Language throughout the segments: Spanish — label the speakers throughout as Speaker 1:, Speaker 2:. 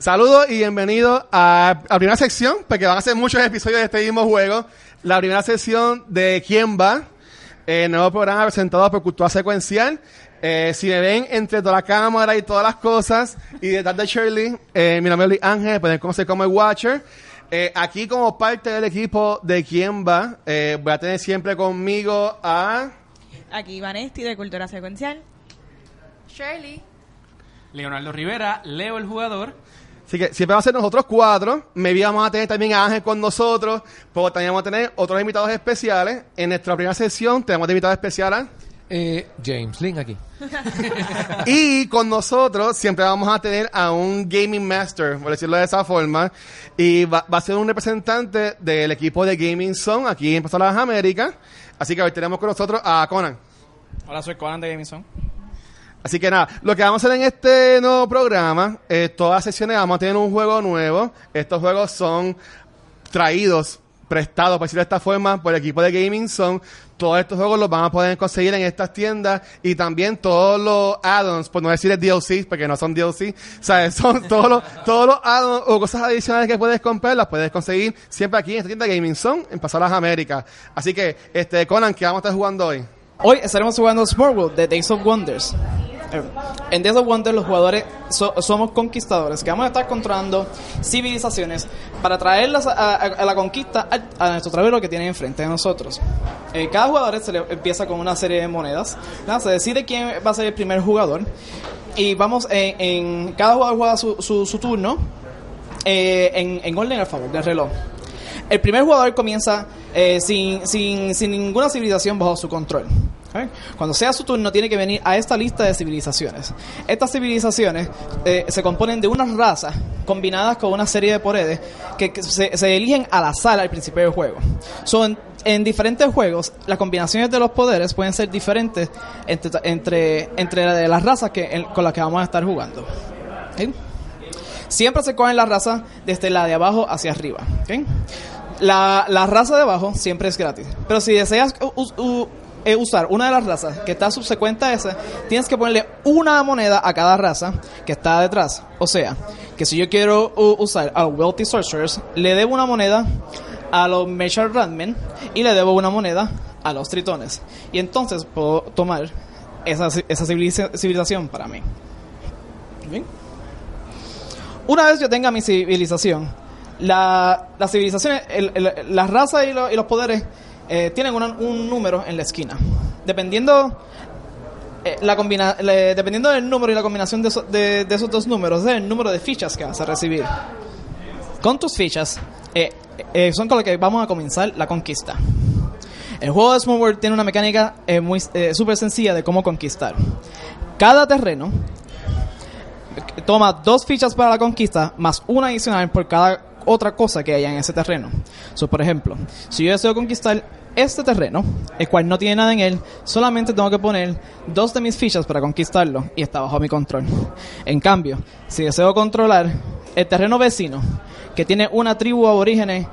Speaker 1: Saludos y bienvenidos a la primera sección, porque van a ser muchos episodios de este mismo juego. La primera sección de ¿Quién va? El nuevo programa presentado por Cultura Secuencial. Eh, si me ven entre toda la cámara y todas las cosas, y detrás de Shirley, eh, mi nombre es Luis Ángel, me pueden conocer como el Watcher. Eh, aquí como parte del equipo de ¿Quién va? Eh, voy a tener siempre conmigo a...
Speaker 2: Aquí Vanesti de Cultura Secuencial.
Speaker 3: Shirley.
Speaker 4: Leonardo Rivera, Leo el jugador.
Speaker 1: Así que siempre va a ser nosotros cuatro. Maybe vamos a tener también a Ángel con nosotros. Pero también vamos a tener otros invitados especiales. En nuestra primera sesión tenemos de invitados especiales.
Speaker 5: Eh, James Link aquí.
Speaker 1: Y con nosotros siempre vamos a tener a un Gaming Master, por decirlo de esa forma. Y va, va a ser un representante del equipo de Gaming Zone aquí en Paso de las Américas. Así que hoy tenemos con nosotros a Conan.
Speaker 6: Hola, soy Conan de Gamison.
Speaker 1: Así que nada, lo que vamos a hacer en este nuevo programa, eh, todas las sesiones vamos a tener un juego nuevo. Estos juegos son traídos, prestados, por decirlo de esta forma, por el equipo de Gaming Zone. Todos estos juegos los van a poder conseguir en estas tiendas y también todos los add-ons, por no decir DLCs, porque no son DLC, o sea, son todos los, todos los add-ons o cosas adicionales que puedes comprar, las puedes conseguir siempre aquí en esta tienda Gaming Zone, en Pasar las Américas. Así que, este, Conan, ¿qué vamos a estar jugando hoy?
Speaker 6: Hoy estaremos jugando Smallwood de Days of Wonders. Eh, En Days of Wonders los jugadores so- somos conquistadores que vamos a estar controlando civilizaciones para traerlas a, a- a la conquista al- a, nuestro travelo que tiene enfrente de nosotros. Eh, cada jugador se le empieza con una serie de monedas. Nada, se decide quién va a ser el primer jugador. Y vamos en, en- cada jugador juega su, su- su turno eh, en, en orden al favor del reloj. El primer jugador comienza eh, sin, sin, sin ninguna civilización bajo su control. ¿ok? Cuando sea su turno tiene que venir a esta lista de civilizaciones. Estas civilizaciones eh, se componen de unas razas combinadas con una serie de poderes que, que se, se eligen al azar al principio del juego. Son en diferentes juegos las combinaciones de los poderes pueden ser diferentes entre, entre, entre la de las razas que, en- con las que vamos a estar jugando. ¿ok? Siempre se cogen la raza desde la de abajo hacia arriba. ¿ok? La, la raza de abajo siempre es gratis. Pero si deseas u- u- eh, usar una de las razas que está subsecuente a esa, tienes que ponerle una moneda a cada raza que está detrás. O sea, que si yo quiero u- usar a Wealthy Sorcerers, le debo una moneda a los Meshar Radmen y le debo una moneda a los Tritones. Y entonces puedo tomar esa, ci- esa civiliza- civilización para mí. ¿Bien? una vez yo tenga mi civilización, la, las civilizaciones, el- el- las razas y, lo- y los poderes eh, tienen una- un número en la esquina. Dependiendo, eh, la combina, la- dependiendo del número y la combinación de, eso- de- de esos dos números, es el número de fichas que vas a recibir. Con tus fichas, eh, eh, son con las que vamos a comenzar la conquista. El juego de Small World tiene una mecánica eh, muy eh, súper sencilla de cómo conquistar. Cada terreno toma dos fichas para la conquista más una adicional por cada otra cosa que haya en ese terreno. So, por ejemplo, si yo deseo conquistar este terreno, el cual no tiene nada en él, solamente tengo que poner dos de mis fichas para conquistarlo y está bajo mi control. En cambio, si deseo controlar el terreno vecino, que tiene una tribu aborígenes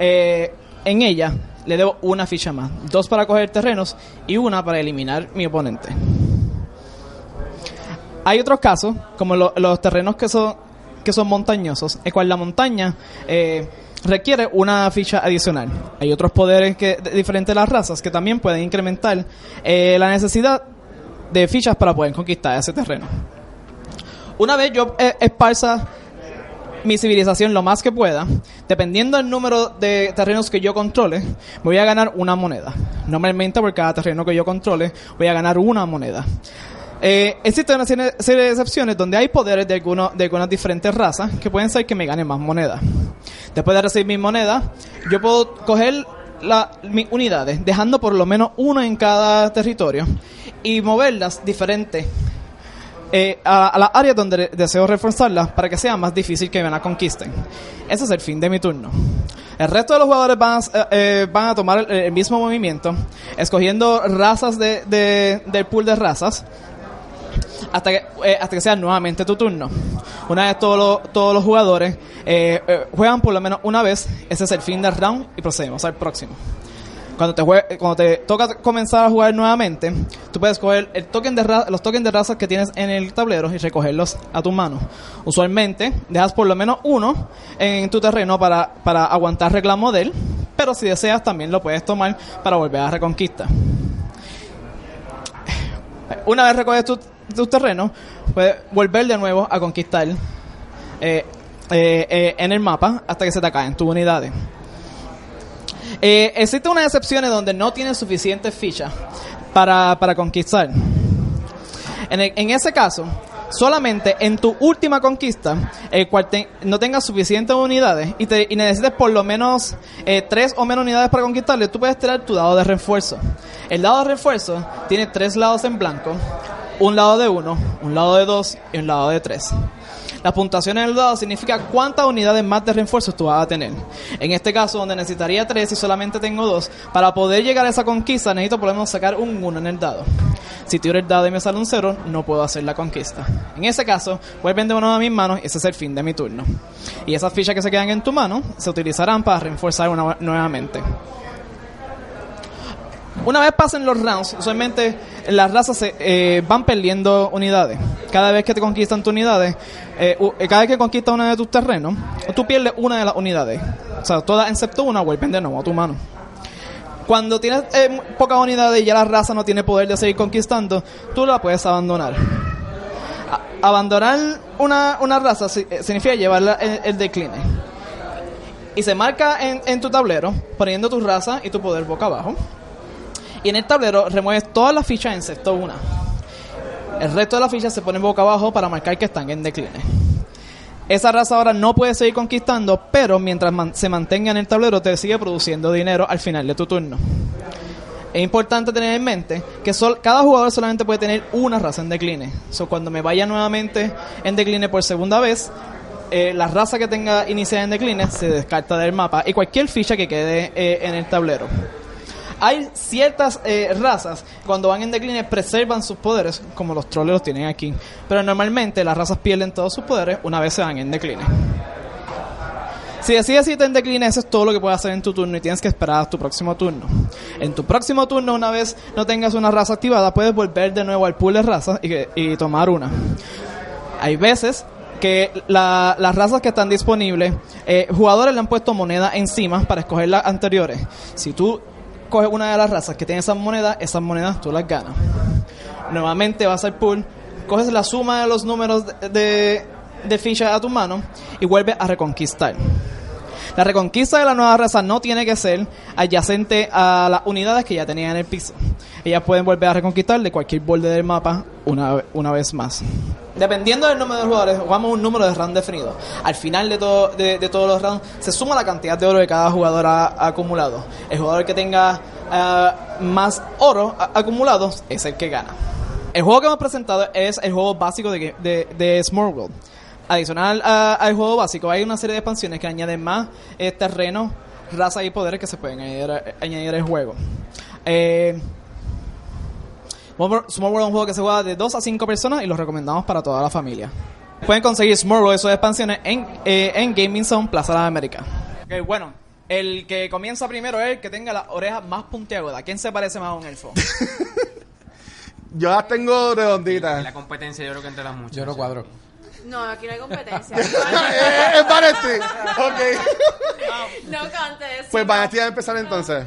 Speaker 6: eh, en ella, le debo una ficha más, dos para coger terrenos y una para eliminar mi oponente. Hay otros casos, como lo- los terrenos que son, que son montañosos, el cual la montaña eh, requiere una ficha adicional. Hay otros poderes que, de- diferentes a las razas que también pueden incrementar eh, la necesidad de fichas para poder conquistar ese terreno. Una vez yo eh, esparza mi civilización lo más que pueda, dependiendo del número de terrenos que yo controle, me voy a ganar una moneda. Normalmente por cada terreno que yo controle, voy a ganar una moneda. Eh, existe una serie serie de excepciones donde hay poderes de, alguno- de algunas diferentes razas que pueden ser que me ganen más monedas. Después de recibir mis monedas, yo puedo coger la- mis unidades, dejando por lo menos una en cada territorio, y moverlas diferentes eh, a, a las áreas donde de- deseo reforzarlas para que sea más difícil que me la conquisten. Ese es el fin de mi turno. El resto de los jugadores van a, s- eh, eh, van a tomar el, el mismo movimiento, escogiendo razas de- de- del pool de razas hasta que, eh, hasta que sea nuevamente tu turno. Una vez todos los, todos los jugadores eh, eh, juegan por lo menos una vez, ese es el fin del round y procedemos al próximo. Cuando te, jue- cuando te toca comenzar a jugar nuevamente, tú puedes coger el token de ra- los tokens de razas que tienes en el tablero y recogerlos a tus manos. Usualmente dejas por lo menos uno en tu terreno para, para aguantar reclamo de él, pero si deseas también lo puedes tomar para volver a reconquista. Una vez recoges tu, tu terreno, puedes volver de nuevo a conquistar eh, eh, eh, en el mapa hasta que se te acaben tus unidades. Eh, existen unas excepciones donde no tienes suficientes fichas para, para conquistar. En, el- en ese caso, solamente en tu última conquista, el cual te- no tengas suficientes unidades y, te, y necesites por lo menos eh, tres o menos unidades para conquistarle, tú puedes tirar tu dado de refuerzo. El dado de refuerzo tiene tres lados en blanco, un lado de uno, un lado de dos y un lado de tres. La puntuación en el dado significa cuántas unidades más de refuerzos tú vas a tener. En este caso, donde necesitaría tres y solamente tengo dos, para poder llegar a esa conquista necesito por lo menos sacar un 1 en el dado. Si tiro el dado y me sale un 0, no puedo hacer la conquista. En ese caso, vuelven de uno a mis manos y ese es el fin de mi turno. Y esas fichas que se quedan en tu mano se utilizarán para reforzar una, nuevamente. Una vez pasen los rounds, usualmente las razas se, eh, van perdiendo unidades. Cada vez que te conquistan tus unidades, eh, u- eh, cada vez que conquistas una de tus terrenos, tú pierdes una de las unidades. O sea, todas excepto una vuelven de nuevo a tu mano. Cuando tienes eh, mu- pocas unidades y ya la raza no tiene poder de seguir conquistando, tú la puedes abandonar. A- abandonar una, una raza si- eh, significa llevarla el, el decline. Y se marca en, en tu tablero, poniendo tu raza y tu poder boca abajo. Y en el tablero remueves todas las fichas excepto una. El resto de las fichas se ponen boca abajo para marcar que están en decline. Esa raza ahora no puede seguir conquistando, pero mientras man- se mantenga en el tablero te sigue produciendo dinero al final de tu turno. Es importante tener en mente que sol- cada jugador solamente puede tener una raza en decline. So, cuando me vaya nuevamente en decline por segunda vez, eh, la raza que tenga iniciada en decline se descarta del mapa y cualquier ficha que quede eh, en el tablero. Hay ciertas eh, razas cuando van en decline preservan sus poderes, como los troles los tienen aquí. Pero normalmente las razas pierden todos sus poderes una vez se van en decline. Si decides irte en decline, eso es todo lo que puedes hacer en tu turno y tienes que esperar a tu próximo turno. En tu próximo turno, una vez no tengas una raza activada, puedes volver de nuevo al pool de razas y, que- y tomar una. Hay veces que la- las razas que están disponibles, eh, jugadores le han puesto moneda encima para escoger las anteriores. Si tú coges una de las razas que tiene esas monedas, esas monedas tú las ganas. Nuevamente vas al pool, coges la suma de los números de, de- de fichas a tu mano y vuelves a reconquistar. La reconquista de la nueva raza no tiene que ser adyacente a las unidades que ya tenían en el piso. Ellas pueden volver a reconquistar de cualquier borde del mapa una, ve- una vez más. Dependiendo del número de jugadores, jugamos un número de rounds definido. Al final de, todo- de, de todos los rounds, se suma la cantidad de oro que cada jugador ha, ha acumulado. El jugador que tenga ah, más oro a- acumulado es el que gana. El juego que hemos presentado es el juego básico de, ga- de, de Small World. Adicional a- al juego básico, hay una serie de expansiones que añaden más eh, terrenos, razas y poderes que se pueden añadir, a- añadir al juego. Eh, Small World Small World es un juego que se juega de 2 a 5 personas y lo recomendamos para toda la familia. Pueden conseguir Small World y sus expansiones en, eh, en Gaming Zone Plaza de las Américas. Ok, bueno, el que comienza primero es el que tenga las orejas más puntiagudas. ¿Quién se parece más a un elfo?
Speaker 1: Yo las tengo
Speaker 4: Y La
Speaker 1: redonditas.
Speaker 4: competencia yo creo que entre las muchas.
Speaker 5: Yo no cuadro.
Speaker 3: No, aquí no hay competencia.
Speaker 1: es Vanesti. Ok.
Speaker 3: no cantes.
Speaker 1: Pues Vanesti va a empezar entonces.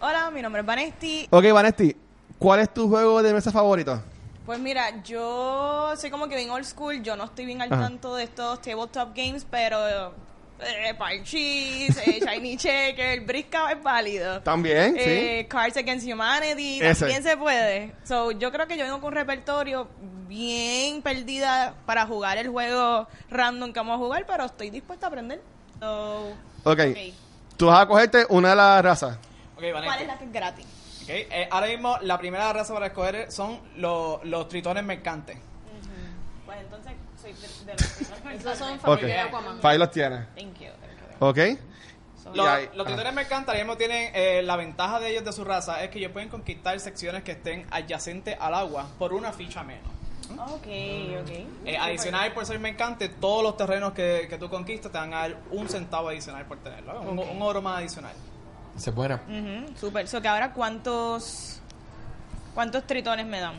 Speaker 2: Hola, mi nombre es Vanesti.
Speaker 1: Ok, Vanesti, ¿cuál es tu juego de mesa favorito?
Speaker 2: Pues mira, yo soy como que bien old school. Yo no estoy bien al
Speaker 1: Ajá.
Speaker 2: tanto de estos tabletop games, pero eh, Parchís, eh, Shiny Checker, Brisca es válido.
Speaker 1: También, sí.
Speaker 2: Eh, Cards Against Humanity,
Speaker 1: Ese.
Speaker 2: también se puede. So, yo creo que yo vengo con un repertorio bien perdida para jugar el juego random que vamos a jugar, pero estoy dispuesta a aprender. So,
Speaker 1: Ok.
Speaker 2: ok.
Speaker 1: Tú vas a cogerte una de las razas.
Speaker 6: Ok,
Speaker 2: ¿Cuál es
Speaker 6: Vanessa.
Speaker 2: la que es gratis?
Speaker 6: Ok, eh, ahora mismo la primera raza para escoger son los, los tritones mercantes.
Speaker 2: Pues entonces soy de, de
Speaker 3: Esos son
Speaker 1: Ok.
Speaker 3: familia de Aquaman.
Speaker 1: Para ahí los tienes.
Speaker 2: Thank you.
Speaker 1: Ok.
Speaker 6: Los,
Speaker 1: Y ahí- ajá.
Speaker 6: los tritones mercantes ahora mismo tienen eh, la ventaja de ellos de su raza es que ellos pueden conquistar secciones que estén adyacentes al agua por una ficha menos.
Speaker 2: Ok, ok.
Speaker 6: Eh, adicional por ser mercante, todos los terrenos que, que tú conquistas te van a dar un centavo adicional por tenerlo, ¿eh? un, un oro más adicional.
Speaker 5: Esa es buena.
Speaker 2: Ujú, súper. So que ahora, ¿cuántos, ¿cuántos tritones me dan?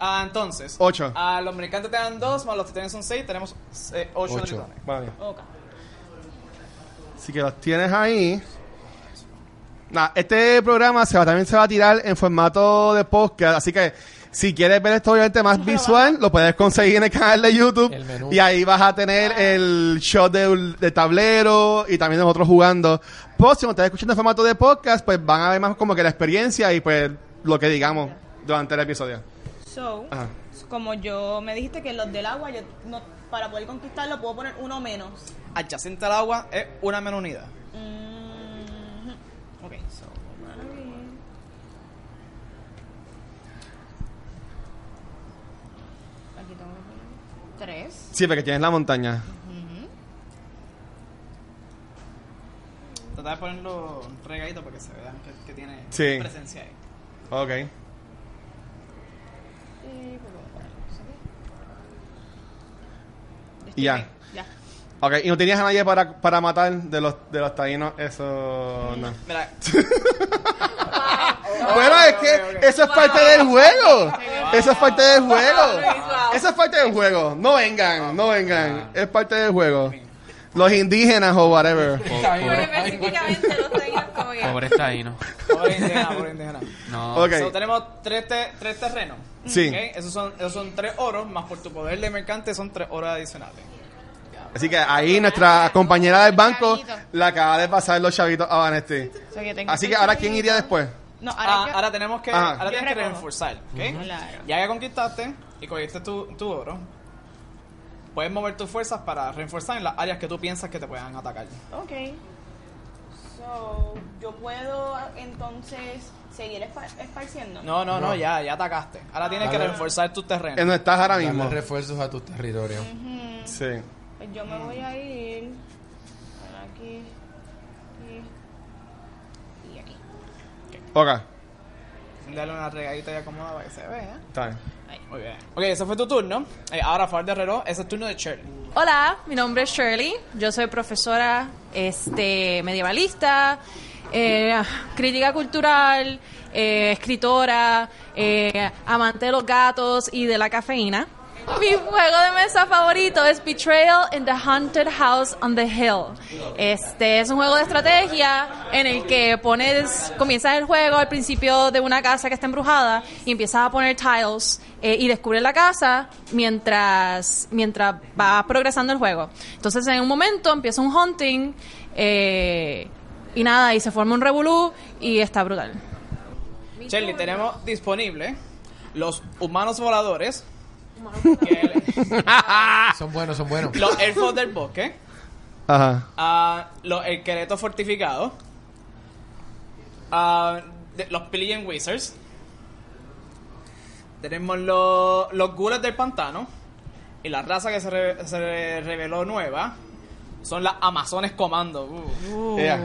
Speaker 6: Ah, entonces.
Speaker 1: Ocho.
Speaker 6: A los mercantes te dan dos, más los titanes son seis, tenemos eh, ocho,
Speaker 5: Ocho.
Speaker 6: tritones.
Speaker 1: Vale.
Speaker 2: Ok.
Speaker 1: Así que los tienes ahí. Nah, este programa se va, también se va a tirar en formato de podcast, así que si quieres ver esto obviamente más visual, lo puedes conseguir en el canal de YouTube
Speaker 5: El menú.
Speaker 1: y ahí vas a tener el shot de, de tablero y también nosotros jugando. Pues si nos estás escuchando en formato de podcast, pues van a ver más como que la experiencia y pues lo que digamos durante el episodio.
Speaker 2: So,
Speaker 1: Ajá.
Speaker 2: como yo me dijiste que los del agua, yo no, para poder conquistarlo puedo poner uno menos.
Speaker 6: Adyacente al agua es una menos unidad.
Speaker 2: Mm, ok, so. Aquí tengo que poner.
Speaker 3: Tres.
Speaker 1: Sí, porque tienes la montaña.
Speaker 6: Tratar de ponerlo regadito para que se vean que, que tiene
Speaker 1: Sí.
Speaker 6: presencia ahí.
Speaker 1: Ok.
Speaker 2: Y por lo menos, ¿ok?
Speaker 1: Y ya.
Speaker 2: Estoy bien,
Speaker 1: Ok, y no tenías a nadie para, para matar de los, de los taínos, eso no.
Speaker 6: Mira,
Speaker 1: Bueno, es que eso es parte del juego. Eso es parte del juego. Eso es parte del juego. No vengan, no vengan. Es parte del juego. Los indígenas o whatever.
Speaker 5: Está bien.
Speaker 3: Pero específicamente los tengas como que.
Speaker 4: Pobre está ahí, ¿no?
Speaker 6: pobre indígena, pobre indígena.
Speaker 4: No.
Speaker 1: Ok.
Speaker 6: So, tenemos tres, te- tres terrenos.
Speaker 1: Sí.
Speaker 6: ¿ok? Esos, son, esos son tres oros, más por tu poder de mercante son tres oros adicionales.
Speaker 1: Así que ahí nuestra compañera del banco la acaba de pasar los chavitos a Vanesti.
Speaker 2: ya. So, yo tengo
Speaker 1: Así que
Speaker 2: seis
Speaker 1: ahora, ¿quién iría
Speaker 2: chavitos.
Speaker 1: después?
Speaker 2: No, ahora,
Speaker 6: Ah,
Speaker 2: yo-
Speaker 6: ahora tenemos que,
Speaker 1: Ajá.
Speaker 6: ahora
Speaker 2: Yo
Speaker 6: tienes que
Speaker 2: recojo.
Speaker 6: reforzar. ¿ok?
Speaker 2: Claro.
Speaker 6: Ya que conquistaste y cogiste tu, tu oro, puedes mover tus fuerzas para reforzar en las áreas que tú piensas que te puedan atacar.
Speaker 2: Ok. So, yo puedo entonces seguir espa- esparciendo.
Speaker 6: No, no, no, ya, ya atacaste. Ahora
Speaker 2: Ah.
Speaker 6: tienes que reforzar tus
Speaker 1: En
Speaker 6: terrenos.
Speaker 1: donde estás ahora
Speaker 5: Darle
Speaker 1: mismo.
Speaker 5: refuerzos a tus territorios.
Speaker 2: Ujú.
Speaker 1: Sí.
Speaker 2: Pues yo me voy a ir. por Aquí. aquí, Y aquí.
Speaker 1: Ok,
Speaker 6: Dale una regadita y acomoda para que se vea.
Speaker 1: está bien.
Speaker 6: Muy bien. Ok, ese fue tu turno. Eh, ahora, fuera del reloj, ese es el turno de Shirley.
Speaker 7: Hola, mi nombre es Shirley. Yo soy profesora este, medievalista, eh, crítica cultural, eh, escritora, eh, amante de los gatos y de la cafeína. Mi juego de mesa favorito es Betrayal in the Haunted House on the Hill. Este es un juego de estrategia en el que pones, comienzas el juego al principio de una casa que está embrujada y empiezas a poner tiles eh, y descubres la casa mientras, mientras va progresando el juego. Entonces en un momento empieza un hunting eh, y nada, y se forma un revolú y está brutal.
Speaker 6: Shirley, tenemos disponible los humanos voladores, que-
Speaker 5: Son buenos, son buenos.
Speaker 6: los elfos del bosque,
Speaker 1: Ajá.
Speaker 6: ah, los esqueletos fortificados, ah, de- los Pillion Wizards, tenemos los, los ghouls del pantano, y la raza que se, re- se re- reveló nueva son las Amazones Comando. Uh.
Speaker 1: Yeah.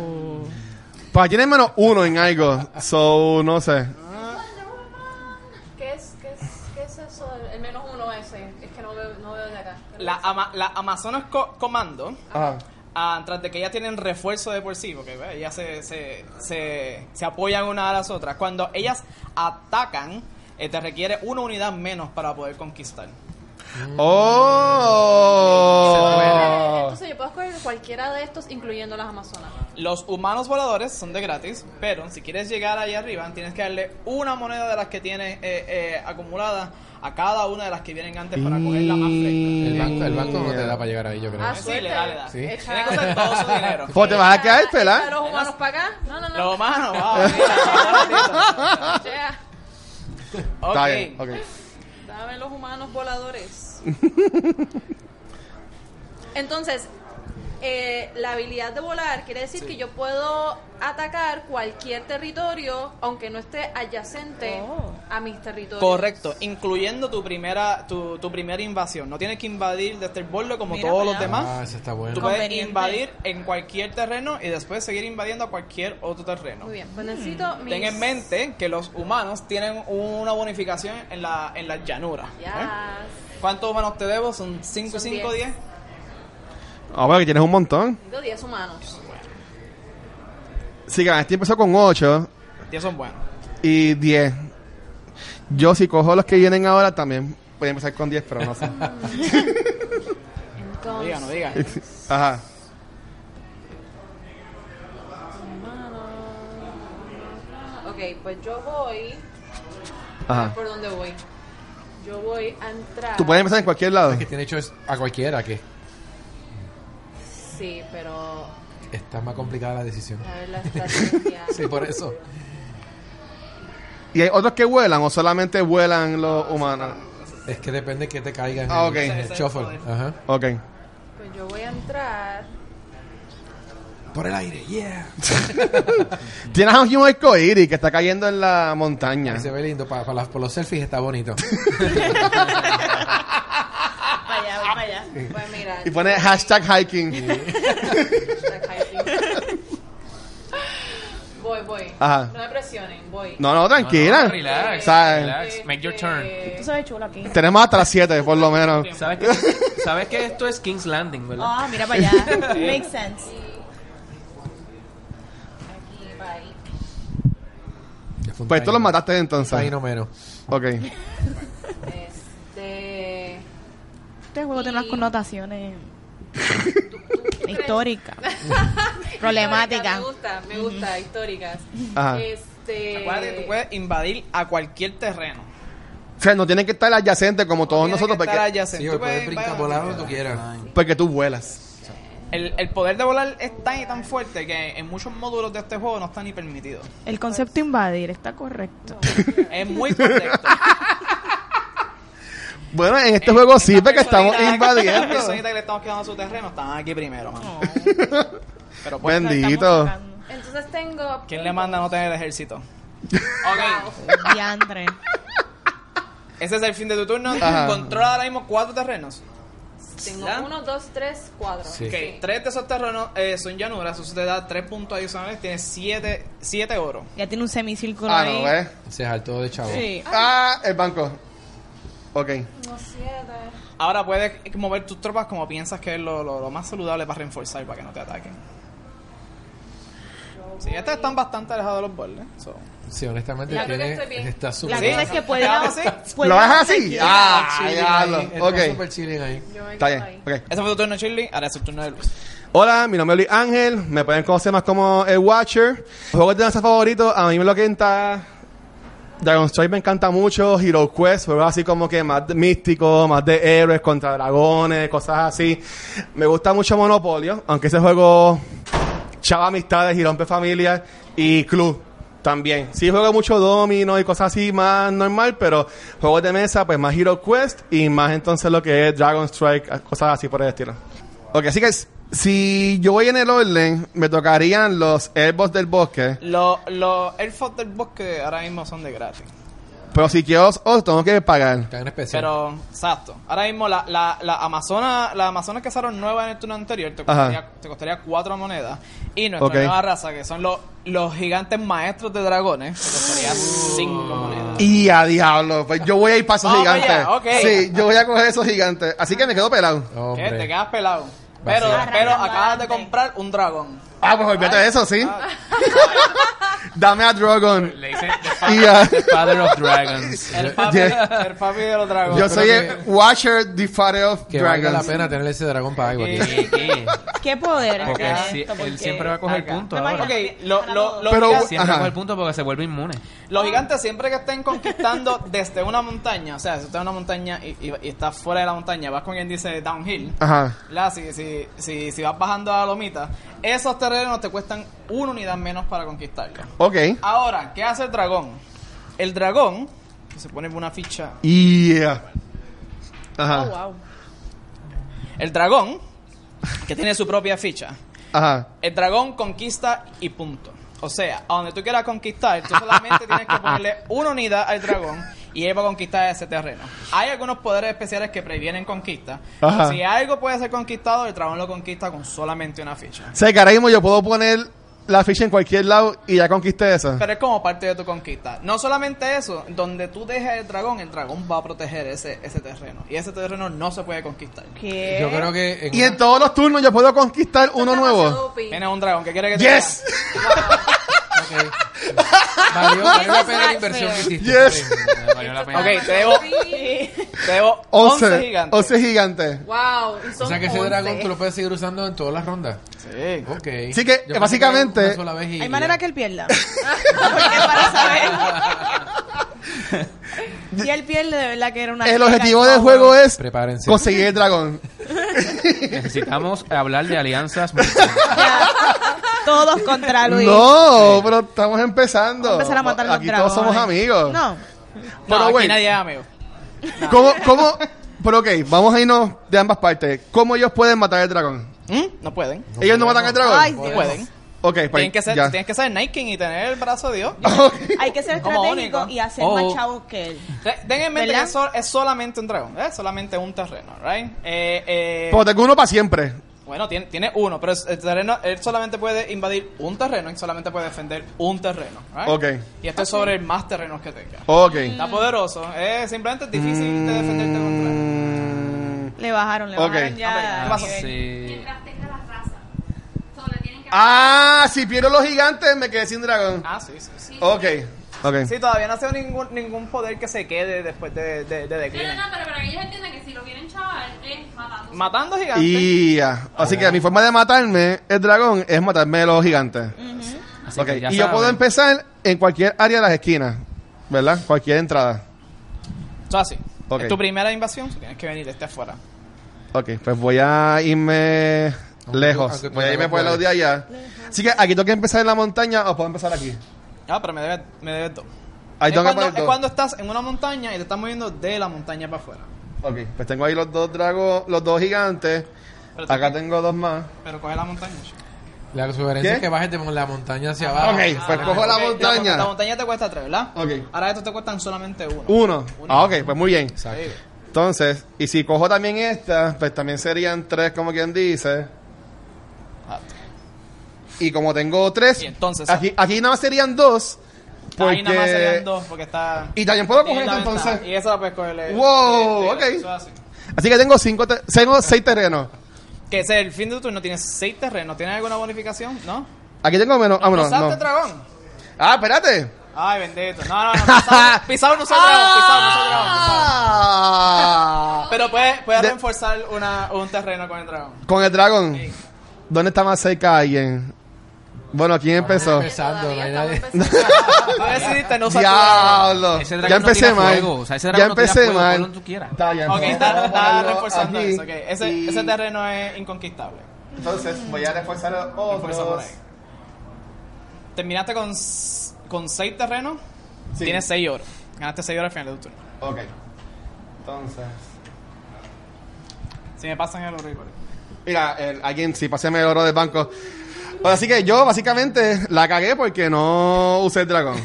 Speaker 1: Pues tienes menos uno en algo. So, no sé.
Speaker 3: ¿Qué es, qué, es, ¿Qué es eso? El menos uno ese. Es que no veo, no veo de acá.
Speaker 6: Las ama- las Amazonas Co- Comando.
Speaker 1: Ajá.
Speaker 6: Ah, tras de que ellas tienen refuerzo de por sí, porque ve, ellas se, se, se, se apoyan unas a las otras. Cuando ellas atacan, eh, te requiere una unidad menos para poder conquistar.
Speaker 1: Oh.
Speaker 3: Entonces yo puedo escoger cualquiera de estos, incluyendo las Amazonas.
Speaker 6: Los humanos voladores son de gratis, pero si quieres llegar allá arriba, tienes que darle una moneda de las que tienes eh, eh, acumulada a cada una de las que vienen antes para cogerla más fresca.
Speaker 5: El banco, el banco no te da para llegar ahí, yo creo.
Speaker 3: Ah,
Speaker 6: Sí, le da, le da.
Speaker 5: Sí.
Speaker 6: Tienes que usar todo su dinero.
Speaker 1: Pues te vas a quedar
Speaker 3: ¿A
Speaker 1: pelada.
Speaker 3: los humanos para acá? No, no, no.
Speaker 6: Los humanos, wow. mira,
Speaker 3: O sea,
Speaker 1: Está
Speaker 6: ok.
Speaker 1: bien, ok.
Speaker 3: dame los humanos voladores.
Speaker 7: Entonces,
Speaker 3: Eh, la habilidad de volar quiere decir que yo puedo atacar cualquier territorio, aunque no esté adyacente
Speaker 2: Oh.
Speaker 3: a mis territorios.
Speaker 6: Correcto, incluyendo tu primera tu, tu primera invasión. No tienes que invadir desde el borde como
Speaker 2: Mira,
Speaker 6: todos los
Speaker 2: cuidado.
Speaker 5: Ah,
Speaker 6: demás.
Speaker 5: eso está
Speaker 6: Tú
Speaker 5: bueno.
Speaker 6: puedes
Speaker 2: Conveniente.
Speaker 6: invadir en cualquier terreno y después seguir invadiendo a cualquier otro terreno.
Speaker 3: Muy bien, pues necesito mis...
Speaker 6: Ten en mente que los humanos tienen una bonificación en la, en la llanura. ¿eh?
Speaker 3: Ya.
Speaker 6: ¿Cuántos humanos te debo? ¿Son 5, 5, 10?
Speaker 1: Ah, bueno, que tienes un montón.
Speaker 3: Tengo 10 humanos.
Speaker 1: Sí, que este empezó con 8
Speaker 6: 10 son buenos.
Speaker 1: y 10. Yo, si cojo los que vienen ahora, también voy a empezar con 10, pero no sé.
Speaker 6: No diga, no
Speaker 3: Entonces,
Speaker 6: diga.
Speaker 1: Ajá.
Speaker 3: ok, pues yo voy.
Speaker 1: Ajá.
Speaker 3: ¿Por dónde voy? Yo voy a entrar.
Speaker 1: Tú puedes empezar en cualquier lado.
Speaker 5: Que tiene hecho es a cualquiera que
Speaker 3: Sí, pero.
Speaker 5: está más complicada la decisión.
Speaker 3: A ver la estrategia.
Speaker 5: Sí, por eso.
Speaker 1: ¿Y hay otros que vuelan o solamente vuelan los humanos?
Speaker 5: Es que depende que te caiga en
Speaker 1: Ah,
Speaker 5: el,
Speaker 1: ok.
Speaker 5: en el shuffle. Ajá.
Speaker 1: Ok.
Speaker 3: Pues yo voy a entrar.
Speaker 5: Por el aire, yeah.
Speaker 1: Tienes a un Human Coiri que está cayendo en la montaña.
Speaker 5: Se ve lindo. Para, por los selfies está bonito.
Speaker 2: Para allá, voy para allá.
Speaker 3: Pues mira.
Speaker 1: Y pone hashtag hiking.
Speaker 3: Voy, voy.
Speaker 1: Ajá.
Speaker 3: No me presionen, voy. Este,
Speaker 1: No, no, tranquila.
Speaker 4: No, no, relax,
Speaker 1: O sea,
Speaker 4: relax. Make your turn.
Speaker 2: Tú sabes chulo aquí.
Speaker 1: Tenemos hasta las 7, por lo menos.
Speaker 4: ¿Sabes que, sabes que esto es King's Landing, ¿verdad?
Speaker 2: Ah, mira para allá. Makes sense.
Speaker 3: Aquí, bye.
Speaker 1: Pues tú los mataste
Speaker 5: Ahí
Speaker 1: entonces.
Speaker 5: no menos.
Speaker 1: Ok.
Speaker 3: Este.
Speaker 2: Este juego tiene unas connotaciones
Speaker 3: crees?
Speaker 2: históricas,
Speaker 3: Me
Speaker 2: problemáticas.
Speaker 3: gusta, me gusta, históricas.
Speaker 1: Ajá.
Speaker 3: Este.
Speaker 6: Acuérdate que tú puedes invadir a cualquier terreno.
Speaker 1: O sea, no tienen que estar adyacentes como todos
Speaker 6: Tienes
Speaker 1: nosotros
Speaker 6: que estar
Speaker 1: porque,
Speaker 6: adyacente.
Speaker 5: Sí,
Speaker 6: Tú
Speaker 5: o puedes
Speaker 6: puedes
Speaker 5: brincar
Speaker 6: invadir-
Speaker 5: volar donde tú quieras.
Speaker 1: porque tú vuelas.
Speaker 6: El, el poder de volar es tan y tan fuerte que en muchos módulos de este juego no está ni permitido.
Speaker 2: El concepto invadir está correcto.
Speaker 6: Es muy correcto.
Speaker 1: Bueno, en este juego sí, porque
Speaker 6: Estas
Speaker 1: estamos
Speaker 6: personitas- estas
Speaker 1: invadiendo.
Speaker 6: personitas que le estamos quedando su terreno están aquí primero. mano. Pero pues,
Speaker 1: Bendito.
Speaker 3: Entonces tengo.
Speaker 6: ¿quién le manda a no tener ejército?
Speaker 3: Wow.
Speaker 2: Diandre.
Speaker 6: Ese es el fin de tu turno.
Speaker 1: Ajá.
Speaker 6: Controla ahora mismo cuatro terrenos.
Speaker 3: Tengo
Speaker 6: ¿Ya?
Speaker 3: uno, dos, tres, cuatro.
Speaker 5: Sí.
Speaker 6: Ok, Tres de esos terrenos eh, son llanuras. Eso te da tres puntos adicionales. Tienes siete, siete oro.
Speaker 2: Ya tiene un semicírculo
Speaker 1: Ah,
Speaker 2: ahí.
Speaker 1: no, ¿ves?
Speaker 5: Se saltó de chavo.
Speaker 6: Sí.
Speaker 1: Ah, el banco. Ok.
Speaker 3: Uno, siete.
Speaker 6: Ahora puedes mover tus tropas como piensas que es lo, lo- lo más saludable para reforzar para que no te ataquen. Sí, estos están bastante alejados de los bordes. so.
Speaker 5: Sí, honestamente
Speaker 3: La creo que
Speaker 5: tiene,
Speaker 3: estoy bien.
Speaker 5: está súper
Speaker 2: La
Speaker 6: Sí.
Speaker 2: cosa es que puede...
Speaker 6: Ah, sí.
Speaker 2: puede
Speaker 1: ¿Lo vas
Speaker 2: hacer
Speaker 1: así?
Speaker 2: que-
Speaker 1: Ah,
Speaker 5: chilling
Speaker 1: ya
Speaker 5: ahí,
Speaker 1: lo.
Speaker 5: está
Speaker 1: Ok.
Speaker 5: súper chilling ahí.
Speaker 3: Yo me
Speaker 1: Está
Speaker 3: quedo
Speaker 1: bien.
Speaker 3: ahí.
Speaker 1: Ok.
Speaker 6: Ese fue tu turno, Shirley. Ahora es el turno de Luis.
Speaker 1: Hola, mi nombre es Luis Ángel, me pueden conocer más como el Watcher. Juegos de danza favoritos, a mí me lo que encanta Dragon Strike me encanta mucho, Hero Quest, juegos así como que más de- místicos, más de héroes contra dragones, cosas así. Me gusta mucho Monopolio, aunque ese juego chava amistades y rompe familia y club también. Sí juego mucho domino y cosas así más normal, pero juegos de mesa pues más Hero Quest y más entonces lo que es Dragon Strike, cosas así por el estilo. Ok, así que s- si yo voy en el orden, me tocarían los Elbos del Bosque,
Speaker 6: Los los elfos del bosque ahora mismo son de gratis.
Speaker 1: pero si quiero os os tengo que pagar.
Speaker 5: Está en especial.
Speaker 6: Pero, exacto. Ahora mismo, la, la, la Amazona, la Amazona que salieron nueva en el turno anterior te
Speaker 1: Ajá.
Speaker 6: costaría, te costaría cuatro monedas. Y nuestra
Speaker 1: Ok.
Speaker 6: nueva raza, que son los, los gigantes maestros de dragones, te costaría
Speaker 1: Uh.
Speaker 6: cinco monedas.
Speaker 1: Y a diablo, pues yo voy a ir para esos
Speaker 6: Vamos
Speaker 1: gigantes.
Speaker 6: allá, ok.
Speaker 1: Sí, yo voy a coger esos gigantes. Así que me quedo pelado.
Speaker 6: ¿Qué?
Speaker 5: Hombre.
Speaker 6: Te quedas pelado. Pero,
Speaker 5: Vacío.
Speaker 6: pero
Speaker 2: Arrancando
Speaker 6: acabas de
Speaker 2: antes.
Speaker 6: comprar un dragón.
Speaker 1: Ah, pues olvídate de eso, sí.
Speaker 6: Ah,
Speaker 1: Dame a Dragon.
Speaker 4: Le dicen The
Speaker 1: Y
Speaker 4: Father,
Speaker 1: a-
Speaker 4: the father of Dragons.
Speaker 6: el, papi,
Speaker 1: Yeah.
Speaker 6: el papi de los dragones.
Speaker 1: yo soy el Watcher the Father of
Speaker 5: Que valga la
Speaker 1: Dragons.
Speaker 5: pena tener ese dragón para algo aquí.
Speaker 4: ¿Qué, Eh, qué?
Speaker 2: ¿Qué poder es
Speaker 4: Porque
Speaker 2: esto?
Speaker 4: si-
Speaker 2: Porque-
Speaker 4: él siempre va a coger
Speaker 6: Acá.
Speaker 4: punto
Speaker 2: Me
Speaker 4: ahora.
Speaker 2: imagino-
Speaker 6: Ok, lo- lo- los
Speaker 1: Pero-
Speaker 6: gigantes-
Speaker 4: Siempre
Speaker 1: Ajá.
Speaker 4: coge punto porque se vuelve inmune.
Speaker 6: Los gigantes siempre que estén conquistando desde una montaña, o sea, si estás en una montaña y, y- y estás fuera de la montaña, vas con quien dice downhill,
Speaker 1: Ajá.
Speaker 6: ¿verdad? Si, si, si, si vas bajando a la lomita, esos terrenos te cuestan una unidad menos para conquistarlos.
Speaker 1: Ok.
Speaker 6: Ahora, ¿qué hace el dragón? El dragón, que se pone una ficha,
Speaker 1: Yeah.
Speaker 6: Oh,
Speaker 1: Ajá.
Speaker 2: Wow.
Speaker 6: el dragón, que tiene su propia ficha,
Speaker 1: Ajá.
Speaker 6: El dragón conquista y punto. O sea, a donde tú quieras conquistar, tú solamente tienes que ponerle una unidad al dragón y él va a conquistar ese terreno. Hay algunos poderes especiales que previenen conquista. pero
Speaker 1: Ajá.
Speaker 6: Si algo puede ser conquistado, el dragón lo conquista con solamente una ficha.
Speaker 1: O sea, que ahora mismo yo puedo poner la ficha en cualquier lado y ya conquisté esa.
Speaker 6: Pero es como parte de tu conquista. No solamente eso, donde tú dejes el dragón, el dragón va a proteger ese, ese terreno. Y ese terreno no se puede conquistar.
Speaker 2: ¿Qué?
Speaker 5: Yo creo que. en
Speaker 1: Y en
Speaker 5: una-
Speaker 1: todos los turnos yo puedo conquistar uno
Speaker 3: Esto es
Speaker 1: nuevo.
Speaker 3: demasiado OP.
Speaker 6: Tienes un dragón, ¿qué quiere que te
Speaker 1: Yes.
Speaker 6: diga?
Speaker 5: ok. Valió, valió la pena la inversión que hiciste.
Speaker 1: Yes.
Speaker 8: Valió la pena.
Speaker 6: Ok, te debo, te debo 11,
Speaker 1: 11
Speaker 6: gigantes.
Speaker 1: 11 gigantes.
Speaker 3: Wow, y son
Speaker 5: O sea que ese
Speaker 3: 11.
Speaker 5: dragón tú lo puedes seguir usando en todas las rondas.
Speaker 6: Sí.
Speaker 5: Ok.
Speaker 1: Sí que,
Speaker 5: pensé
Speaker 1: básicamente-
Speaker 5: era una sola vez y-
Speaker 2: Hay manera que él pierda. Porque para saber. Si él pierde, de verdad que era una.
Speaker 1: El objetivo del juego es
Speaker 5: Prepárense.
Speaker 1: conseguir el dragón.
Speaker 8: Necesitamos hablar de alianzas. mutuas.
Speaker 2: Todos contra Luis.
Speaker 1: No, pero estamos empezando.
Speaker 2: Vamos a empezar a matar los
Speaker 1: Aquí todos
Speaker 2: dragones.
Speaker 1: somos amigos.
Speaker 2: No.
Speaker 6: No,
Speaker 1: Pero,
Speaker 6: aquí
Speaker 1: güey.
Speaker 6: nadie es amigo.
Speaker 1: ¿Cómo, cómo? Pero ok, vamos a irnos de ambas partes. ¿Cómo ellos pueden matar el dragón?
Speaker 6: ¿Mm? No pueden.
Speaker 1: ¿Ellos no matan el dragón?
Speaker 2: Ay, Dios.
Speaker 6: Pueden.
Speaker 1: ok, pues
Speaker 6: Tienen que, ser,
Speaker 1: ya.
Speaker 6: tienen que ser Night King y tener el brazo de Dios.
Speaker 2: Hay que ser
Speaker 6: Como
Speaker 2: estratégico
Speaker 6: único.
Speaker 2: y hacer
Speaker 8: Oh.
Speaker 2: más chavos que él.
Speaker 6: Te- Ten en mente
Speaker 2: ¿Verdad?
Speaker 6: que es, sol- es solamente un dragón, es solamente un terreno, ¿right? Eh, eh,
Speaker 1: Pero tengo uno para siempre.
Speaker 6: bueno, tiene, tiene uno, pero es- el terreno, él solamente puede invadir un terreno y solamente puede defender un terreno, ¿right?
Speaker 1: Ok.
Speaker 6: Y esto es sobre más terrenos que tenga.
Speaker 1: Ok.
Speaker 6: Está poderoso, es simplemente difícil de defenderte contra él.
Speaker 1: Mm.
Speaker 2: Le bajaron, le
Speaker 1: Ok.
Speaker 2: bajaron
Speaker 4: Ah,
Speaker 2: ya.
Speaker 6: ¿Qué pasó?
Speaker 2: nivel.
Speaker 8: Sí.
Speaker 1: Ah, si pierdo los gigantes me quedé sin dragón.
Speaker 6: Ah, sí, sí, sí.
Speaker 1: Ok. Ok.
Speaker 6: Sí, todavía no ha sido ningún, ningún poder que se quede después de, de, de
Speaker 9: No, no,
Speaker 6: decline.
Speaker 9: no, pero para que ellos entiendan que si lo quieren chaval es matando.
Speaker 6: Matando gigantes.
Speaker 1: Y ya. Así que mi forma de matarme el dragón es matarme a los gigantes.
Speaker 8: Así
Speaker 1: Ok.
Speaker 8: que ya
Speaker 1: Y yo puedo
Speaker 8: saben.
Speaker 1: empezar en cualquier área de las esquinas. ¿Verdad? Cualquier entrada.
Speaker 6: Eso así.
Speaker 1: Ok.
Speaker 6: Es tu primera invasión, so tienes que venir desde afuera.
Speaker 1: Ok, pues voy a irme
Speaker 5: Aunque-
Speaker 1: lejos.
Speaker 5: aunque tú
Speaker 1: Voy a
Speaker 5: no
Speaker 1: irme por el lado de
Speaker 5: puedes.
Speaker 1: allá. Así que aquí tengo que empezar en la montaña o puedo empezar aquí.
Speaker 6: Ah, pero me debes, me debes dos.
Speaker 1: Ahí
Speaker 6: es,
Speaker 1: tengo que
Speaker 6: cuando,
Speaker 1: poner
Speaker 6: es
Speaker 1: dos.
Speaker 6: cuando estás en una montaña y te estás moviendo de la montaña para afuera.
Speaker 1: Ok, pues tengo ahí los dos dragos, los dos gigantes.
Speaker 6: Pero,
Speaker 1: Acá tengo dos más.
Speaker 6: pero coge la montaña. chico.
Speaker 5: La sugerencia
Speaker 1: ¿Qué?
Speaker 5: es que bajes de la montaña hacia abajo. Ah,
Speaker 1: Ok, pues cojo la
Speaker 6: Ok, Ah, La,
Speaker 1: montaña.
Speaker 6: montaña te cuesta tres, ¿verdad?
Speaker 1: Ok.
Speaker 6: Ahora estos te cuestan solamente uno.
Speaker 1: Uno. Ah, ok, pues muy bien.
Speaker 5: Exacto.
Speaker 1: Entonces, y si cojo también esta, pues también serían tres, como quien dice. Y como tengo tres,
Speaker 6: Y entonces-
Speaker 1: aquí, aquí nada más serían dos. Uh, Porque...
Speaker 6: Ahí nada más serían dos porque está...
Speaker 1: Y también puedo
Speaker 6: tienes
Speaker 1: coger
Speaker 6: la
Speaker 1: esta,
Speaker 6: ventaja.
Speaker 1: entonces.
Speaker 6: Y esa la puedes cogerle.
Speaker 1: Wow,
Speaker 6: Sí, sí,
Speaker 1: ok.
Speaker 6: eso es así.
Speaker 1: Así que tengo cinco, te- tengo seis terrenos.
Speaker 6: Que ese es el fin de tu turno. Tienes seis terrenos. ¿Tienes alguna bonificación? ¿No?
Speaker 1: Aquí tengo menos. Ah, bueno,
Speaker 6: ¿Pasaste,
Speaker 1: no.
Speaker 6: dragón?
Speaker 1: Ah, espérate.
Speaker 6: Ay, bendito. No, no, no. Pisado, pisado no soy dragón. Pisado no soy dragón. pisado.
Speaker 1: Ah.
Speaker 6: Pero puedes, puedes
Speaker 1: De-
Speaker 6: reforzar una, un terreno con el dragón.
Speaker 1: Con el dragón. ¿Dónde está más cerca alguien? Bueno, ¿quién empezó?
Speaker 5: Empezando, no hay nadie.
Speaker 6: Tú decidiste no usar tu dragón.
Speaker 1: Diablo.
Speaker 8: Ese
Speaker 1: ya
Speaker 8: dragón no
Speaker 1: empecé
Speaker 8: tira
Speaker 1: mal.
Speaker 8: fuego, o sea, ese
Speaker 1: ya
Speaker 8: dragón no tira
Speaker 1: empecé
Speaker 8: fuego,
Speaker 1: mal.
Speaker 8: ponlo donde tú quieras.
Speaker 1: Está, ya
Speaker 6: Ok,
Speaker 1: empecé.
Speaker 6: está,
Speaker 1: Vamos a
Speaker 6: está
Speaker 1: ponerlo
Speaker 6: reforzando
Speaker 1: aquí.
Speaker 6: eso. ok. Ese,
Speaker 1: Y-
Speaker 6: ese terreno es inconquistable.
Speaker 1: Entonces, voy a reforzar los
Speaker 6: Empieza por
Speaker 1: otros.
Speaker 6: ahí. Terminaste con, s- con seis terrenos.
Speaker 1: Sí.
Speaker 6: Tienes seis oro. Ganaste seis oro al final de tu turno.
Speaker 1: Ok. Entonces.
Speaker 6: Si me pasan el horrible.
Speaker 1: Mira, el- alguien sí, páseme el oro del banco. Bueno, así que yo básicamente la cagué porque no usé el dragón.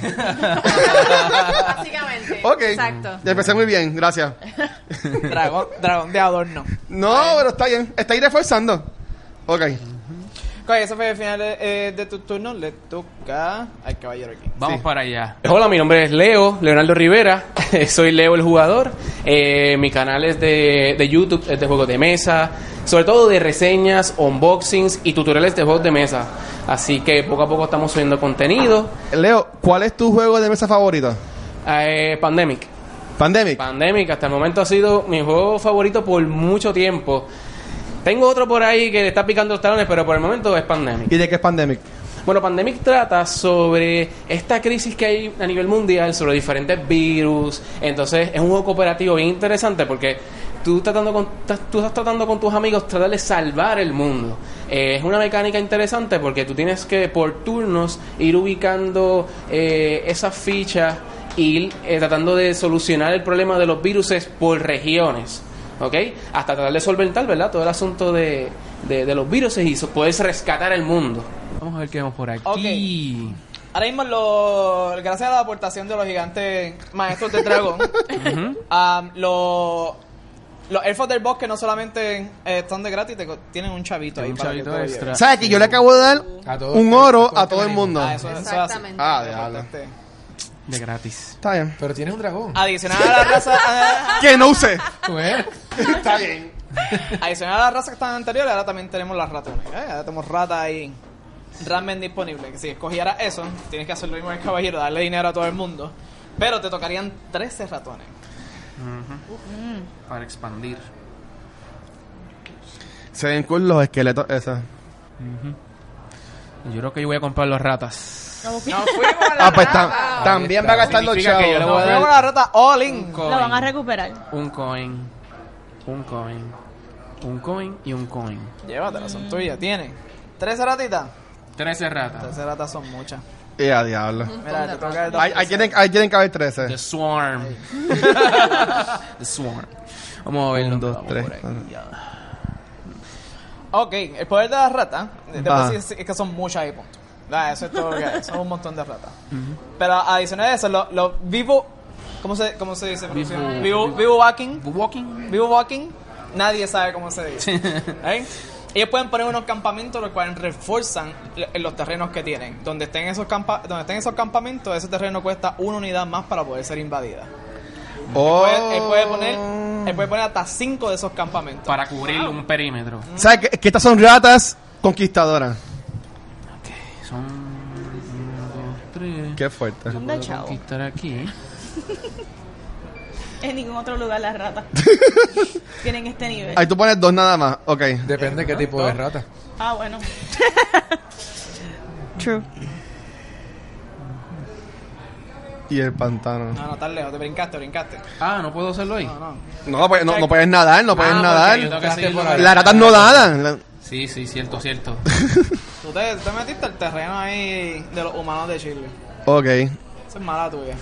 Speaker 3: Básicamente.
Speaker 1: Ok.
Speaker 3: Exacto.
Speaker 1: Ya empecé muy bien, gracias.
Speaker 6: Dragón, dragón de adorno.
Speaker 1: No, pero está bien. Está ahí reforzando. Ok.
Speaker 6: Ok, ese fue el final de, eh, de tu turno. Le toca al caballero aquí.
Speaker 8: Vamos para allá.
Speaker 4: Eh, Hola, mi nombre es Leo, Leonardo Rivera. Eh, Soy Leo el jugador. Eh, mi canal es de, de YouTube, es de juegos de mesa, sobre todo de reseñas, unboxings y tutoriales de juegos de mesa. Así que poco a poco estamos subiendo contenido.
Speaker 1: Leo, ¿cuál es tu juego de mesa favorito?
Speaker 4: Eh, Pandemic.
Speaker 1: Pandemic.
Speaker 4: Pandemic hasta el momento ha sido mi juego favorito por mucho tiempo. Tengo otro por ahí que le está picando los talones, pero por el momento es Pandemic.
Speaker 1: ¿Y de qué es Pandemic?
Speaker 4: Bueno, Pandemic trata sobre esta crisis que hay a nivel mundial, sobre diferentes virus. Entonces, es un juego cooperativo bien interesante porque tú, tratando con, estás- tú estás tratando con tus amigos tratar de salvar el mundo. Eh, es una mecánica interesante porque tú tienes que, por turnos, ir ubicando eh, esas fichas y ir eh, tratando de solucionar el problema de los virus por regiones. ¿ok? Hasta tratar de solventar, ¿verdad? Todo el asunto de, de- de los virus y so- poder rescatar el mundo.
Speaker 8: Vamos a ver qué vemos por aquí.
Speaker 6: Ahora mismo, lo- gracias a la aportación de los gigantes maestros del dragón, am, lo- los elfos del bosque no solamente eh, están de gratis, te co- tienen un chavito ahí
Speaker 8: Un
Speaker 6: para
Speaker 8: chavito
Speaker 6: que tú lo
Speaker 8: extra.
Speaker 6: lleves.
Speaker 1: ¿Sabes que yo le acabo de dar
Speaker 5: A todos
Speaker 1: un
Speaker 5: ustedes, a
Speaker 1: oro
Speaker 5: todos
Speaker 1: a todo el
Speaker 5: tenemos.
Speaker 1: mundo?
Speaker 6: Ah, eso, eso es así.
Speaker 3: Exactamente.
Speaker 1: Ah, diablo.
Speaker 6: Este.
Speaker 8: De gratis.
Speaker 1: Está bien.
Speaker 5: Pero tienes un dragón.
Speaker 6: Adicional a la raza, a-
Speaker 1: Que no usé.
Speaker 5: Tú
Speaker 1: Pues.
Speaker 5: ves.
Speaker 1: Está bien.
Speaker 6: adicional a la raza que están anteriores, ahora también tenemos las ratones. ¿eh? Ahora tenemos ratas ahí. ramen disponible. que Si escogieras eso, tienes que hacer lo mismo que el caballero, darle dinero a todo el mundo. Pero te tocarían 13 ratones.
Speaker 4: Para expandir.
Speaker 1: Se ven cool los esqueletos esos.
Speaker 4: Yo creo que yo voy a comprar las ratas.
Speaker 6: Nos fuimos a la
Speaker 1: Ah, pues tam-
Speaker 6: rata.
Speaker 1: también va
Speaker 4: está.
Speaker 1: a gastar los
Speaker 4: Significa
Speaker 1: chavos.
Speaker 4: que yo le voy
Speaker 6: Nos
Speaker 4: a
Speaker 6: fuimos a la rata all in.
Speaker 4: Coin.
Speaker 2: Lo van a recuperar.
Speaker 4: Un coin. Un coin. Un coin y un coin.
Speaker 6: Llévatela, son tuyas. Tienen 13 ratitas.
Speaker 4: 13 ratas.
Speaker 6: 13 ratas son muchas.
Speaker 1: Y a diablo.
Speaker 6: Mira, te toca el
Speaker 1: Ahí ahí tienen, ahí tienen que haber 13.
Speaker 4: The Swarm. The Swarm. Vamos a verlo.
Speaker 1: Un, dos,
Speaker 4: Vamos
Speaker 1: tres.
Speaker 4: por ahí.
Speaker 6: Ok, el poder de las ratas, de- de
Speaker 1: Ah.
Speaker 6: por sí es, es que son muchas y punto. Ah, eso es todo lo que hay, son un montón de ratas. Pero adicional a eso, los lo vivo, ¿cómo se, cómo se dice?
Speaker 4: Vivo-
Speaker 6: vivo, vivo walking,
Speaker 4: Walking.
Speaker 6: vivo walking, nadie sabe cómo se dice. ¿Eh? Ellos pueden poner unos campamentos los cuales reforzan l- los terrenos que tienen. Donde estén esos campa donde estén esos campamentos, ese terreno cuesta una unidad más para poder ser invadida.
Speaker 1: Oh.
Speaker 6: Puede- él puede poner, él puede poner hasta cinco de esos campamentos.
Speaker 4: Para cubrir un perímetro.
Speaker 1: ¿Sabes que, que estas son ratas conquistadoras?
Speaker 4: Son. Un, dos, tres.
Speaker 1: Qué fuerte.
Speaker 2: Anda,
Speaker 4: Puedo
Speaker 2: chao.
Speaker 4: conquistar aquí.
Speaker 2: En ningún otro lugar las ratas tienen este nivel.
Speaker 1: Ahí tú pones dos nada más. Ok.
Speaker 5: Depende de qué tipo de rata.
Speaker 2: Ah, bueno. True.
Speaker 1: Y el pantano.
Speaker 6: No, no, tan lejos, te brincaste, brincaste.
Speaker 4: Ah, no puedo hacerlo ahí.
Speaker 6: No, no.
Speaker 1: No, pues, no, no puedes nadar, no puedes
Speaker 4: Ah, porque yo tengo
Speaker 1: nadar.
Speaker 4: que seguirlo.
Speaker 1: Las ratas no nadan. La-
Speaker 4: Sí, sí, cierto, cierto.
Speaker 6: Tú te, tú te metiste al terreno ahí de los humanos de Chile.
Speaker 1: Ok.
Speaker 6: Esa es mala tuya.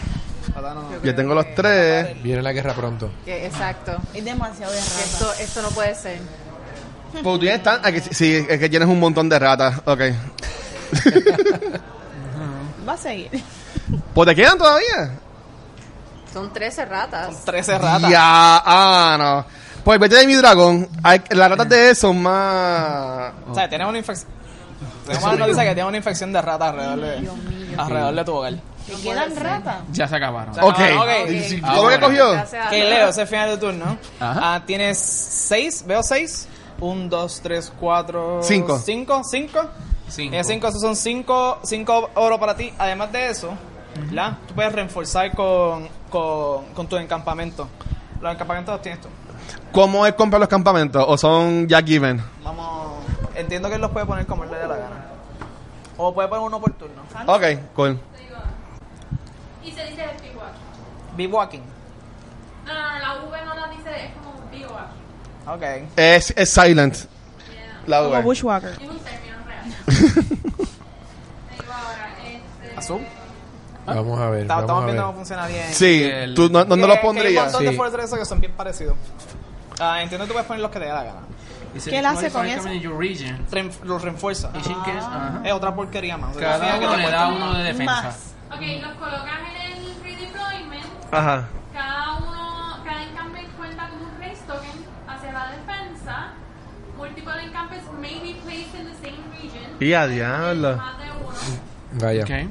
Speaker 6: Pata no-
Speaker 1: Yo tengo los tres.
Speaker 5: Viene la guerra pronto.
Speaker 3: Que- exacto.
Speaker 2: Es demasiado de ratas.
Speaker 3: Esto, esto no puede ser.
Speaker 1: Pues tú tienes tan... ah, que sí, sí, es que tienes un montón de ratas. Ok.
Speaker 2: Va a seguir.
Speaker 1: Pues te quedan todavía.
Speaker 3: Son 13 ratas.
Speaker 6: 13 ratas.
Speaker 1: Ya, ah, no. Pues vete de mi dragón. Hay- las ratas de él son más.
Speaker 6: O sea, tienes una infección. Tenemos la noticia que tienes una infección de ratas alrededor de, alrededor de tu hogar.
Speaker 2: ¿Te quedan ratas?
Speaker 4: Ya se acabaron.
Speaker 6: sea,
Speaker 1: Ok.
Speaker 6: no, ok.
Speaker 1: ¿Y-
Speaker 4: Ah,
Speaker 1: ¿Cómo que
Speaker 4: bueno.
Speaker 1: cogió?
Speaker 3: Gracias.
Speaker 6: Que Leo, ese es el final de tu turno.
Speaker 4: Ajá.
Speaker 6: Ah, tienes 6, veo 6. 1, 2, 3, 4,
Speaker 1: Cinco.
Speaker 6: 5, 5.
Speaker 4: Cinco.
Speaker 6: Tienes 5, Eh, esos son 5 oro para ti. Además de eso, ¿verdad? tú puedes reforzar con, con, con tu encampamento. Los encampamentos los tienes tú.
Speaker 1: ¿Cómo es comprar los campamentos? ¿O son ya given?
Speaker 6: Vamos. Entiendo que él los puede poner como él le dé la gana. O puede poner uno por turno.
Speaker 1: Ok, cool.
Speaker 9: Y se dice el pico aquí.
Speaker 6: Be walking.
Speaker 9: No, no, no, la V no la dice, es como un ah, pico aquí.
Speaker 6: Ok.
Speaker 1: Es, es silent. La E.
Speaker 2: Como
Speaker 1: V.
Speaker 2: Bushwalker.
Speaker 9: Es un término real. Te digo ahora, este.
Speaker 6: Azul.
Speaker 5: Vamos a ver.
Speaker 6: Ta- Estamos
Speaker 5: Vamos a
Speaker 6: viendo
Speaker 5: ver.
Speaker 6: cómo funciona bien.
Speaker 1: Sí,
Speaker 4: El-
Speaker 1: ¿tú no, no- no
Speaker 6: Que-
Speaker 1: los
Speaker 6: Que hay un
Speaker 1: pondrías?
Speaker 6: montón de
Speaker 5: Sí.
Speaker 6: fortalezas que son bien parecidos. Ah, entiendo que tú puedes poner los que te dé la gana.
Speaker 2: ¿Qué él hace con eso? Ah. Eh,
Speaker 6: Renf- los refuerza. Ah,
Speaker 4: Ajá.
Speaker 6: Es otra porquería más. O sea, al
Speaker 4: Cada
Speaker 6: final que
Speaker 4: uno
Speaker 6: te
Speaker 4: le da uno de defensa.
Speaker 2: Más.
Speaker 9: Ok, los colocas en el redeployment.
Speaker 1: Ajá.
Speaker 9: Cada uno, cada encampe cuenta con un race token hacia la defensa. Multiple encampes may be placed in the same region.
Speaker 1: Y a diablo.
Speaker 9: Más de uno.
Speaker 5: Vaya.
Speaker 4: Ok.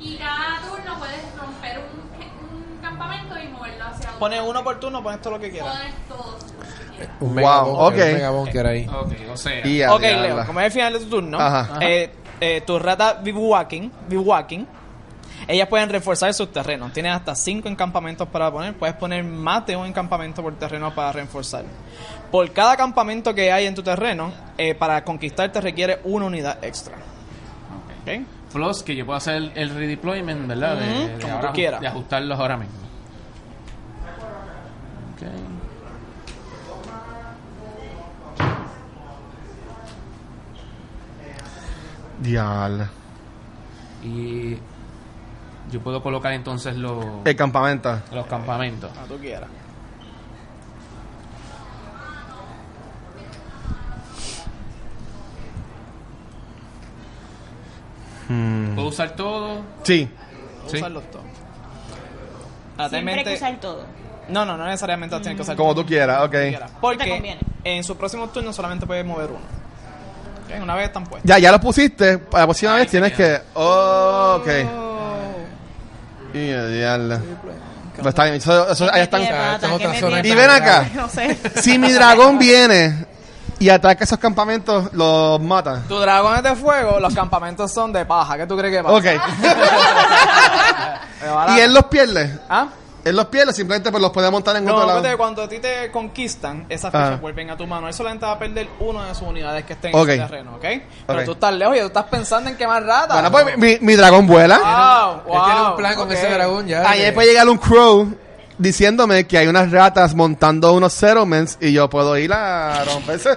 Speaker 9: Y cada turno puedes romper un, un campamento y moverlo hacia otro.
Speaker 6: Pones uno por turno, pones todo lo que quieras.
Speaker 9: Poner todos.
Speaker 5: Un
Speaker 1: Wow,
Speaker 5: mega bunker,
Speaker 1: ok.
Speaker 5: Un mega bunker ahí.
Speaker 4: Ok, o sea.
Speaker 1: Y a
Speaker 6: Ok,
Speaker 1: diablo.
Speaker 6: Leo, como es el final de tu turno,
Speaker 1: Ajá.
Speaker 6: eh, eh, tus ratas be walking, be walking, ellas pueden reforzar sus terrenos. Tienes hasta cinco encampamentos para poner. Puedes poner más de un encampamento por terreno para reforzar. Por cada campamento que hay en tu terreno, eh, para conquistar te requiere una unidad extra. Ok.
Speaker 4: Plus, que yo puedo hacer el, el redeployment, ¿verdad? De-
Speaker 6: Ujú,
Speaker 4: de,
Speaker 6: como
Speaker 4: ahora-
Speaker 6: tú quieras.
Speaker 4: de ajustarlos ahora mismo. Ok.
Speaker 1: Diablo.
Speaker 4: Y yo puedo colocar entonces los,
Speaker 1: El campamento.
Speaker 4: los campamentos.
Speaker 6: Como tú quieras.
Speaker 4: Puedo usar todo.
Speaker 1: Sí.
Speaker 4: Sí.
Speaker 6: Usarlos todos.
Speaker 2: Siempre hay que
Speaker 6: Realmente-
Speaker 2: usar todo.
Speaker 6: Ah, No, no, no necesariamente los tienes que usar
Speaker 1: Como
Speaker 6: todos.
Speaker 1: tú quieras, ok.
Speaker 6: quieras. Porque
Speaker 2: Te conviene.
Speaker 6: en su próximo turno solamente puedes mover uno. Ok, Una vez están puestos.
Speaker 1: Ya, ya lo pusiste. Para la próxima
Speaker 4: Ahí
Speaker 1: vez tienes
Speaker 4: sí,
Speaker 1: que. Oh, ok. Y a diablo. Pero está bien. Eso, eso- ahí están. Ah,
Speaker 2: Qué
Speaker 5: esta es
Speaker 2: rata,
Speaker 5: otra
Speaker 2: qué
Speaker 5: zona
Speaker 2: me
Speaker 1: Y
Speaker 2: tiene
Speaker 1: ven
Speaker 2: rata.
Speaker 1: acá.
Speaker 2: No sé.
Speaker 1: Si mi dragón viene y ataca esos campamentos, los mata.
Speaker 6: Tu dragón es de fuego, los campamentos son de paja. ¿Qué tú crees que pasa?
Speaker 1: Ok.
Speaker 6: Me va a dar-
Speaker 1: y él los pierde.
Speaker 6: ¿Ah?
Speaker 1: Él los pierde, simplemente pues los puede montar en
Speaker 6: No,
Speaker 1: otro lado.
Speaker 6: acuérdate que cuando a ti te conquistan, esas
Speaker 1: Ah.
Speaker 6: fichas vuelven a tu mano. Él solamente va a perder una de sus unidades que estén
Speaker 1: Ok.
Speaker 6: en ese terreno, ¿ok? Pero
Speaker 1: Ok.
Speaker 6: tú estás lejos y tú estás pensando en quemar ratas.
Speaker 1: Bueno, pues mi, mi dragón vuela.
Speaker 6: Wow,
Speaker 5: Él tiene un
Speaker 6: wow,
Speaker 5: plan con
Speaker 6: ok.
Speaker 5: ese dragón ya. eh.
Speaker 1: Ayer puede llegar un crow diciéndome que hay unas ratas montando unos settlements y yo puedo ir a romperse.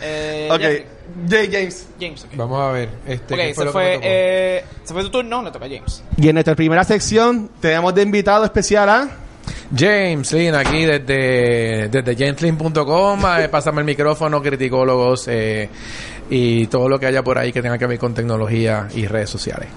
Speaker 6: Eh,
Speaker 1: ok.
Speaker 6: Jeffrey.
Speaker 1: Jay James.
Speaker 6: James, ok.
Speaker 5: Vamos a ver. Este,
Speaker 6: Ok,
Speaker 5: ¿qué lo que
Speaker 6: se
Speaker 5: me
Speaker 6: fue,
Speaker 5: tocó?
Speaker 6: eh, se fue tu turno, le toca a James.
Speaker 1: Y en nuestra primera sección tenemos de invitado especial a...
Speaker 5: James Lin aquí desde, desde jameslin.com. eh, Pásame el micrófono, criticólogos eh, y todo lo que haya por ahí que tenga que ver con tecnología y redes sociales.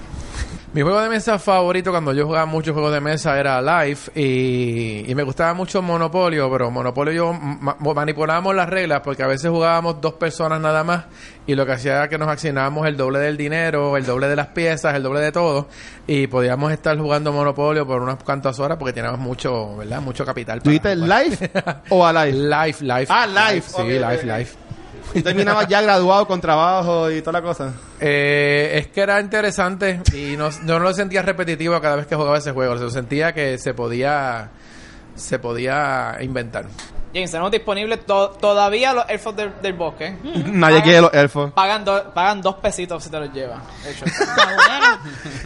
Speaker 5: Mi juego de mesa favorito cuando yo jugaba muchos juegos de mesa era Life y, y me gustaba mucho Monopolio, pero Monopolio yo ma- mo- manipulábamos las reglas porque a veces jugábamos dos personas nada más y lo que hacía era que nos accionábamos el doble del dinero, el doble de las piezas, el doble de todo y podíamos estar jugando Monopolio por unas cuantas horas porque teníamos mucho, ¿verdad? Mucho capital. para
Speaker 1: ¿Tuviste
Speaker 5: jugar.
Speaker 1: live o a live?
Speaker 5: Life, Life.
Speaker 1: Ah, Life,
Speaker 5: Sí,
Speaker 1: ok,
Speaker 5: Life,
Speaker 1: ok, ok.
Speaker 5: Life.
Speaker 1: Y terminabas ya graduado con trabajo y toda la cosa.
Speaker 5: Eh, es que era interesante y no, yo no lo sentía repetitivo cada vez que jugaba ese juego. Se sentía que se podía se podía inventar.
Speaker 6: James, tenemos disponible to- todavía los elfos del, del bosque.
Speaker 1: Nadie quiere los elfos.
Speaker 6: Pagan, do- pagan dos pesitos si te los llevan. de hecho.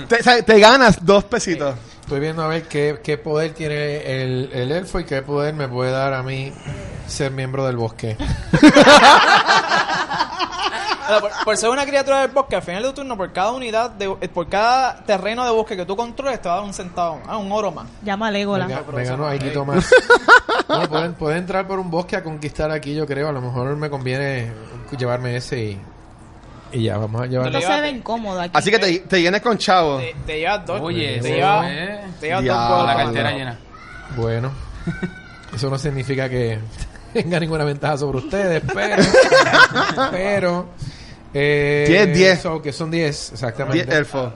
Speaker 1: Te, o sea, te ganas dos pesitos.
Speaker 5: Estoy viendo a ver qué, qué poder tiene el, el elfo y qué poder me puede dar a mí ser miembro del bosque.
Speaker 6: Ahora, por, por ser una criatura del bosque, al final de tu turno, por cada unidad, de, eh, por cada terreno de bosque que tú controles, te va a dar un centavo, ah, un oro más.
Speaker 2: Llama a
Speaker 5: Me,
Speaker 2: Legolas.
Speaker 5: ga- me ganó ahí quito más. Bueno, pueden, pueden entrar por un bosque a conquistar aquí, yo creo. A lo mejor me conviene llevarme ese y, y ya, vamos a llevar.
Speaker 2: Esto se ve incómodo aquí.
Speaker 1: Así que te, te llenas con chavo.
Speaker 6: Te, te llevas dos.
Speaker 4: Oye, eso
Speaker 6: te llevas,
Speaker 4: es.
Speaker 6: te llevas dos
Speaker 1: Diablo.
Speaker 4: Con
Speaker 6: gold.
Speaker 4: la
Speaker 1: Ah,
Speaker 4: cartera
Speaker 1: no.
Speaker 4: llena.
Speaker 5: Bueno, eso no significa que tenga ninguna ventaja sobre ustedes, pero. pero eh,
Speaker 1: Tienes 10.
Speaker 5: so- que son 10, exactamente.
Speaker 1: Diez elfos.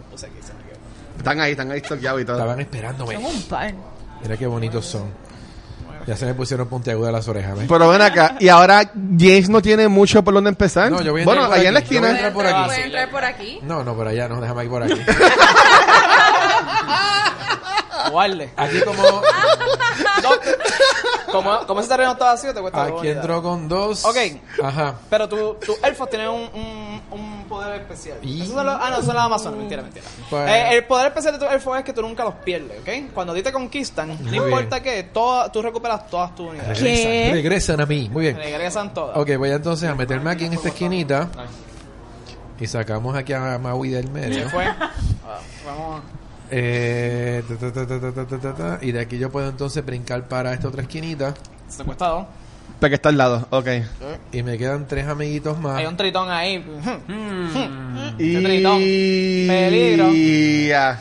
Speaker 1: Están ahí, están ahí stockeados y todo.
Speaker 5: Estaban esperándome.
Speaker 2: Son un par.
Speaker 5: Mira qué bonitos son. Ya se me pusieron puntiagudas las orejas. ¿ves?
Speaker 1: Pero ven acá, y ahora James no tiene mucho por dónde empezar.
Speaker 5: No, yo voy a
Speaker 1: bueno,
Speaker 5: entrar por
Speaker 1: allá en la
Speaker 5: aquí, yo voy a
Speaker 1: esquina.
Speaker 5: entrar por aquí.
Speaker 3: Puede entrar por aquí.
Speaker 5: No, no, por allá no, déjame ir por aquí.
Speaker 6: Guarde.
Speaker 5: Aquí como.
Speaker 6: Dos. como, como ese terreno está vacío, te cuesta dos
Speaker 5: Aquí
Speaker 6: unidades.
Speaker 5: entró con dos.
Speaker 6: Ah. Ok.
Speaker 5: Ajá.
Speaker 6: Pero tu- tus elfos tienen un, un, un poder especial.
Speaker 5: Y-
Speaker 6: Esos son los- ah, no, son las amazonas, mentira, mentira.
Speaker 5: Pues-
Speaker 6: Eh, el poder especial de tus elfos es que tú nunca los pierdes, ¿ok? Cuando a ti te conquistan, no
Speaker 5: bien.
Speaker 6: importa que tú recuperas todas tus unidades.
Speaker 5: Regresan, regresan a mí. Muy bien.
Speaker 6: Regresan todas.
Speaker 5: Ok, voy entonces a meterme aquí en esta esquinita. Y sacamos aquí a Maui del medio.
Speaker 6: Fue. Ah, Vamos a-
Speaker 5: Eh, ta, ta, ta, ta, ta, ta, ta, ta, ta. y de aquí yo puedo entonces brincar para esta otra esquinita.
Speaker 6: Se cuesta dos.
Speaker 1: Porque está al lado, ok.
Speaker 5: Y me quedan tres amiguitos
Speaker 1: Ah.
Speaker 5: más.
Speaker 6: Hay un tritón ahí. tritón.
Speaker 1: Y...
Speaker 6: Peligro.
Speaker 1: Ya.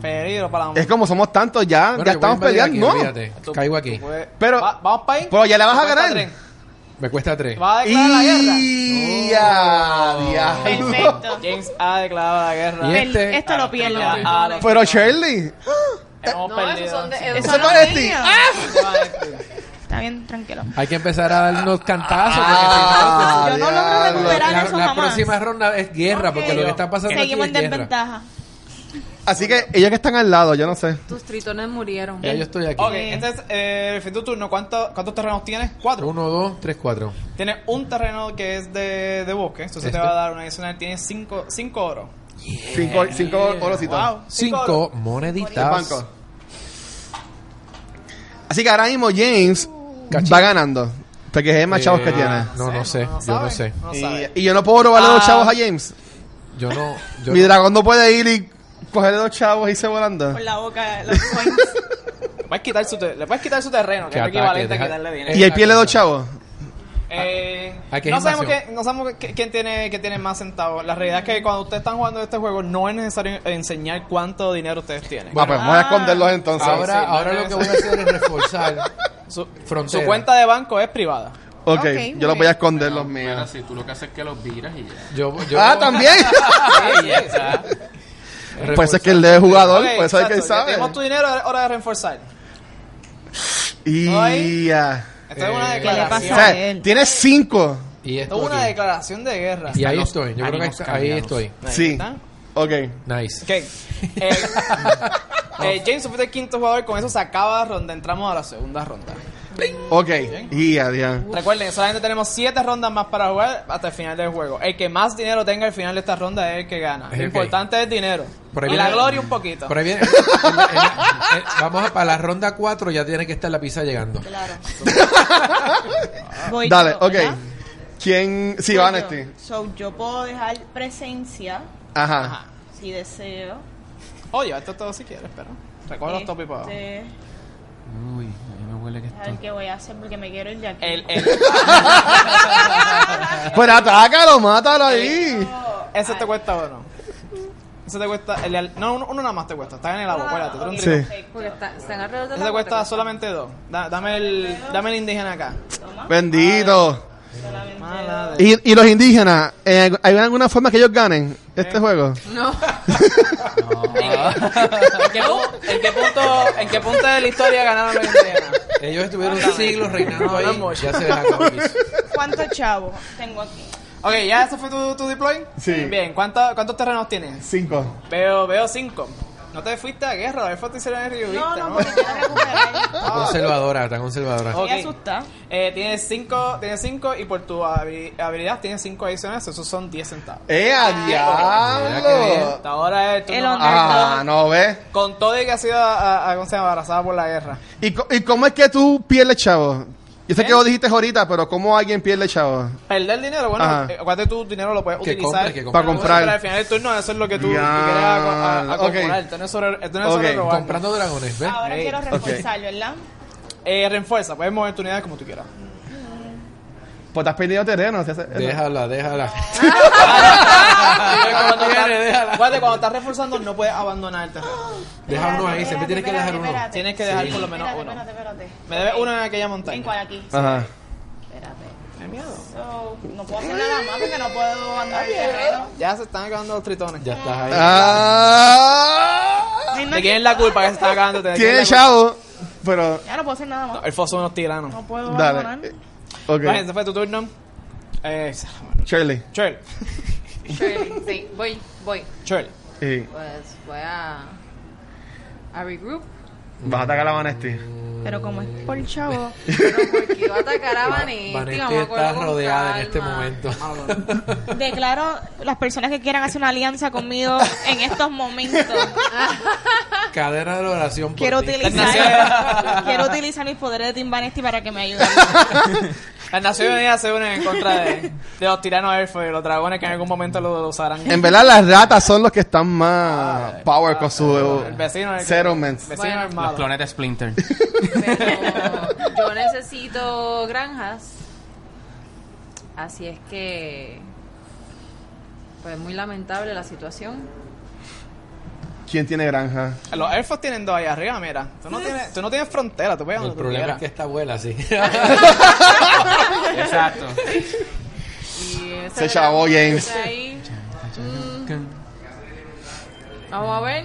Speaker 6: Peligro para la
Speaker 1: Es como somos tantos ya, ya
Speaker 5: Bueno, yo voy a
Speaker 1: estamos
Speaker 5: invadir
Speaker 1: peleando.
Speaker 5: aquí,
Speaker 1: no.
Speaker 5: olvídate.
Speaker 6: Tú-
Speaker 5: Caigo
Speaker 6: tú
Speaker 5: aquí.
Speaker 6: puedes-
Speaker 1: Pero-
Speaker 6: Pues, Va- vamos para ahí.
Speaker 1: Pero ya la vas a
Speaker 6: Cuesta
Speaker 1: ganar.
Speaker 6: tres.
Speaker 5: Me cuesta tres.
Speaker 6: Va a declarar la guerra.
Speaker 1: Y ya, diablo.
Speaker 2: Perfecto.
Speaker 6: James ha declarado la guerra.
Speaker 5: Y
Speaker 2: El-
Speaker 5: este-
Speaker 2: esto lo pierdo.
Speaker 6: Ah, no,
Speaker 1: Pero Shirley,
Speaker 6: hemos
Speaker 3: No,
Speaker 6: perdido.
Speaker 3: esos son de.
Speaker 2: Eso
Speaker 3: esos
Speaker 1: Eso
Speaker 2: no
Speaker 1: no es
Speaker 2: es
Speaker 1: ti. Ah.
Speaker 2: mío.
Speaker 6: Yo
Speaker 2: Está bien, tranquilo.
Speaker 5: Hay que empezar a darnos cantazos.
Speaker 1: Ah,
Speaker 2: Yo no logro
Speaker 1: diablo.
Speaker 5: porque si no,
Speaker 2: recuperar
Speaker 5: la,
Speaker 2: eso
Speaker 5: la
Speaker 2: jamás.
Speaker 5: próxima ronda es guerra,
Speaker 2: Ok.
Speaker 5: porque lo que está pasando
Speaker 2: Seguimos en
Speaker 5: aquí es guerra.
Speaker 2: desventaja.
Speaker 1: así que ellos que están al lado, yo no sé.
Speaker 7: Tus tritones murieron.
Speaker 5: Ya yo estoy aquí.
Speaker 6: Ok, entonces, eh, fin de tu turno, ¿cuánto- ¿cuántos terrenos tienes? Cuatro.
Speaker 5: Uno, dos, tres, cuatro.
Speaker 6: Tienes un terreno que es de, de bosque, entonces
Speaker 5: Este.
Speaker 6: te va a dar una adicional. Tienes cinco, cinco oro.
Speaker 1: Cinco, cinco orositos.
Speaker 5: Cinco
Speaker 1: El
Speaker 5: moneditas.
Speaker 1: banco. Así que ahora mismo James
Speaker 5: Cachín.
Speaker 1: va ganando. Porque es el más chavos que
Speaker 5: Eh,
Speaker 1: tiene.
Speaker 5: No, no sé. Yo no
Speaker 6: sabes,
Speaker 5: sé.
Speaker 6: No sabes.
Speaker 1: Y, y yo no puedo robarle dos
Speaker 6: Ah.
Speaker 1: chavos a James.
Speaker 5: Yo no. Yo
Speaker 1: Mi
Speaker 5: no-
Speaker 1: dragón no puede ir y cogerle dos chavos y irse volando.
Speaker 2: Por la boca, los points.
Speaker 6: Puedes quitar su te- le puedes quitar su terreno, que
Speaker 5: Que
Speaker 6: es lo
Speaker 5: ataque,
Speaker 6: equivalente a
Speaker 5: deja-
Speaker 6: quitarle dinero.
Speaker 1: Y él pierde
Speaker 5: Ah.
Speaker 1: dos chavos.
Speaker 6: Eh,
Speaker 5: Aquí hay
Speaker 6: no sabemos,
Speaker 5: invasión.
Speaker 6: que, no sabemos que- quién tiene que tiene más centavos. La realidad es que cuando ustedes están jugando este juego no es necesario enseñar cuánto dinero ustedes tienen.
Speaker 1: Ah, pues vamos a esconderlos entonces.
Speaker 5: Ahora,
Speaker 6: sí,
Speaker 5: ahora
Speaker 6: no,
Speaker 5: lo que
Speaker 6: no,
Speaker 5: voy a hacer es reforzar.
Speaker 6: Su,
Speaker 5: Frontera.
Speaker 6: su cuenta de banco es privada.
Speaker 1: ok,
Speaker 2: Ok, muy
Speaker 1: yo los voy a
Speaker 2: bien.
Speaker 1: esconder los
Speaker 4: Ah, Mira,
Speaker 1: míos.
Speaker 4: si tú lo que haces es que los viras y ya.
Speaker 5: Yo, yo
Speaker 1: ah, también.
Speaker 5: Ah,
Speaker 6: Sí, yes.
Speaker 1: Pues es que él es jugador,
Speaker 6: Ok,
Speaker 1: pues es que él
Speaker 6: exacto, ya
Speaker 1: sabe.
Speaker 6: Tenemos tu dinero, es hora de reforzar.
Speaker 1: Y
Speaker 6: Hoy-
Speaker 1: ya.
Speaker 6: Esta es una
Speaker 5: Eh,
Speaker 2: ¿Qué
Speaker 1: O
Speaker 2: le
Speaker 6: declaración.
Speaker 2: pasa?
Speaker 1: sea, tienes cinco.
Speaker 5: Y
Speaker 6: Esto
Speaker 5: esto
Speaker 6: es una
Speaker 5: aquí.
Speaker 6: declaración de guerra.
Speaker 5: Y ahí
Speaker 10: Están los
Speaker 5: estoy. Yo creo que
Speaker 10: ánimos
Speaker 5: ahí- ahí
Speaker 10: cargados.
Speaker 5: estoy.
Speaker 1: Sí.
Speaker 6: está.
Speaker 1: Ok.
Speaker 5: Nice.
Speaker 6: Ok. Eh, eh, James fue el quinto jugador, con eso se acaba la ronda, entramos a la segunda ronda.
Speaker 1: Ok. Y ah, adiós.
Speaker 6: Recuerden, solamente tenemos siete rondas más para jugar hasta el final del juego. El que más dinero tenga al final de esta ronda es el que gana.
Speaker 5: Ok.
Speaker 6: Lo importante es el dinero.
Speaker 5: Por ahí
Speaker 6: Y la
Speaker 5: viene-
Speaker 6: gloria un poquito.
Speaker 5: Por ahí viene. en la- en la- en- vamos a para la ronda 4 ya tiene que estar la pizza llegando.
Speaker 2: Voy
Speaker 1: Dale,
Speaker 2: yo,
Speaker 1: ok.
Speaker 2: ¿verdad?
Speaker 1: ¿Quién? Sí, este.
Speaker 2: Voy
Speaker 1: Vanesti.
Speaker 2: yo. So, yo puedo dejar presencia,
Speaker 1: Ajá.
Speaker 6: Ajá.
Speaker 2: si deseo.
Speaker 6: Oye, esto es todo si quieres, pero. Recuerda los tópicos. abajo.
Speaker 2: Este,
Speaker 10: Uy, a mí me huele que
Speaker 2: a ver qué voy a hacer porque me quiero ir de aquí.
Speaker 6: El, ah, el,
Speaker 1: Pero Pues atácalo, mátalo ahí.
Speaker 6: ese te cuesta uno. Ese te cuesta. el- el- no, uno, uno nada más te cuesta. Está en el
Speaker 2: Ah,
Speaker 6: agua, acuérdate. tú eres un
Speaker 1: Sí.
Speaker 6: trigo.
Speaker 3: Porque está- están alrededor de
Speaker 6: Ese
Speaker 3: la
Speaker 6: te
Speaker 3: puerta.
Speaker 6: cuesta solamente dos. Da- dame, el, dame el indígena acá.
Speaker 1: Bendito.
Speaker 6: Mala de-
Speaker 1: ¿Y, y los indígenas? eh, ¿Hay alguna forma que ellos ganen
Speaker 2: Eh.
Speaker 1: este juego?
Speaker 6: ¿En qué, pu- en qué punto, ¿En qué punto de la historia ganaron los indígenas?
Speaker 5: Ellos estuvieron siglos reinando ahí.
Speaker 6: Vamos.
Speaker 5: Ya se les acabó el guiso.
Speaker 2: ¿Cuántos chavos tengo aquí?
Speaker 6: Ok, ¿ya ese fue tu, tu deploy?
Speaker 1: Sí.
Speaker 6: Bien, ¿cuánto- ¿cuántos terrenos tienes?
Speaker 1: Cinco.
Speaker 6: Veo, veo cinco. No te fuiste a guerra, a ver, fue te hicieron en Río
Speaker 2: No,
Speaker 6: Vista,
Speaker 2: no, porque quiero recuperar.
Speaker 5: Está
Speaker 6: Ah.
Speaker 5: conservadora, está conservadora.
Speaker 6: Ok.
Speaker 2: Estoy asustada.
Speaker 6: Eh, tienes cinco, tienes cinco y por tu habili- habilidad tienes cinco adicionales, esos son 10 centavos.
Speaker 1: ¡Eh, a diablo!
Speaker 6: Hasta ahora es tu
Speaker 2: El honor.
Speaker 1: Ah, no ves.
Speaker 6: Con todo y que ha sido a, a- ¿cómo se llama? abrazada por la guerra.
Speaker 1: ¿Y, co- y cómo es que tú pierdes, chavo? Yo sé que vos dijiste ahorita, pero ¿cómo alguien pierde, chavo?
Speaker 6: Perder dinero, bueno,
Speaker 1: Ajá.
Speaker 6: eh, acuérdate tu dinero lo puedes
Speaker 5: Que
Speaker 6: utilizar
Speaker 5: compre, que
Speaker 1: Para
Speaker 5: compre.
Speaker 1: comprar.
Speaker 6: Pero al final del turno eso es lo que tú, tú quieres
Speaker 1: Ya.
Speaker 6: a- a-
Speaker 1: Ok.
Speaker 6: acumular. Esto no es sobre, esto no es sobre
Speaker 1: Ok.
Speaker 6: robar.
Speaker 5: Comprando dragones, ¿ves?
Speaker 2: Ahora
Speaker 6: Ey.
Speaker 2: quiero reforzar, ¿verdad?
Speaker 6: Eh, reenfuerza, puedes mover tu unidad como tú quieras.
Speaker 1: Pues te has perdido terreno. ¿sí?
Speaker 5: Déjala, déjala.
Speaker 6: cuando, estás,
Speaker 5: Viene, déjala.
Speaker 6: acuérdate, cuando estás reforzando no puedes abandonar el terreno.
Speaker 5: Deja uno ahí, siempre
Speaker 2: Espérate,
Speaker 5: tienes que dejar
Speaker 2: espérate,
Speaker 5: uno.
Speaker 2: espérate.
Speaker 6: Tienes que dejar por lo menos
Speaker 2: Espérate,
Speaker 6: uno.
Speaker 2: espérate, espérate.
Speaker 6: Me debes
Speaker 2: Ok.
Speaker 6: uno en aquella montaña.
Speaker 2: ¿En cuál aquí? Sí,
Speaker 1: Ajá.
Speaker 2: Espérate.
Speaker 6: Qué miedo.
Speaker 2: So, no puedo hacer nada más porque no puedo andar en terreno.
Speaker 6: Ya se están acabando los tritones.
Speaker 5: Ya estás ahí.
Speaker 1: Ah,
Speaker 6: ¿De quién es la culpa que se está acabando? ¿De quién es
Speaker 1: tiene
Speaker 6: la culpa?
Speaker 1: chavo, pero...
Speaker 2: Ya no puedo hacer nada más.
Speaker 6: El foso de unos tiranos.
Speaker 2: No puedo abandonar.
Speaker 1: Dale. Eh, Ok.
Speaker 6: Vale, ese fue tu turno. Eh,
Speaker 1: Shirley.
Speaker 6: Churl,
Speaker 3: Shirley, sí, voy, voy.
Speaker 6: Churl.
Speaker 1: Sí.
Speaker 3: Pues voy a. A regroup.
Speaker 1: Vas a atacar a Vanesti.
Speaker 2: Pero como es por chavo,
Speaker 3: Pero porque iba a atacar a Vanesti.
Speaker 5: Vanetti
Speaker 3: vamos a
Speaker 5: está
Speaker 3: cogerlo con
Speaker 5: rodeada en este
Speaker 3: calma.
Speaker 5: momento.
Speaker 2: declaro las personas que quieran hacer una alianza conmigo en estos momentos.
Speaker 5: Cadena de oración por
Speaker 2: Quiero
Speaker 5: ti.
Speaker 2: utilizar, quiero utilizar mis poderes de Tim Vanesti para que me ayuden.
Speaker 6: Las Naciones Unidas se unen en contra de, de los tiranos elfos y los dragones que en algún momento lo, lo usarán.
Speaker 1: En verdad, las ratas son los que están más power con su
Speaker 6: El vecino es el que-
Speaker 1: settlements.
Speaker 6: Vecino
Speaker 3: Bueno.
Speaker 10: Los
Speaker 6: armado.
Speaker 10: clones de Splinter.
Speaker 3: Pero yo necesito granjas. Así es que. Pues muy lamentable la situación.
Speaker 1: ¿Quién tiene granja?
Speaker 6: Los elfos tienen dos ahí arriba, mira. Tú no tienes, tú no tienes frontera, tú puedes
Speaker 5: El
Speaker 6: donde tú
Speaker 5: problema es
Speaker 6: quieras.
Speaker 5: que esta abuela, sí.
Speaker 10: Exacto.
Speaker 3: Y ese
Speaker 1: Se chavó,
Speaker 3: dragón
Speaker 1: James.
Speaker 3: está ahí. mm. Vamos a ver.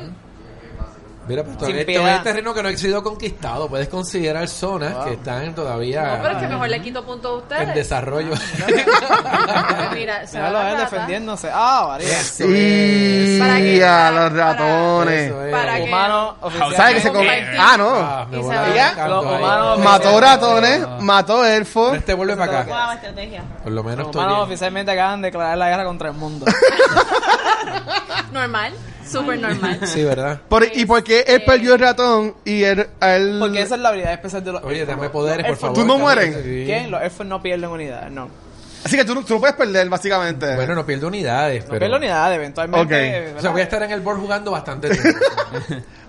Speaker 5: Mira, pues
Speaker 6: Sin
Speaker 5: todavía
Speaker 6: piedad.
Speaker 5: todavía hay terreno que no ha sido conquistado. Puedes considerar zonas que están todavía
Speaker 3: No, pero es que mejor le quito punto a
Speaker 5: en
Speaker 3: ustedes.
Speaker 5: desarrollo.
Speaker 3: Mira, se va
Speaker 6: Míralo a
Speaker 3: la
Speaker 6: él
Speaker 3: rata.
Speaker 6: defendiéndose. Ah, varía.
Speaker 5: Eso es.
Speaker 1: Y
Speaker 3: Para que-
Speaker 1: a los
Speaker 3: para-
Speaker 1: ratones.
Speaker 5: Eso es.
Speaker 3: Para que-
Speaker 6: Humano
Speaker 1: ¿Sabes que se
Speaker 3: come?
Speaker 1: come? Ah, no.
Speaker 5: Ah, me
Speaker 3: Y se
Speaker 5: voy a
Speaker 3: va.
Speaker 5: dar
Speaker 1: Ya,
Speaker 5: canto
Speaker 6: los
Speaker 5: ahí.
Speaker 6: humanos-
Speaker 1: Mató ratones, mató elfos.
Speaker 5: Este vuelve para acá.
Speaker 2: Wow, estrategia.
Speaker 5: Por lo menos
Speaker 6: Los
Speaker 5: estoy
Speaker 6: humanos
Speaker 5: bien.
Speaker 6: oficialmente acaban de declarar la guerra contra el mundo.
Speaker 3: Normal, súper normal.
Speaker 5: Sí, ¿verdad?
Speaker 1: Por- ¿Y por qué él perdió el ratón y él... a él-
Speaker 6: Porque esa es la habilidad especial de los
Speaker 5: Oye,
Speaker 6: elfos.
Speaker 5: dame poderes, por
Speaker 6: Elfos-
Speaker 5: favor.
Speaker 1: ¿Tú no
Speaker 5: Dame-
Speaker 1: mueres?
Speaker 5: Sí.
Speaker 6: ¿Quién? Los elfos no pierden unidades, no.
Speaker 1: Así que tú, no- tú no puedes perder, básicamente.
Speaker 5: Bueno, no pierdo unidades,
Speaker 6: No
Speaker 5: pero...
Speaker 6: pierden unidades, eventualmente.
Speaker 1: Ok.
Speaker 6: ¿verdad?
Speaker 5: O sea, voy a estar en el board jugando bastante tiempo.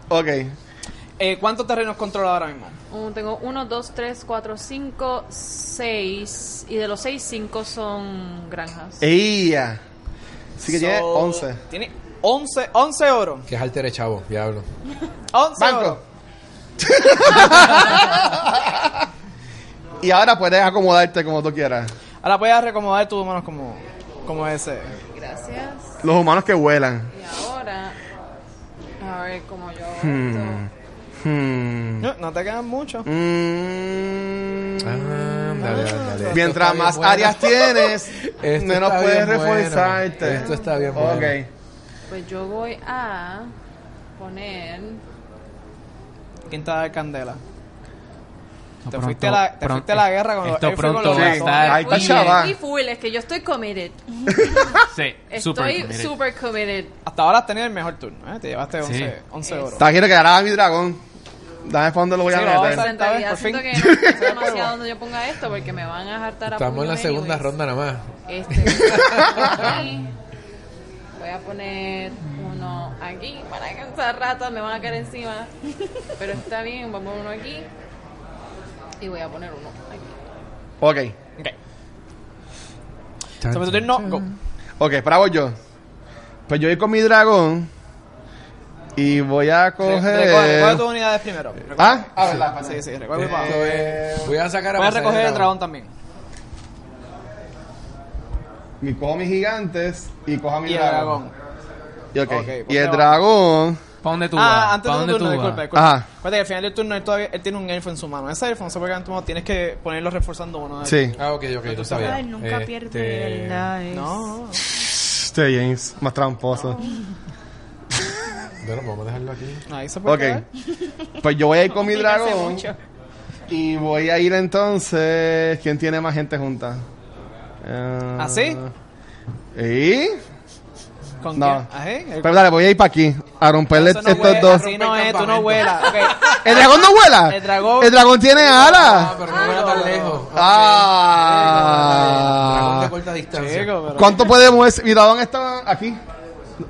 Speaker 1: Ok.
Speaker 6: Eh, ¿Cuántos terrenos controla ahora mismo?
Speaker 3: Uh, tengo 1, 2, 3, 4, 5, 6. Y de los 6, 5 son granjas.
Speaker 1: Eh. Ella. Así que tiene
Speaker 6: So,
Speaker 1: 11.
Speaker 6: Tiene 11, 11 oro.
Speaker 5: que es altere chavo, diablo.
Speaker 6: 11
Speaker 1: Banco.
Speaker 6: oro.
Speaker 1: y ahora puedes acomodarte como tú quieras.
Speaker 6: Ahora puedes reacomodar tus manos como, como ese.
Speaker 3: Gracias.
Speaker 1: Los humanos que vuelan.
Speaker 3: Y ahora. A ver cómo yo. hago
Speaker 1: Hmm.
Speaker 3: esto.
Speaker 1: Hmm.
Speaker 6: No, no te quedan mucho.
Speaker 1: Mm.
Speaker 5: Ah, Ándale, ándale. Esto
Speaker 1: Mientras
Speaker 5: está bien
Speaker 1: más
Speaker 5: bueno.
Speaker 1: áreas tienes,
Speaker 5: Esto
Speaker 1: menos
Speaker 5: está
Speaker 1: puedes
Speaker 5: bien bueno.
Speaker 1: reforzarte.
Speaker 5: Esto está bien bueno.
Speaker 1: Ok.
Speaker 7: Pues yo voy a poner.
Speaker 6: Quinta de Candela.
Speaker 4: No,
Speaker 6: Te fuiste a la- te fuiste a la guerra con los-
Speaker 4: Esto
Speaker 6: él fue con
Speaker 4: pronto
Speaker 6: los
Speaker 4: va a
Speaker 1: gatos.
Speaker 4: estar
Speaker 1: Ay,
Speaker 4: bien.
Speaker 1: chaval.
Speaker 3: Y full, es que yo estoy committed.
Speaker 4: Sí,
Speaker 3: Estoy
Speaker 4: committed.
Speaker 3: super committed.
Speaker 6: Hasta ahora has tenido el mejor turno, ¿eh? Te llevaste 11,
Speaker 4: Sí.
Speaker 6: 11 euros.
Speaker 1: Está quiero quedar a mi dragón. Dame para donde lo voy
Speaker 6: Sí, lo
Speaker 1: a
Speaker 6: vamos
Speaker 1: meter.
Speaker 6: a-
Speaker 3: En realidad
Speaker 6: por
Speaker 3: siento
Speaker 6: fin.
Speaker 3: que no es demasiado donde yo ponga esto porque me van a hartar a
Speaker 5: Estamos en la
Speaker 3: puño
Speaker 5: segunda
Speaker 3: anyways.
Speaker 5: ronda nada más.
Speaker 3: Este. Voy a poner uno aquí para que esas ratas me van a caer encima. Pero está bien, vamos a poner uno aquí. Y voy a poner uno aquí.
Speaker 1: Ok.
Speaker 6: Sobre tu turno, go.
Speaker 1: Ok, para voy yo. Pues yo voy con mi dragón. Y voy a
Speaker 6: Re- Recoge, recoge tus
Speaker 1: coger.
Speaker 6: unidades primero. Recoge.
Speaker 1: ¿Ah?
Speaker 6: Ah, verdad, pasa- sí, sí, recoge para abajo.
Speaker 5: Esto es- Voy a sacar a
Speaker 6: Puedes
Speaker 5: Masael
Speaker 6: recoger el dragón también.
Speaker 1: Y cojo mis gigantes y cojo a mi
Speaker 6: Y el dragón.
Speaker 1: Y, ok.
Speaker 6: Ok, pues
Speaker 1: y el
Speaker 6: ponte
Speaker 1: dragón.
Speaker 4: ¿Para dónde tú vas?
Speaker 6: Ah, antes
Speaker 4: ¿Pa'
Speaker 6: de tu
Speaker 4: dónde
Speaker 6: turno,
Speaker 4: tú
Speaker 6: disculpa,
Speaker 4: vas?
Speaker 6: disculpa.
Speaker 1: Ajá.
Speaker 6: Acuérdate que al final del turno él, todavía, él tiene un elfo en su mano. Ese elfo no se puede quedar en tu mano, tienes que ponerlo reforzando uno. de-
Speaker 1: Sí.
Speaker 5: Ah, ok, ok, tú sabías.
Speaker 2: Ay, nunca
Speaker 5: Este,
Speaker 2: pierde el
Speaker 6: No, no,
Speaker 1: Este James, más tramposo.
Speaker 5: Bueno, vamos a dejarlo aquí.
Speaker 6: no, ahí se puede
Speaker 1: Ok.
Speaker 6: quedar.
Speaker 1: Pues yo voy a ir con mi
Speaker 2: Complica hace
Speaker 1: dragón.
Speaker 2: mucho.
Speaker 1: Y voy a ir entonces. ¿Quién tiene más gente junta? Eh,
Speaker 6: ¿Ah, sí?
Speaker 1: ¿Y?
Speaker 6: ¿Con
Speaker 1: No.
Speaker 6: quién? Ajá, eh.
Speaker 1: Pero dale, voy a ir para aquí. A romperle
Speaker 6: Eso no
Speaker 1: estos
Speaker 6: huele,
Speaker 1: dos.
Speaker 6: Así no es, tú no vuelas. Ok.
Speaker 1: ¿El dragón no vuela?
Speaker 6: El dragón-
Speaker 1: El dragón tiene
Speaker 5: Ah,
Speaker 1: alas.
Speaker 5: pero Eh, no voy
Speaker 2: Ah,
Speaker 5: a tan lejos. Dragón
Speaker 1: Ah.
Speaker 5: de corta distancia.
Speaker 6: Chico, pero-
Speaker 1: ¿Cuánto podemos? es- Mi dragón está aquí.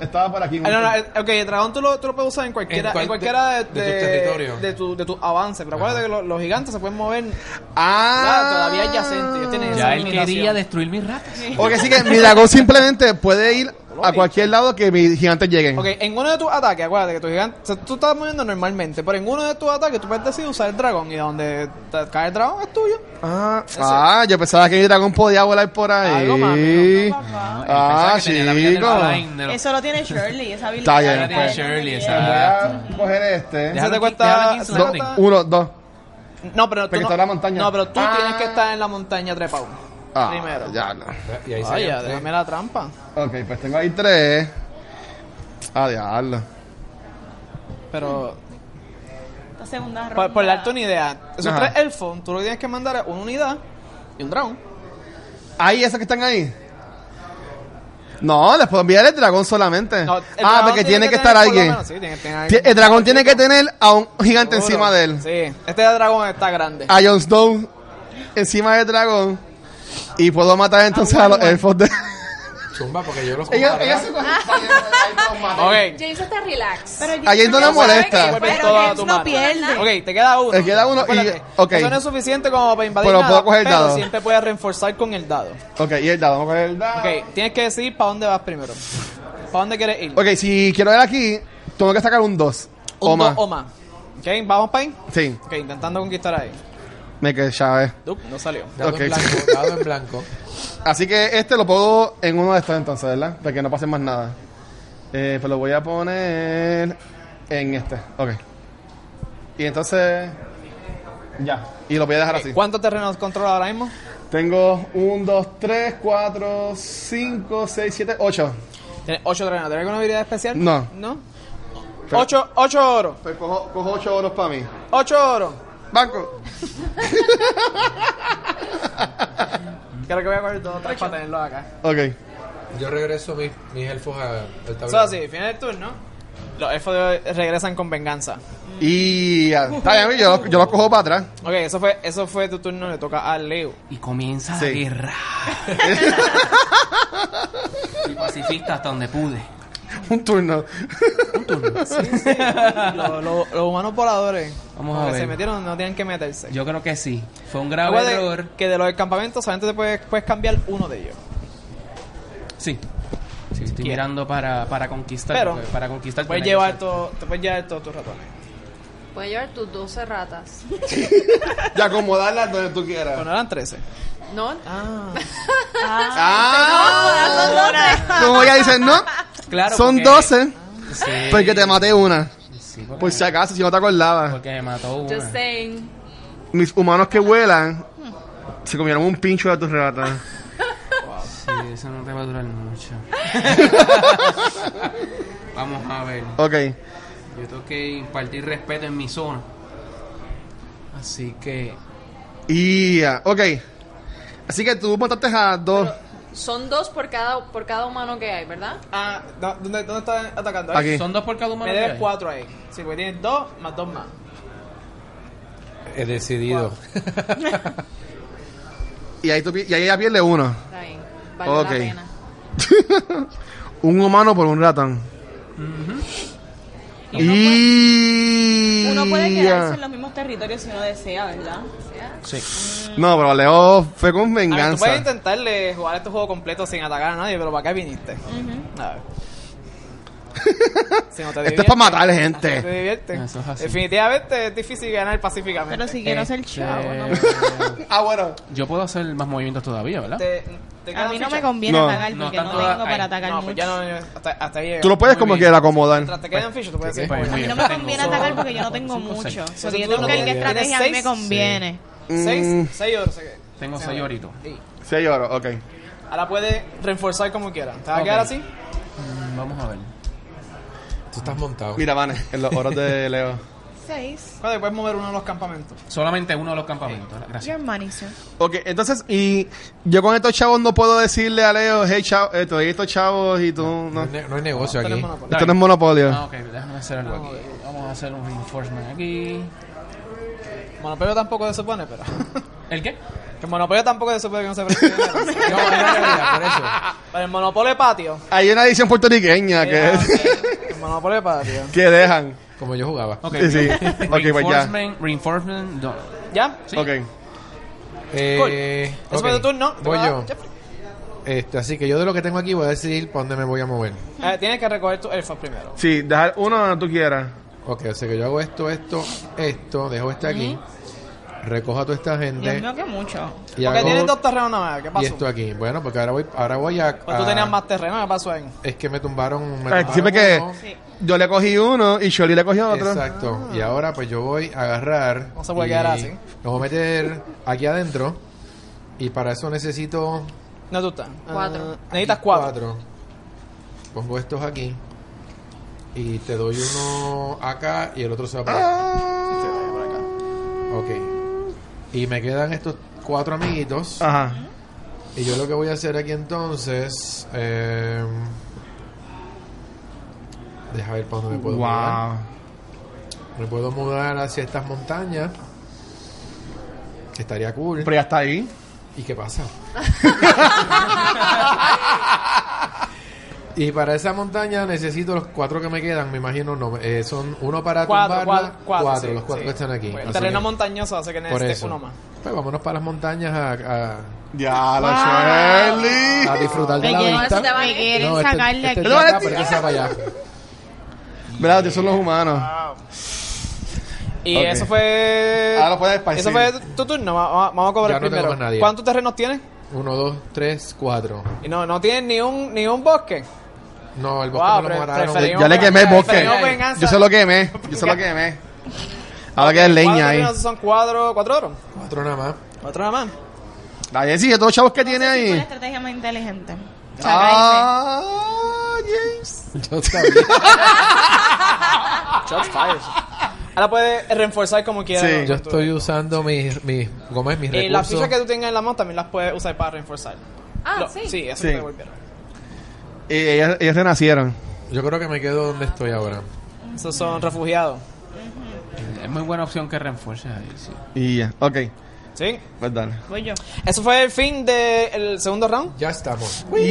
Speaker 1: Estaba por aquí.
Speaker 6: Ah, no, no, eh, ok, el dragón tú lo, tú lo puedes usar en cualquiera,
Speaker 5: En
Speaker 6: en
Speaker 5: cual-
Speaker 6: cualquiera de,
Speaker 5: de tus
Speaker 6: de-
Speaker 5: territorios.
Speaker 6: de tu, de tu avance. Pero acuérdate que lo- los gigantes se pueden mover
Speaker 1: Ah.
Speaker 6: nada, todavía adyacente. Ellos tienen esa
Speaker 4: Ya él
Speaker 6: limitación.
Speaker 4: quería destruir mis ratas.
Speaker 1: Ok, así que mi dragón simplemente puede ir a cualquier lado que mis gigantes lleguen.
Speaker 6: Ok, en uno de tus ataques, acuérdate que tu gigante, o sea, tú estás moviendo normalmente, pero en uno de tus ataques tú puedes decidir usar el dragón y donde te cae el dragón es tuyo.
Speaker 1: Ah, ah, yo pensaba que mi dragón podía volar por ahí.
Speaker 6: Algo más,
Speaker 1: ah,
Speaker 4: Él pensaba que tenía la habilidad del
Speaker 1: chico.
Speaker 4: flying, de los-
Speaker 2: Eso lo tiene Shirley, esa habilidad.
Speaker 1: Está bien,
Speaker 2: la
Speaker 1: pues.
Speaker 2: tiene
Speaker 4: Shirley,
Speaker 2: ella.
Speaker 1: Voy
Speaker 4: esa-
Speaker 1: a coger este.
Speaker 4: Deja-
Speaker 6: Eso te
Speaker 4: aquí-
Speaker 6: cuesta,
Speaker 4: déjalo aquí,
Speaker 6: eso te
Speaker 1: Do-
Speaker 4: Slanting.
Speaker 6: cuesta-
Speaker 1: uno, dos.
Speaker 6: No, pero tú
Speaker 1: Porque
Speaker 6: no,
Speaker 1: está en la montaña.
Speaker 6: No, pero tú
Speaker 1: Ah.
Speaker 6: tienes que estar en la montaña trepado.
Speaker 1: Ah,
Speaker 6: primero.
Speaker 1: Ya no.
Speaker 5: Y ahí se
Speaker 6: Vaya,
Speaker 5: llama-
Speaker 6: déjame la trampa.
Speaker 1: Ok, pues tengo ahí tres. Ah, diablo.
Speaker 6: Pero
Speaker 2: Esta segunda ronda.
Speaker 6: por, por darte una idea, esos
Speaker 1: Ajá.
Speaker 6: tres elfos, tú lo que tienes que mandar es una unidad y un dragón.
Speaker 1: Ahí, esos que están ahí. No, les puedo enviar el dragón solamente.
Speaker 6: No,
Speaker 1: ah,
Speaker 6: el dragón
Speaker 1: porque tiene que,
Speaker 6: tener
Speaker 1: estar
Speaker 6: por lo
Speaker 1: alguien.
Speaker 6: menos- sí, tiene que tener
Speaker 1: Ti-
Speaker 6: alguien.
Speaker 1: El dragón tiene que tener a un gigante
Speaker 6: Seguro.
Speaker 1: encima de él. Ah,
Speaker 6: Sí, este dragón está grande.
Speaker 1: A Jon Snow encima del dragón. Y puedo matar entonces a los
Speaker 6: Ah,
Speaker 1: elfos de.
Speaker 5: Zumba, porque yo los
Speaker 1: Ella,
Speaker 5: compraré.
Speaker 1: ella se coge.
Speaker 6: Ok,
Speaker 3: James está relax.
Speaker 2: Pero
Speaker 1: A James no le
Speaker 2: James sabe que
Speaker 1: molesta.
Speaker 2: fue-
Speaker 6: Vuelve todo a
Speaker 2: James
Speaker 6: tu
Speaker 2: no
Speaker 6: mano.
Speaker 2: pierde.
Speaker 6: ok, te queda uno.
Speaker 1: Te queda uno y-
Speaker 6: Acuérdate,
Speaker 1: ok.
Speaker 6: Eso no es suficiente como para invadir
Speaker 1: Pero
Speaker 6: nada,
Speaker 1: puedo coger el
Speaker 6: pero
Speaker 1: dado.
Speaker 6: siempre puedes reforzar con el dado.
Speaker 1: Ok, y el dado, vamos a coger el dado.
Speaker 6: Ok, tienes que decidir para dónde vas primero. ¿Para dónde quieres ir?
Speaker 1: Ok, si quiero ver aquí, tengo que sacar un 2.
Speaker 6: Un
Speaker 1: O
Speaker 6: dos
Speaker 1: más.
Speaker 6: o más. Ok, vamos para ahí.
Speaker 1: Sí,
Speaker 6: Ok, intentando conquistar ahí.
Speaker 1: me quedé Chávez.
Speaker 6: Dup, no salió.
Speaker 5: Dado
Speaker 1: Ok.
Speaker 5: en blanco, dado en blanco.
Speaker 1: Así que este lo pongo en uno de estos entonces, ¿verdad? Para que no pase más nada. Eh, pues lo voy a poner en este. Ok. Y entonces. Ya. Y lo voy a dejar así.
Speaker 6: ¿Cuántos terrenos controla ahora mismo?
Speaker 1: Tengo 1, 2, 3, 4, 5, 6, 7, 8.
Speaker 6: Tienes ocho terrenos. ¿Tienes alguna habilidad especial?
Speaker 1: No.
Speaker 6: ¿No?
Speaker 1: Pero-
Speaker 6: Ocho, ocho oro.
Speaker 1: Pues cojo 8 oros para mí.
Speaker 6: Ocho oro.
Speaker 1: Banco.
Speaker 6: Creo que voy a coger dos o tres para tenerlo acá.
Speaker 1: Ok.
Speaker 5: Yo regreso mis, mis elfos a- al tablero.
Speaker 6: Eso así, final del turno. Los elfos de- regresan con venganza.
Speaker 1: Y. ah, Está bien, yo, lo- yo lo cojo para atrás.
Speaker 6: Ok, eso fue, eso fue tu turno, le toca a Leo.
Speaker 4: Y comienza
Speaker 1: Sí.
Speaker 4: la guerra. Fui pacifista hasta donde pude.
Speaker 1: Un turno.
Speaker 6: Los, los- los humanos voladores,
Speaker 4: Vamos
Speaker 6: como
Speaker 4: a
Speaker 6: que
Speaker 4: ver.
Speaker 6: se metieron, no tienen que meterse.
Speaker 4: Yo creo que sí. Fue un grave
Speaker 6: Acuérdate
Speaker 4: error.
Speaker 6: que de los escampamentos solamente te puedes, puedes cambiar uno de ellos.
Speaker 4: Sí. Sí, estoy mirando para, para conquistar.
Speaker 6: Pero,
Speaker 4: porque para conquistar.
Speaker 6: Te puedes
Speaker 4: tenía que
Speaker 6: llevar
Speaker 4: ser.
Speaker 6: todo, te puedes llevar todos tus ratones.
Speaker 3: Puedes llevar tus 12 ratas.
Speaker 1: Y acomodarla donde tú quieras.
Speaker 6: Bueno, eran 13.
Speaker 3: No,
Speaker 6: Ah.
Speaker 1: ¡Ah! Como ella dice, no.
Speaker 4: Claro,
Speaker 1: Son
Speaker 4: porque- eh,
Speaker 1: 12.
Speaker 4: Sí.
Speaker 1: Porque te Pues maté una.
Speaker 4: Sí.
Speaker 10: Sí, porque,
Speaker 1: Por si acaso, si no te acordabas.
Speaker 10: porque mató una.
Speaker 3: Just saying.
Speaker 1: Mis humanos que vuelan se comieron un pincho de tus ratas.
Speaker 10: Sí, eso no te va a durar mucho. Vamos a ver.
Speaker 1: Ok.
Speaker 10: Yo tengo que impartir respeto en mi zona. Así que.
Speaker 1: Y ya, ok. Así que tú montaste a dos.
Speaker 3: Son dos por cada, por cada humano que hay, ¿verdad?
Speaker 6: Ah, no, ¿dónde, ¿dónde estás atacando?
Speaker 1: Aquí.
Speaker 10: ¿Son dos por cada humano?
Speaker 6: Me
Speaker 10: que
Speaker 6: debes
Speaker 10: hay?
Speaker 6: cuatro ahí. Sí, porque tienes dos más dos más.
Speaker 5: He decidido.
Speaker 1: Y ahí, tú, pi- y ahí ella pierde uno.
Speaker 3: Está bien. Vale
Speaker 1: Ok.
Speaker 3: la pena.
Speaker 1: Un humano por un ratón. Y.
Speaker 2: Uno puede quedarse
Speaker 1: ya.
Speaker 2: en los mismos territorios si uno desea, ¿verdad?
Speaker 1: No, pero Leo fue con
Speaker 6: Ahora, tú puedes
Speaker 1: venganza.
Speaker 6: intentarle jugar este juego completo sin atacar a nadie, pero ¿para qué viniste? A ver. Si no te
Speaker 1: Esto es para matar gente.
Speaker 6: diviertes, te diviertes.
Speaker 10: Eso es así.
Speaker 6: Definitivamente es difícil ganar pacíficamente.
Speaker 2: Pero si quiero ser
Speaker 10: Este,
Speaker 2: chavo, no.
Speaker 1: Ah, bueno.
Speaker 10: Yo puedo hacer más movimientos todavía, ¿verdad?
Speaker 6: Te- te
Speaker 2: A
Speaker 6: quedan
Speaker 2: mí no
Speaker 6: fichas.
Speaker 2: me conviene
Speaker 1: No.
Speaker 2: atacar
Speaker 10: No,
Speaker 2: porque no,
Speaker 10: tanto da-
Speaker 2: tengo para
Speaker 10: ay,
Speaker 2: atacar
Speaker 6: No,
Speaker 2: mucho.
Speaker 6: pues ya no, hasta, hasta ahí llega.
Speaker 1: Tú lo puedes
Speaker 10: Muy
Speaker 1: como
Speaker 10: bien.
Speaker 1: quieras acomodar.
Speaker 6: Mientras te quedan fichas, tú puedes
Speaker 10: ¿Qué?
Speaker 6: decir.
Speaker 10: Pues muy
Speaker 2: A mí
Speaker 10: bien,
Speaker 2: no me
Speaker 10: tengo
Speaker 2: conviene
Speaker 10: solo
Speaker 2: atacar porque yo no tengo
Speaker 10: cinco,
Speaker 2: mucho.
Speaker 10: seis.
Speaker 2: So, yo
Speaker 6: Tú
Speaker 2: tengo que ver qué
Speaker 6: tienes
Speaker 2: estrategia
Speaker 6: seis,
Speaker 2: me conviene.
Speaker 6: Seis,
Speaker 1: Mm,
Speaker 6: seis horas. ok.
Speaker 10: Tengo
Speaker 6: Sí,
Speaker 10: seis
Speaker 6: ok.
Speaker 10: horitos.
Speaker 6: Sí.
Speaker 1: seis horas, ok.
Speaker 6: Ahora puedes reforzar como quieras. ¿Te vas a
Speaker 10: Ok.
Speaker 6: quedar así?
Speaker 10: Mm, Vamos a ver.
Speaker 5: Tú estás montado.
Speaker 1: Mira, Vane, en los horas de Leo.
Speaker 2: Seis.
Speaker 6: Cuando puedes Pues mover uno de los campamentos.
Speaker 10: Solamente uno de los campamentos.
Speaker 2: Yo
Speaker 10: Gracias.
Speaker 2: hermanizo.
Speaker 1: Ok, entonces, y yo con estos chavos no puedo decirle a Leo, hey, chavo, esto, y estos chavos y tú,
Speaker 5: No,
Speaker 1: no.
Speaker 5: hay ne- no hay negocio aquí.
Speaker 6: Tenemos una-
Speaker 1: Esto no es monopolio.
Speaker 10: Ah, ok, déjame hacer algo
Speaker 6: Oh,
Speaker 10: aquí. Vamos a hacer un reinforcement aquí.
Speaker 6: Monopolio tampoco se supone, pero.
Speaker 10: ¿El qué?
Speaker 6: Que el monopolio tampoco se supone que no se preste dinero.
Speaker 5: No, no, no, no, por eso.
Speaker 6: Pero Ah, el monopolio de patio. Ah,
Speaker 1: Hay una edición puertorriqueña que,
Speaker 6: El monopolio de patio.
Speaker 1: que dejan.
Speaker 5: Como yo jugaba.
Speaker 10: Ok.
Speaker 1: Sí, sí. Ok, pues ya.
Speaker 10: Reinforcement, reinforcement, no.
Speaker 6: ¿Ya?
Speaker 1: Ok.
Speaker 5: Eh,
Speaker 6: Eso fue
Speaker 5: ok.
Speaker 6: tu turno. Te
Speaker 5: Voy
Speaker 6: va-
Speaker 5: yo. Este, así que yo de lo que tengo aquí voy a decidir para dónde me voy a mover.
Speaker 6: Eh, tienes que recoger tu elfos primero.
Speaker 1: Sí, dejar uno donde tú quieras.
Speaker 5: Ok, o sea que yo hago esto, esto, esto, dejo este aquí, recojo a toda esta
Speaker 2: Dios mío,
Speaker 5: gente
Speaker 2: que mucho.
Speaker 5: y
Speaker 6: Porque tienes dos
Speaker 5: hago
Speaker 6: terrenos nada más. ¿Qué
Speaker 5: y
Speaker 6: pasó?
Speaker 5: esto ah, aquí. Bueno, porque ahora voy, ahora voy a,
Speaker 6: Pues tú
Speaker 5: a-
Speaker 6: tenías más terreno. ¿Qué pasó ahí?
Speaker 5: Es que me tumbaron. Me
Speaker 1: Eh,
Speaker 5: tumbaron
Speaker 1: siempre que
Speaker 5: uno.
Speaker 1: yo le cogí uno y Shirley le cogió otro.
Speaker 5: Exacto. Y ahora pues yo voy a agarrar.
Speaker 6: No se puede
Speaker 5: y
Speaker 6: quedar así.
Speaker 5: Lo voy a meter aquí adentro y para eso necesito
Speaker 6: No, tú estás.
Speaker 3: Cuatro.
Speaker 6: Eh, necesitas cuatro.
Speaker 5: Pongo estos aquí. Y te doy uno acá y el otro se va para acá. Ok. Y me quedan estos cuatro amiguitos.
Speaker 1: Ajá.
Speaker 5: Y yo lo que voy a hacer aquí entonces. Eh, deja ver para dónde me puedo mudar.
Speaker 1: Wow.
Speaker 5: Me puedo mudar hacia estas montañas. Que estaría cool.
Speaker 1: Pero ya está ahí.
Speaker 5: ¿Y qué pasa? y para esa montaña necesito los cuatro que me quedan, me imagino. No, eh, son uno para
Speaker 6: Cuatro,
Speaker 5: tumbarla,
Speaker 6: cuatro, cuatro, sí,
Speaker 5: los cuatro
Speaker 6: sí.
Speaker 5: que están aquí.
Speaker 6: Pues,
Speaker 5: Así
Speaker 6: terreno
Speaker 5: que,
Speaker 6: montañoso, así que
Speaker 5: por
Speaker 6: necesitas
Speaker 5: eso.
Speaker 6: uno más.
Speaker 5: Pues vámonos para las montañas a, a-
Speaker 1: Ya, la Shirley.
Speaker 5: a disfrutar de
Speaker 2: Me
Speaker 5: la
Speaker 2: quieren,
Speaker 5: vista.
Speaker 2: me quieren
Speaker 5: No, este-
Speaker 2: sacar de
Speaker 5: este
Speaker 2: aquí.
Speaker 5: está acá, pero este está para allá.
Speaker 1: ¿Verdad? Tío, son los humanos.
Speaker 6: Y
Speaker 5: Ok.
Speaker 6: eso fue.
Speaker 1: Ahora lo puedes esparcir.
Speaker 6: Eso fue tu, tu turno. va- va- Vamos a cobrar
Speaker 5: Ya no tengo
Speaker 6: primero.
Speaker 5: más nadie.
Speaker 6: ¿Cuántos terrenos tienes?
Speaker 5: Uno, dos, tres, cuatro.
Speaker 6: Y no, no tienes ni un, ni un bosque.
Speaker 5: No, el
Speaker 6: Wow,
Speaker 5: bosque me
Speaker 6: pre-
Speaker 5: lo mataron.
Speaker 6: preferimos-
Speaker 1: Ya le quemé el bosque.
Speaker 6: Preferimos venganza.
Speaker 1: Yo se lo quemé. Yo se lo quemé. Ahora queda
Speaker 6: Cuatro
Speaker 1: leña ahí.
Speaker 6: terrenos son cuatro, cuatro oros.
Speaker 5: Cuatro nada más.
Speaker 6: Cuatro nada más.
Speaker 1: La Jessy, de todos los chavos que tiene
Speaker 2: Esa fue la
Speaker 1: ahí.
Speaker 2: estrategia más inteligente. Sacarme.
Speaker 1: Ah, James.
Speaker 5: Yo sabía.
Speaker 6: Shots fired. Ahora puedes reforzar como quieras.
Speaker 1: Sí.
Speaker 6: con
Speaker 5: Yo
Speaker 6: tu-
Speaker 5: estoy usando mis, mis, ¿cómo es? mis
Speaker 6: Y eh, las
Speaker 5: recursos.
Speaker 6: fichas que tú tengas en la mano también las puedes usar para reforzar.
Speaker 3: Ah,
Speaker 6: Lo-
Speaker 3: sí.
Speaker 6: Sí, eso
Speaker 1: Sí.
Speaker 6: te devolvieron.
Speaker 1: Y ellas, ellas renacieron.
Speaker 5: Yo creo que me quedo donde estoy ahora.
Speaker 6: Esos son refugiados.
Speaker 10: Es muy buena opción que reinforces ahí, sí.
Speaker 1: Y ya. Ok.
Speaker 6: Sí.
Speaker 1: Pues dale.
Speaker 2: Voy yo.
Speaker 6: Eso fue el fin del segundo round.
Speaker 5: Ya estamos.
Speaker 6: Pues,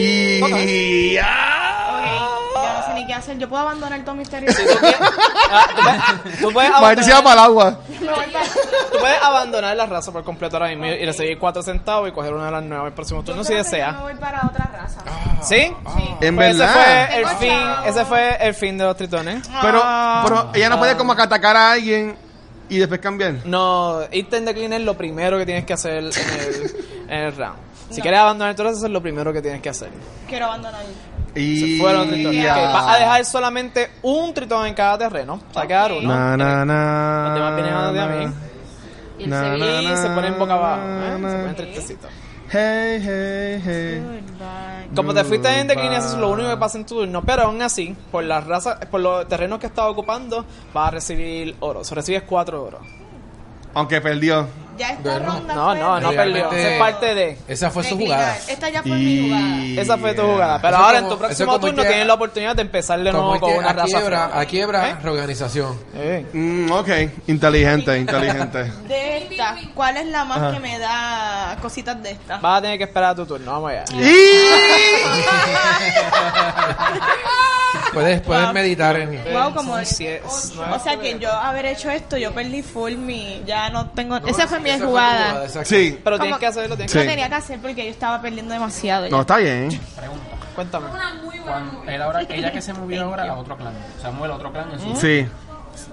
Speaker 1: Y ya.
Speaker 2: Ok, yo no sé ni qué hacer. Yo puedo abandonar todo mi territorio.
Speaker 6: Ah, tú puedes- tú, puedes
Speaker 1: Imagínate si va
Speaker 6: abandonar,
Speaker 1: para el agua.
Speaker 2: Me voy para-
Speaker 6: tú puedes abandonar la raza por completo ahora mismo y recibir cuatro centavos y coger una de las nuevas el próximo
Speaker 2: Yo
Speaker 6: turno si
Speaker 2: creo que yo
Speaker 6: desea.
Speaker 2: Me voy para otra raza.
Speaker 6: ¿Sí?
Speaker 1: En
Speaker 6: Pues ese
Speaker 1: verdad.
Speaker 6: fue el
Speaker 2: Tengo
Speaker 6: fin,
Speaker 2: chao.
Speaker 6: ese fue el fin de los tritones.
Speaker 1: Pero,
Speaker 6: Ah.
Speaker 1: pero ella no puede como que atacar a alguien y después cambiar.
Speaker 6: No, ítem de clean es lo primero que tienes que hacer en el, en el round. Si quieres abandonar tu raza, eso es lo primero que tienes que hacer.
Speaker 2: Quiero abandonar.
Speaker 1: Y...
Speaker 6: Se fueron tritones.
Speaker 1: Ya.
Speaker 6: Ok, vas a dejar solamente un tritón en cada terreno. Va a quedar uno.
Speaker 1: Na, na, na,
Speaker 6: Los demás vienen a de a mí.
Speaker 3: Y el
Speaker 1: na,
Speaker 3: Sevilla-
Speaker 1: na,
Speaker 6: Y
Speaker 1: na,
Speaker 6: se ponen boca abajo. ¿eh? Se
Speaker 1: na,
Speaker 6: ponen
Speaker 1: na.
Speaker 6: tristecitos.
Speaker 1: Hey, hey, hey.
Speaker 6: Como te fuiste en decline,
Speaker 1: Goodbye.
Speaker 6: eso es lo único que pasa en tu turno. Pero aún así, por las razas, por los terrenos que estás ocupando, vas a recibir oro. So, recibes cuatro oro.
Speaker 1: Aunque perdió.
Speaker 2: Ya esta ronda
Speaker 6: No,
Speaker 2: fue
Speaker 6: no, no
Speaker 5: Realmente-
Speaker 6: perdió. Esa es parte de.
Speaker 5: Esa fue su
Speaker 2: declinar.
Speaker 5: jugada.
Speaker 2: Esta ya fue mi jugada.
Speaker 1: Y...
Speaker 6: Esa fue tu jugada. Pero
Speaker 5: Eso como-
Speaker 6: ahora en tu
Speaker 5: eso
Speaker 6: próximo
Speaker 5: como
Speaker 6: turno
Speaker 5: que-
Speaker 6: tienes la oportunidad de empezar de
Speaker 5: Como
Speaker 6: nuevo con
Speaker 5: que
Speaker 6: una
Speaker 5: a
Speaker 6: raza.
Speaker 5: quiebra,
Speaker 6: fría.
Speaker 5: a quiebra reorganización.
Speaker 6: Eh.
Speaker 1: Mm, ok, inteligente, inteligente.
Speaker 2: De esta, ¿cuál es la más que me da cositas de esta?
Speaker 6: Vas a tener que esperar a tu turno. Vamos allá.
Speaker 1: y...
Speaker 5: Puedes, puedes meditar en...
Speaker 2: Wow, como
Speaker 6: Son siete, nueve.
Speaker 2: O sea que yo haber hecho esto, yo perdí full mi, ya no tengo. esa fue mi
Speaker 5: Esa
Speaker 2: jugada.
Speaker 5: exacto.
Speaker 1: Sí.
Speaker 6: Pero
Speaker 2: Como-
Speaker 6: tienes que hacerlo, tienes
Speaker 1: Sí.
Speaker 2: No tenía que hacer porque yo estaba perdiendo demasiado. ya.
Speaker 1: No, está bien.
Speaker 6: que. Cuéntame.
Speaker 9: Una muy buena
Speaker 4: Cuando-
Speaker 9: movie.
Speaker 4: él ahora, ella que se movió ahora a otro clan. Se mueve a otro clan
Speaker 6: ¿Eh?
Speaker 4: en su
Speaker 1: Sí.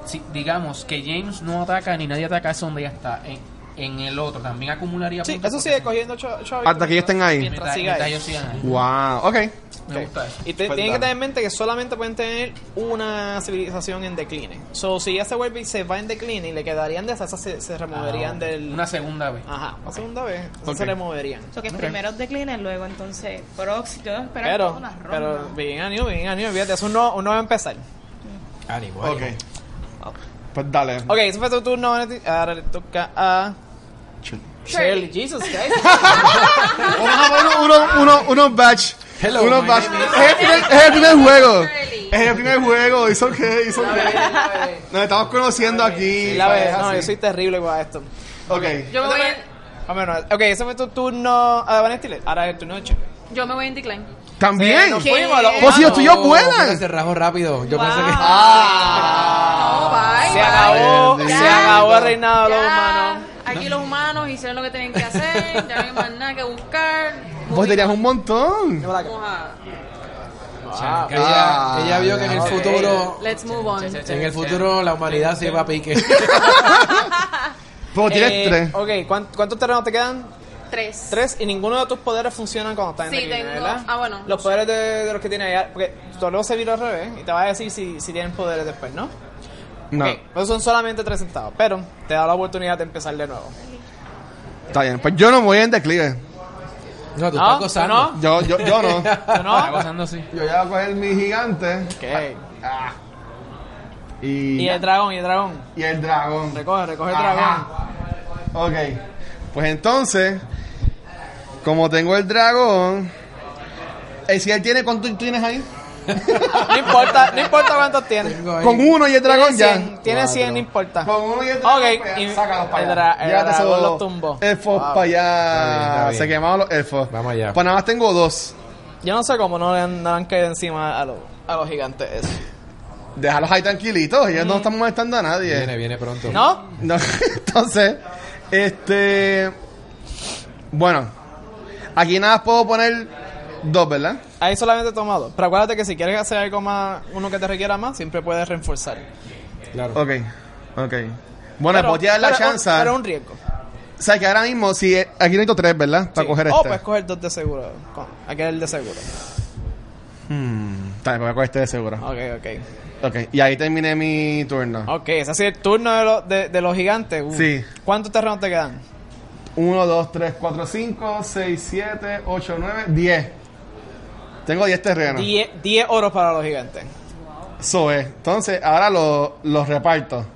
Speaker 4: si, digamos que James no ataca ni nadie ataca, es donde ya está. En, en el otro también acumularía
Speaker 6: Sí,
Speaker 4: puntos
Speaker 6: eso
Speaker 4: porque
Speaker 6: sigue
Speaker 4: se-
Speaker 6: cogiendo cho- chavitos.
Speaker 1: Hasta que ya estén ahí.
Speaker 4: Mientras,
Speaker 6: Mientras siga
Speaker 4: mientras
Speaker 6: ahí.
Speaker 4: ellos sigan ahí.
Speaker 1: Wow, ok.
Speaker 4: Me gusta eso.
Speaker 6: Y te- tienen que tener en mente que solamente pueden tener una civilización en decline. So, si ya se vuelve y se va en decline y le quedarían de esas, esas se, se removerían del.
Speaker 4: Ah,
Speaker 6: Ah.
Speaker 4: Una segunda vez.
Speaker 6: Ajá, la segunda vez. esas
Speaker 1: Ok.
Speaker 6: Se removerían.
Speaker 2: So que primero decline, luego entonces próximo. Yo espero
Speaker 6: Pero,
Speaker 2: una ronda.
Speaker 6: pero, bien a new, bien a new, fíjate, eso no, no va a empezar.
Speaker 5: Ánimo,
Speaker 1: Ok.
Speaker 5: ánimo.
Speaker 1: Pues dale.
Speaker 6: Ok, eso fue tu turno. Ahora le toca a.
Speaker 1: Shirley.
Speaker 6: Shirley, Jesus Christ.
Speaker 1: Vamos a poner uno- uno- unos batch.
Speaker 5: Hello,
Speaker 1: unos
Speaker 5: my
Speaker 1: batch.
Speaker 5: name is-
Speaker 1: Es el, primer, es el primer juego. Es el primer juego. It's okay, it's okay. Nos estamos conociendo aquí. pues,
Speaker 6: la vez, no,
Speaker 1: Así.
Speaker 6: yo soy terrible para esto.
Speaker 1: Ok.
Speaker 3: Yo me voy
Speaker 6: Más o menos. Ok, ese fue tu turno a Vanestiler. Ahora es tu noche.
Speaker 3: en, yo me voy en decline.
Speaker 1: También.
Speaker 6: Nos fuimos a los
Speaker 1: Pues si yo estoy yo
Speaker 5: Oh,
Speaker 1: buena.
Speaker 5: Se rajó rápido. Yo pensé que...
Speaker 1: Ah.
Speaker 5: Ah.
Speaker 3: No, bye,
Speaker 6: Ah. Se
Speaker 3: bye.
Speaker 6: acabó,
Speaker 1: Bendito.
Speaker 6: se acabó el reinado de los
Speaker 3: Ya,
Speaker 6: humanos.
Speaker 3: Aquí los humanos hicieron lo que tenían que hacer, ya no hay más nada que buscar.
Speaker 1: Vos tenías un montón.
Speaker 3: Vamos a-
Speaker 4: O sea,
Speaker 6: Ah.
Speaker 4: que-
Speaker 5: Ella, ella vio que en el
Speaker 6: ok.
Speaker 5: futuro...
Speaker 3: Let's move on.
Speaker 5: En el futuro la humanidad se iba a pique.
Speaker 1: Pero tienes
Speaker 6: Eh,
Speaker 1: tres.
Speaker 6: Ok, ¿cuán- ¿cuántos, terrenos te quedan?
Speaker 3: Tres.
Speaker 6: Tres y ninguno de tus poderes funcionan cuando estás en
Speaker 3: Sí,
Speaker 6: declive,
Speaker 3: tengo-
Speaker 6: ¿verdad?
Speaker 3: ah, bueno.
Speaker 6: Los poderes de, de los que tienes allá, porque todo luego se vira al revés y te va a decir si, si tienen poderes después, ¿no?
Speaker 1: No.
Speaker 6: Ok, esos Pues son solamente tres centavos, pero te da la oportunidad de empezar de nuevo.
Speaker 1: Está bien. Pues yo no voy en declive.
Speaker 5: No, tú
Speaker 6: No,
Speaker 5: estás gozando.
Speaker 6: no.
Speaker 1: Yo, yo, yo no.
Speaker 6: ¿Tú
Speaker 4: Está
Speaker 6: ¿No?
Speaker 4: gozando así.
Speaker 1: Yo ya voy a coger mi gigante.
Speaker 6: Ok.
Speaker 1: Y,
Speaker 6: Y el dragón, y el dragón.
Speaker 1: y el dragón.
Speaker 6: Recoge, recoge el
Speaker 1: Ajá.
Speaker 6: dragón.
Speaker 1: Ok. Pues entonces, como tengo el dragón. ¿Y si él tiene cuánto tú tienes ahí?
Speaker 6: No importa, no importa cuántos tienes.
Speaker 5: Tengo ahí-
Speaker 1: Con uno y el dragón
Speaker 6: Tiene
Speaker 1: ya.
Speaker 6: 100, tiene 100, no importa.
Speaker 1: Con uno y el dragón.
Speaker 6: Ok,
Speaker 1: pues,
Speaker 6: y
Speaker 1: sácalos para
Speaker 6: el
Speaker 1: allá.
Speaker 6: dra- el
Speaker 1: Llévate
Speaker 6: dragón
Speaker 1: esos
Speaker 6: los tumbó.
Speaker 1: Elfos
Speaker 6: Wow.
Speaker 1: para allá.
Speaker 5: Está bien, está bien.
Speaker 1: Se quemaron los elfos.
Speaker 5: Vamos allá.
Speaker 1: Pues nada más tengo dos.
Speaker 6: Yo no sé cómo no le han, no le han caído encima a los, a los gigantes eso.
Speaker 1: Déjalos ahí tranquilitos. Ellos no están molestando a nadie.
Speaker 5: Viene, viene pronto.
Speaker 6: ¿No?
Speaker 1: No, entonces, este. Bueno, aquí nada más puedo poner dos, ¿verdad?
Speaker 6: Ahí solamente toma dos. Pero acuérdate que si quieres hacer algo más, uno que te requiera más, siempre puedes reforzar.
Speaker 5: Claro.
Speaker 1: Ok, ok. Bueno, pues te dar la
Speaker 6: pero un-
Speaker 1: chance.
Speaker 6: pero un riesgo.
Speaker 1: O sea, que ahora mismo, si eh, aquí necesito tres, ¿verdad? Para
Speaker 6: Sí. Oh, pues,
Speaker 1: coger
Speaker 6: O
Speaker 1: este.
Speaker 6: puedes coger dos de seguro. Con- Aquel de seguro.
Speaker 1: Hmm, está bien, voy a coger este de seguro.
Speaker 6: Ok, ok.
Speaker 1: Ok, y ahí terminé mi turno.
Speaker 6: Ok, ese ha sido el turno de, los- de, de los gigantes. Uh,
Speaker 1: Sí.
Speaker 6: ¿Cuántos terrenos te quedan?
Speaker 1: 1, 2, 3, 4, 5, 6, 7, 8, 9, 10. Tengo 10 terrenos.
Speaker 6: Die- Diez oros para los gigantes.
Speaker 1: Eso es. Entonces, ahora lo- los reparto.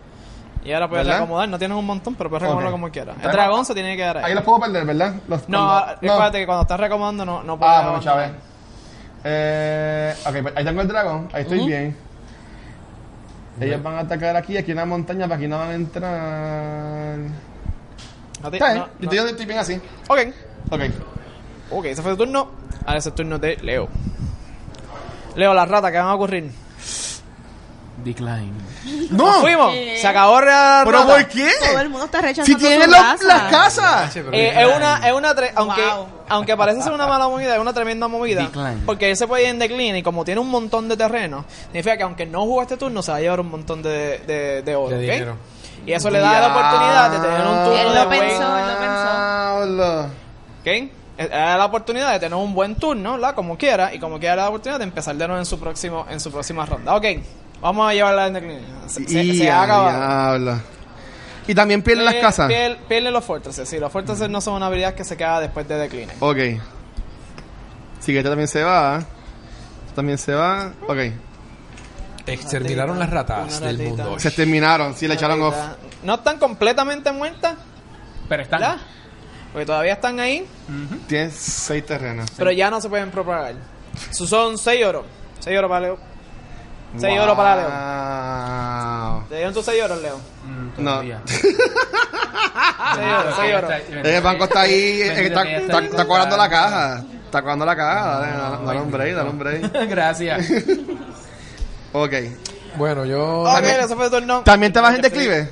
Speaker 6: Y ahora puedes
Speaker 1: ¿Verdad?
Speaker 6: acomodar. No tienes un montón, pero puedes recomodarlo
Speaker 1: Ok.
Speaker 6: como quieras. El
Speaker 1: Ahí
Speaker 6: dragón
Speaker 1: va.
Speaker 6: se tiene que quedar
Speaker 1: Ahí
Speaker 6: ahí.
Speaker 1: los puedo perder, ¿verdad? Los-
Speaker 6: Eh. No, ah,
Speaker 1: los-
Speaker 6: recuérdate que cuando estás recomodando no, no puedes.
Speaker 1: Ah, bueno,
Speaker 6: abandonar.
Speaker 1: Chávez. Eh, ok, pues ahí tengo el dragón, ahí estoy bien. Ellos van a atacar aquí, aquí en la montaña, para aquí no van a entrar.
Speaker 6: A ti,
Speaker 1: Está bien,
Speaker 6: no,
Speaker 1: yo
Speaker 6: no.
Speaker 1: estoy- yo estoy bien así.
Speaker 6: Ok.
Speaker 1: Ok.
Speaker 6: Ok, ese fue tu turno. Ahora es el turno de Leo. Leo, las ratas, ¿qué van a ocurrir?
Speaker 4: Decline.
Speaker 1: ¡No!
Speaker 6: ¡Fuimos! Se acabó la
Speaker 1: ¿Pero
Speaker 6: rata.
Speaker 1: por qué?
Speaker 2: Todo el mundo está rechazando
Speaker 1: Si tienen
Speaker 2: su
Speaker 1: los-
Speaker 2: raza.
Speaker 1: las casas.
Speaker 5: Pero
Speaker 6: Eh, es una, es una tre- aunque,
Speaker 2: Wow.
Speaker 6: aunque parece ser una mala movida, es una tremenda movida.
Speaker 4: Decline.
Speaker 6: Porque él se puede ir en decline y como tiene un montón de terreno, significa que aunque no juegue este turno, se va a llevar un montón de, de, de
Speaker 5: De
Speaker 6: oro. ¿ok?
Speaker 5: dinero.
Speaker 6: Y eso le da la oportunidad de tener un turno
Speaker 2: Él
Speaker 6: de
Speaker 2: lo
Speaker 6: buen-
Speaker 2: pensó, él lo pensó.
Speaker 1: Diablo.
Speaker 6: ¿ok? eh, era la oportunidad de tener un buen turno, ¿la? Como quiera, y como quiera era la oportunidad de empezar de nuevo en su próximo, en su próxima ronda. Ok, vamos a llevarla en declinación. Se, se-
Speaker 1: y
Speaker 6: se ha acabado. Eh,
Speaker 1: diablo. Y también pierden las
Speaker 6: Pier-
Speaker 1: casas.
Speaker 6: pier- Pierden los fortresses, sí, los fortresses no son una habilidad que se queda después de decline.
Speaker 1: Ok. Sí, que esta también se va. Esta también se va. Ok.
Speaker 5: Exterminaron las ratas
Speaker 6: Una
Speaker 5: del
Speaker 6: ratita.
Speaker 5: mundo.
Speaker 1: Se terminaron. Sí, le echaron off.
Speaker 6: No están completamente muertas,
Speaker 4: Pero están.
Speaker 6: ¿verdad? Porque todavía están ahí,
Speaker 1: Tienes seis terrenos.
Speaker 6: pero ya no se pueden propagar. Su- Son 6 oro. 6 oro para Leo. 6 oro para Leo.
Speaker 1: Leo.
Speaker 6: Te dieron tus 6 oros, Leo.
Speaker 1: No.
Speaker 4: Mm, Todavía.
Speaker 6: 6 oros, 6 oros.
Speaker 1: El banco está ahí. eh,
Speaker 4: Bendito
Speaker 1: Está,
Speaker 4: que ya
Speaker 1: está,
Speaker 4: está
Speaker 1: está cobrando la caja. Está cobrando la caja. Dale, dale, dale un break, dale un break.
Speaker 4: Gracias.
Speaker 1: Ok.
Speaker 5: Bueno, yo.
Speaker 6: Ok, eso fue todo el no. Este
Speaker 1: ¿También te vas en declive?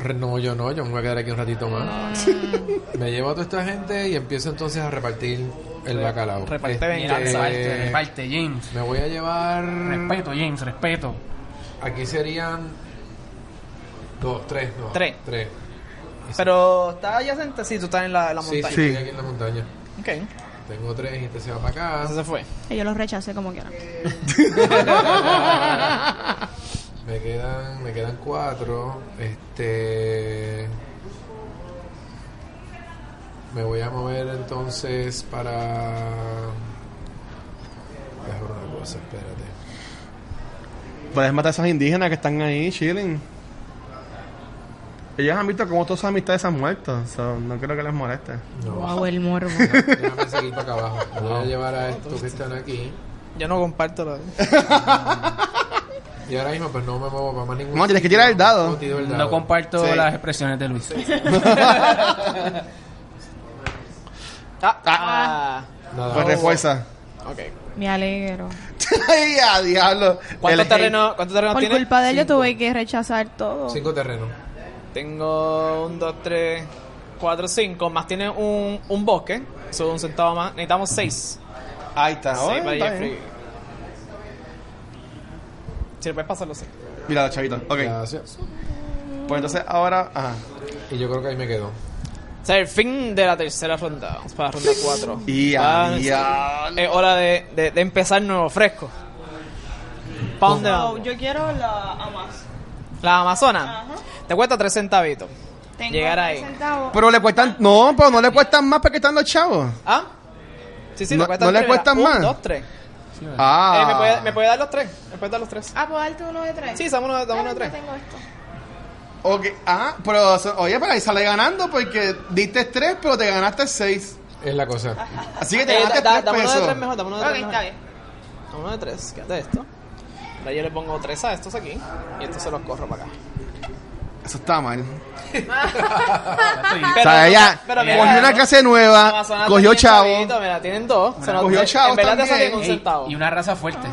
Speaker 5: Re- No, yo no, yo me voy a quedar aquí un ratito más. me llevo a toda esta gente y empiezo entonces a repartir el bacalao.
Speaker 6: Reparte
Speaker 5: Este,
Speaker 6: venganza.
Speaker 4: Reparte,
Speaker 1: Eh,
Speaker 4: reparte, James.
Speaker 5: Me voy a llevar.
Speaker 4: Respeto, James, respeto.
Speaker 5: Aquí serían. Dos, tres, no.
Speaker 6: Tres.
Speaker 5: Tres.
Speaker 6: Pero está adyacente, sí, tú estás en la, la
Speaker 5: Sí, sí,
Speaker 6: montaña.
Speaker 1: Sí.
Speaker 5: estoy aquí en la montaña.
Speaker 6: Ok, entonces
Speaker 5: Tengo tres y este se va para acá.
Speaker 6: se fue.
Speaker 2: Y yo los rechacé como quieran.
Speaker 5: Me quedan, me quedan cuatro. Este. Me voy a mover entonces para. Déjame ver una cosa, espérate.
Speaker 1: Puedes matar a esas indígenas que están ahí chilling. Ellas han visto cómo todas sus amistades han muerto. so, no creo que les moleste.
Speaker 5: No,
Speaker 2: Wow, el morbo.
Speaker 5: déjame seguir para acá abajo. Me Voy a llevar a estos que están aquí.
Speaker 6: Yo no comparto la.
Speaker 5: Y ahora mismo, pues no me muevo para más ningún.
Speaker 1: No, tienes que
Speaker 5: sitio.
Speaker 1: tirar el dado.
Speaker 5: No, tiro el
Speaker 4: No
Speaker 5: dado.
Speaker 4: comparto
Speaker 1: Sí.
Speaker 4: las expresiones de Luis.
Speaker 1: Pues
Speaker 6: Ah, ah.
Speaker 5: Nada.
Speaker 1: Pues refuerza.
Speaker 6: Ok.
Speaker 2: Me alegro.
Speaker 1: ¡Ay, a diablo!
Speaker 6: ¿Cuántos
Speaker 1: El hate.
Speaker 6: terrenos cuánto terreno
Speaker 2: Por
Speaker 6: tienes?
Speaker 2: culpa de él yo tuve que rechazar todo.
Speaker 5: Cinco terrenos.
Speaker 6: Tengo un, dos, tres, cuatro, cinco. Más tiene un, un bosque. Solo un centavo más. Necesitamos seis.
Speaker 1: Ahí está. Ah,
Speaker 6: seis
Speaker 1: bueno,
Speaker 6: para
Speaker 1: está
Speaker 6: Jeffrey.
Speaker 1: bien.
Speaker 6: Si le puedes pasar los seis.
Speaker 1: Mira, chavito. Ok.
Speaker 5: Gracias.
Speaker 1: Pues entonces ahora. Ajá.
Speaker 5: Y yo creo que ahí me quedo.
Speaker 6: O sea, el fin de la tercera ronda. Vamos para la ronda cuatro.
Speaker 1: Y a
Speaker 6: Ah,
Speaker 1: diablo.
Speaker 6: Es hora de, de, de empezar nuevo, fresco. ¿Para dónde
Speaker 2: No,
Speaker 6: vamos?
Speaker 2: yo quiero la Amas.
Speaker 6: La Amazona.
Speaker 2: Ajá.
Speaker 6: Te cuesta tres centavitos.
Speaker 2: Tengo
Speaker 6: Llegar
Speaker 2: tres
Speaker 6: ahí.
Speaker 2: centavos.
Speaker 1: Pero le cuestan. No, pero no le cuestan más porque están los chavos.
Speaker 6: ¿Ah? Sí, sí,
Speaker 1: No-
Speaker 6: te cuestan
Speaker 1: ¿no le
Speaker 6: tres, ¿verdad?
Speaker 1: cuestan
Speaker 6: Un,
Speaker 1: más?
Speaker 6: dos, tres.
Speaker 1: Ah.
Speaker 6: Eh, ¿me, puede, ¿Me puede dar los tres? ¿Me puede dar los tres?
Speaker 2: Ah, ¿puedo darte uno de tres?
Speaker 6: Sí, dame uno, dame uno de
Speaker 2: Yo
Speaker 6: tres.
Speaker 2: tengo esto.
Speaker 1: Ok. Ajá. Pero, so- oye, pero ahí sale ganando porque diste tres, pero te ganaste seis.
Speaker 5: Es la cosa.
Speaker 1: Así que te
Speaker 6: Eh,
Speaker 1: ganaste
Speaker 6: da-
Speaker 1: tres
Speaker 6: da- dame uno de
Speaker 1: pesos.
Speaker 6: tres mejor, dame uno de
Speaker 2: Ok,
Speaker 6: tres.
Speaker 2: está
Speaker 6: mejor.
Speaker 2: bien.
Speaker 6: Dame uno de tres, quédate esto. Ahora yo le pongo tres a estos aquí y estos se los corro para acá.
Speaker 1: Eso está mal.
Speaker 6: Pero,
Speaker 1: o sea, ella
Speaker 6: pero mira,
Speaker 1: cogió una
Speaker 6: ¿no?
Speaker 1: clase nueva,
Speaker 6: Amazonas
Speaker 1: cogió
Speaker 6: tiene
Speaker 1: chavo,
Speaker 6: chavito, Mira, tienen dos. se nos-
Speaker 1: Cogió
Speaker 6: en-
Speaker 1: chavos
Speaker 6: En verdad te
Speaker 1: también.
Speaker 6: salen un
Speaker 4: Ey,
Speaker 6: centavo.
Speaker 4: y una raza fuerte.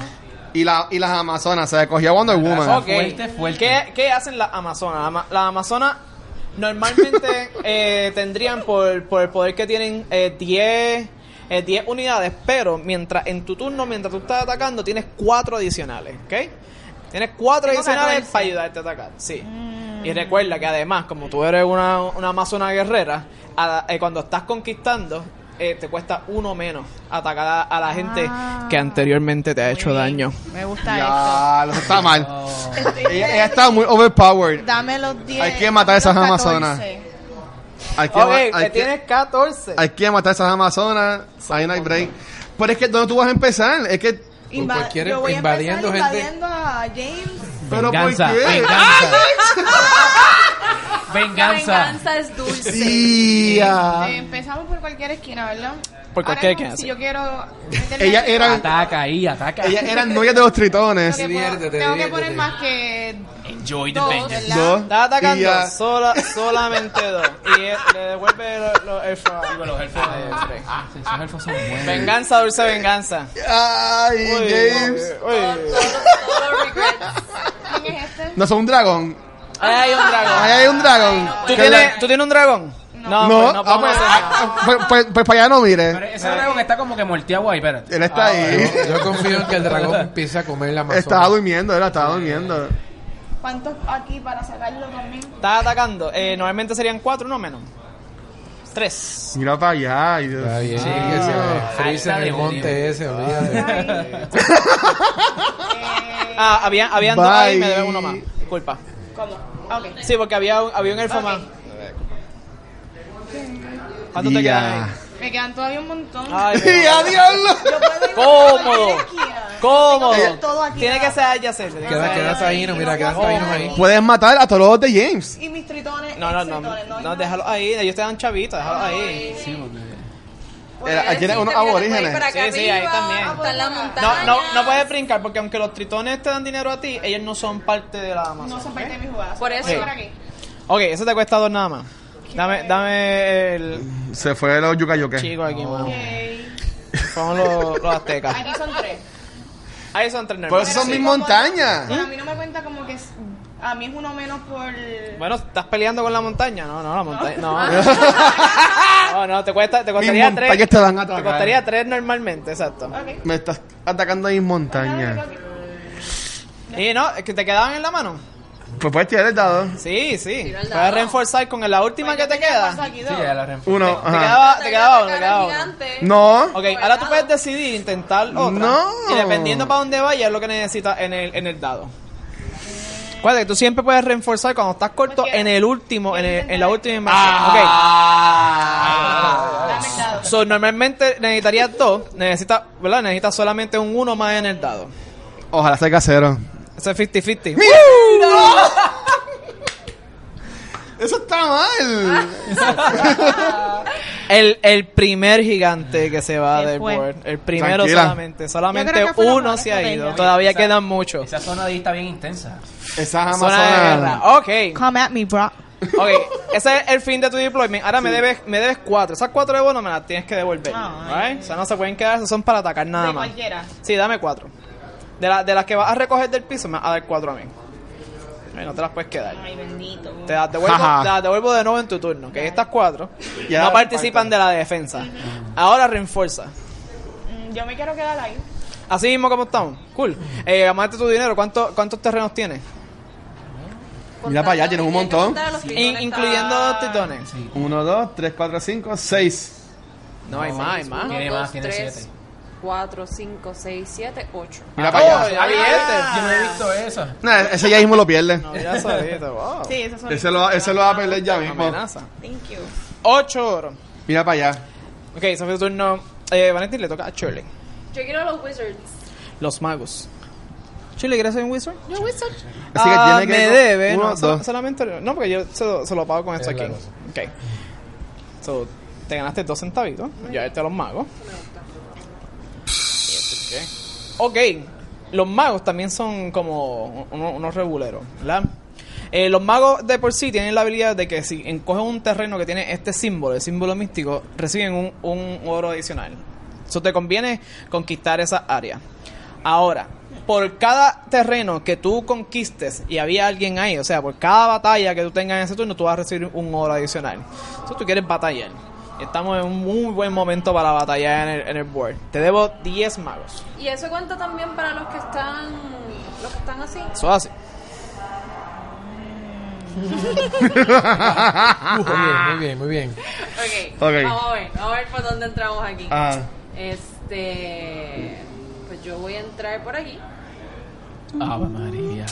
Speaker 1: y, la, y las amazonas, se cogió a Wonder Woman.
Speaker 6: Ok.
Speaker 4: Fuerte, fuerte.
Speaker 6: ¿Qué, qué hacen las amazonas? Ama- Las amazonas normalmente eh, tendrían, por, por el poder que tienen, eh, 10 eh, 10 unidades, pero mientras en tu turno, mientras tú estás atacando, tienes 4 adicionales, ¿ok? Tienes 4
Speaker 2: Tengo Mm.
Speaker 6: adicionales
Speaker 2: 14.
Speaker 6: para ayudarte a atacar, sí. Y recuerda que además, como tú eres una, una amazona guerrera, a- eh, cuando estás conquistando, eh, te cuesta uno menos atacar a, a la gente que anteriormente te ha hecho
Speaker 2: Ah. Muy bien.
Speaker 6: daño.
Speaker 2: Me gusta
Speaker 1: Ya, eso está mal.
Speaker 4: Oh,
Speaker 1: Ella, ella está muy overpowered.
Speaker 2: esto. Dame los 10.
Speaker 1: Hay que matar
Speaker 2: dame
Speaker 1: esas
Speaker 2: los
Speaker 1: amazonas.
Speaker 2: 14.
Speaker 1: Hay que,
Speaker 6: Ok,
Speaker 1: hay
Speaker 6: que
Speaker 1: que-
Speaker 6: tienes 14.
Speaker 1: hay que matar esas amazonas. Ahí no hay break. Pero es que, ¿dónde tú vas a empezar? Es que.
Speaker 2: Inva-
Speaker 5: cualquier-
Speaker 2: yo voy a empezar
Speaker 5: invadiendo gente.
Speaker 2: invadiendo a James.
Speaker 1: ¿Pero
Speaker 4: Venganza,
Speaker 1: por qué?
Speaker 4: venganza.
Speaker 7: La
Speaker 4: venganza.
Speaker 7: venganza es dulce.
Speaker 1: Sí, ya.
Speaker 2: Eh, empezamos por cualquier esquina, ¿verdad?
Speaker 6: Por
Speaker 2: Ahora
Speaker 6: cualquier
Speaker 2: mismo,
Speaker 6: esquina,
Speaker 2: Si
Speaker 6: sí.
Speaker 2: yo quiero. meterle-
Speaker 1: Ellas eran,
Speaker 4: Ataca ahí, ataca.
Speaker 1: ellas eran novias de los
Speaker 2: Lo
Speaker 1: tritones.
Speaker 2: que puedo-
Speaker 5: Diviértete,
Speaker 2: Tengo que
Speaker 5: diviértete.
Speaker 2: poner más que
Speaker 4: Enjoy the
Speaker 2: dos,
Speaker 4: vengeance.
Speaker 2: ¿verdad?
Speaker 1: Dos.
Speaker 6: Está atacando
Speaker 1: Y ya.
Speaker 6: sola, solamente dos. Y él le devuelve los lo, el fra-
Speaker 4: Los elfos, eh,
Speaker 6: tres.
Speaker 4: sí, esos elfos son buenos.
Speaker 6: Venganza, dulce venganza.
Speaker 1: Ay,
Speaker 6: Uy,
Speaker 1: James.
Speaker 6: uy, uy.
Speaker 2: ¿Quién es este?
Speaker 1: No son un dragón.
Speaker 6: Ahí hay un dragón.
Speaker 1: Ahí hay un dragón.
Speaker 6: ¿Tú
Speaker 1: Que
Speaker 6: tienes,
Speaker 1: la-
Speaker 6: ¿Tú tienes un dragón? pues, No,
Speaker 1: No,
Speaker 6: pues, no
Speaker 1: ah,
Speaker 6: podemos
Speaker 1: pues,
Speaker 6: hacer nada.
Speaker 1: ah, pues, pues- pues para allá no
Speaker 4: Pero
Speaker 1: mire.
Speaker 4: ese dragón está como que molteado ahí, espérate. Ah,
Speaker 1: Él está ahí.
Speaker 5: Yo, yo confío en que el dragón empiece a comer la amazona.
Speaker 1: Estaba durmiendo, él estaba durmiendo.
Speaker 2: ¿Cuántos aquí para sacarlo también?
Speaker 6: Estás atacando. Eh, normalmente serían cuatro, no menos. Tres.
Speaker 1: Mira para allá. y-
Speaker 5: Está bien.
Speaker 1: Sí.
Speaker 5: ese,
Speaker 4: Ah,
Speaker 5: Freezer en
Speaker 4: está
Speaker 5: el
Speaker 4: de
Speaker 5: monte
Speaker 4: bonito.
Speaker 5: ese, olvídate.
Speaker 6: Ah, había, habían dos ahí,
Speaker 1: Bye.
Speaker 6: me deben uno más. Disculpa.
Speaker 2: ¿Cómo? Ah, Ok.
Speaker 6: Sí, porque había, un- había un elfo más. ¿Cuánto te
Speaker 1: Ya.
Speaker 6: quedan ahí?
Speaker 2: Me quedan todavía un montón.
Speaker 6: Ay,
Speaker 1: ¡Y a diablo!
Speaker 2: Yo puedo ir
Speaker 6: Ah, Cómodo.
Speaker 2: a cualquier esquina.
Speaker 6: Cómodo.
Speaker 2: Tengo todo aquí.
Speaker 6: Tiene que ser adyacente. tiene que
Speaker 5: Queda,
Speaker 6: ser
Speaker 5: queda
Speaker 6: adyacente.
Speaker 5: Taíno, mira, queda Taíno ahí.
Speaker 1: Puedes matar a todos los de James.
Speaker 2: Y mis tritones.
Speaker 6: No, no, no,
Speaker 2: exitones,
Speaker 6: no, déjalo ahí, ellos te dan chavitas, déjalo ahí.
Speaker 1: Era- aquí eran unos aborígenes.
Speaker 6: Sí, sí, ahí también.
Speaker 7: Están las montañas.
Speaker 6: No, no, no puedes brincar porque aunque los tritones te dan dinero a ti, ellos no son parte de la Amazon.
Speaker 2: No son parte de mi jugada.
Speaker 7: Por eso.
Speaker 2: Sí. Ahora aquí.
Speaker 6: Ok, eso te cuesta dos nada más. Dame, dame el
Speaker 1: Se fue los yucayoques.
Speaker 6: chico aquí, mano.
Speaker 2: Ok.
Speaker 6: Son los, los aztecas.
Speaker 2: Aquí son tres.
Speaker 6: Ahí son tres
Speaker 1: Por
Speaker 6: nervios.
Speaker 1: eso son
Speaker 2: sí,
Speaker 1: mis
Speaker 2: como-
Speaker 1: montañas.
Speaker 2: Pero a mí no me cuenta como que es- a mí es uno menos por.
Speaker 6: Bueno, ¿estás peleando con la montaña? No, no, la montaña, no. No, no, te cuesta, te
Speaker 1: Mis
Speaker 6: costaría
Speaker 1: montañas
Speaker 6: tres.
Speaker 1: te van a
Speaker 6: Te
Speaker 1: atacar.
Speaker 6: costaría tres normalmente, exacto.
Speaker 2: Ok.
Speaker 1: Me estás atacando a mis montañas.
Speaker 6: Y no, es que te quedaban en la mano.
Speaker 1: Pues puedes tirar el dado.
Speaker 6: Sí, sí.
Speaker 3: al
Speaker 6: Puedes
Speaker 3: dado.
Speaker 6: reforzar con la
Speaker 2: Pues
Speaker 6: última que te queda.
Speaker 2: Aquí
Speaker 4: Sí,
Speaker 2: dos.
Speaker 4: ya la reemplazó.
Speaker 1: Uno.
Speaker 6: Te
Speaker 1: ajá.
Speaker 6: quedaba, te quedaba uno, te quedaba uno.
Speaker 1: No.
Speaker 6: Ok, ahora tú puedes decidir intentar otra.
Speaker 1: No.
Speaker 6: Y dependiendo para dónde vayas es lo que necesitas en el, en el dado. Acuérdate que tú siempre puedes reforzar cuando estás corto
Speaker 2: Cualquiera.
Speaker 6: en el último, en, el- en la última imagen.
Speaker 2: Ah. Dame el dado.
Speaker 6: Ok. So, normalmente necesitarías dos, necesitas, ¿verdad? Necesitas solamente un uno más en el dado.
Speaker 1: Ojalá salga cero.
Speaker 6: Eso es 50-50.
Speaker 1: Eso está
Speaker 6: Ah.
Speaker 1: mal.
Speaker 6: El, el primer gigante que se va
Speaker 2: Se
Speaker 6: del
Speaker 2: fue.
Speaker 6: board. El primero
Speaker 1: Tranquila.
Speaker 6: solamente. Solamente
Speaker 2: Yo creo que fue la
Speaker 6: uno
Speaker 2: mejor
Speaker 6: se ha ido.
Speaker 2: estrategia.
Speaker 6: Todavía quedan muchos.
Speaker 4: Esa zona de ahí está bien intensa.
Speaker 1: Esa jamás
Speaker 6: Zona de guerra. Ok.
Speaker 2: Come at me, bro.
Speaker 6: Ok, ese es el fin de tu deployment. Ahora me debes me debes cuatro. Esas cuatro de bono me las tienes que devolver.
Speaker 2: Ay.
Speaker 6: Right? O sea, no se pueden quedar, esas son para atacar nada
Speaker 2: Ah, De
Speaker 6: más.
Speaker 2: cualquiera.
Speaker 6: Sí, dame cuatro. De, la- de las que vas a recoger del piso, me vas a dar cuatro a mí. Ay, no te las puedes quedar.
Speaker 2: Ay, bendito.
Speaker 6: Te las devuelvo,
Speaker 1: Jaja.
Speaker 6: te las devuelvo de nuevo en tu turno. Que estas cuatro
Speaker 1: Ya
Speaker 6: no
Speaker 1: parto.
Speaker 6: participan de la defensa. Ahora reenforza.
Speaker 2: Mm, Yo me quiero quedar ahí.
Speaker 6: Así mismo como estamos. Cool. Eh, amarte tu dinero. ¿Cuánto, ¿Cuántos terrenos tienes?
Speaker 1: Mira para allá, tienes un montón.
Speaker 6: In- incluyendo los titones.
Speaker 1: Uno, dos, tres, cuatro, cinco, seis.
Speaker 6: No, hay más, hay más.
Speaker 4: Tiene más, tiene siete.
Speaker 3: 4, 5, 6, 7, 8.
Speaker 1: Mira
Speaker 6: Oh,
Speaker 1: para allá.
Speaker 6: ya billetes.
Speaker 4: Yo no he visto eso.
Speaker 1: No, ese ya mismo lo pierde.
Speaker 6: No, ya sabía, wow.
Speaker 2: Sí, esas son.
Speaker 1: Ese lo, ese lo va a perder ya mismo.
Speaker 6: Amenaza.
Speaker 2: Thank you.
Speaker 6: 8 oro.
Speaker 1: Mira para allá.
Speaker 6: Ok, eso fue tu turno. Eh, Valentín le toca a Shirley.
Speaker 3: Yo quiero los Wizards.
Speaker 6: Los magos. Shirley, ¿quieres ser un wizard?
Speaker 3: Yo Wizard.
Speaker 1: Así que
Speaker 6: Ah,
Speaker 1: tiene que.
Speaker 6: me debe.
Speaker 1: Uno,
Speaker 6: no, sol-
Speaker 1: dos.
Speaker 6: solamente. No, porque yo se lo, se lo pago con esto aquí. Ok. So, te ganaste dos centavitos. Ya vete a los magos. Ok. Los magos también son como uno- unos reguleros, ¿verdad? Eh, los magos de por sí tienen la habilidad de que si encogen un terreno que tiene este símbolo, el símbolo místico, reciben un, un oro adicional. Eso te conviene conquistar esa área. Ahora, por cada terreno que tú conquistes y había alguien ahí, o sea, por cada batalla que tú tengas en ese turno, tú vas a recibir un oro adicional. Entonces tú quieres batallar. Estamos en un muy buen momento para batallar en el, en el board. Te debo 10 magos.
Speaker 3: Y eso cuenta también para los que están. Los que están así.
Speaker 6: Eso hace.
Speaker 1: Ah.
Speaker 5: Muy bien, muy bien, muy bien.
Speaker 3: Ok.
Speaker 1: Ok.
Speaker 3: Vamos a ver, vamos a ver por dónde entramos aquí.
Speaker 1: Ah,
Speaker 3: Este. Pues yo voy a entrar por aquí.
Speaker 4: Ave María.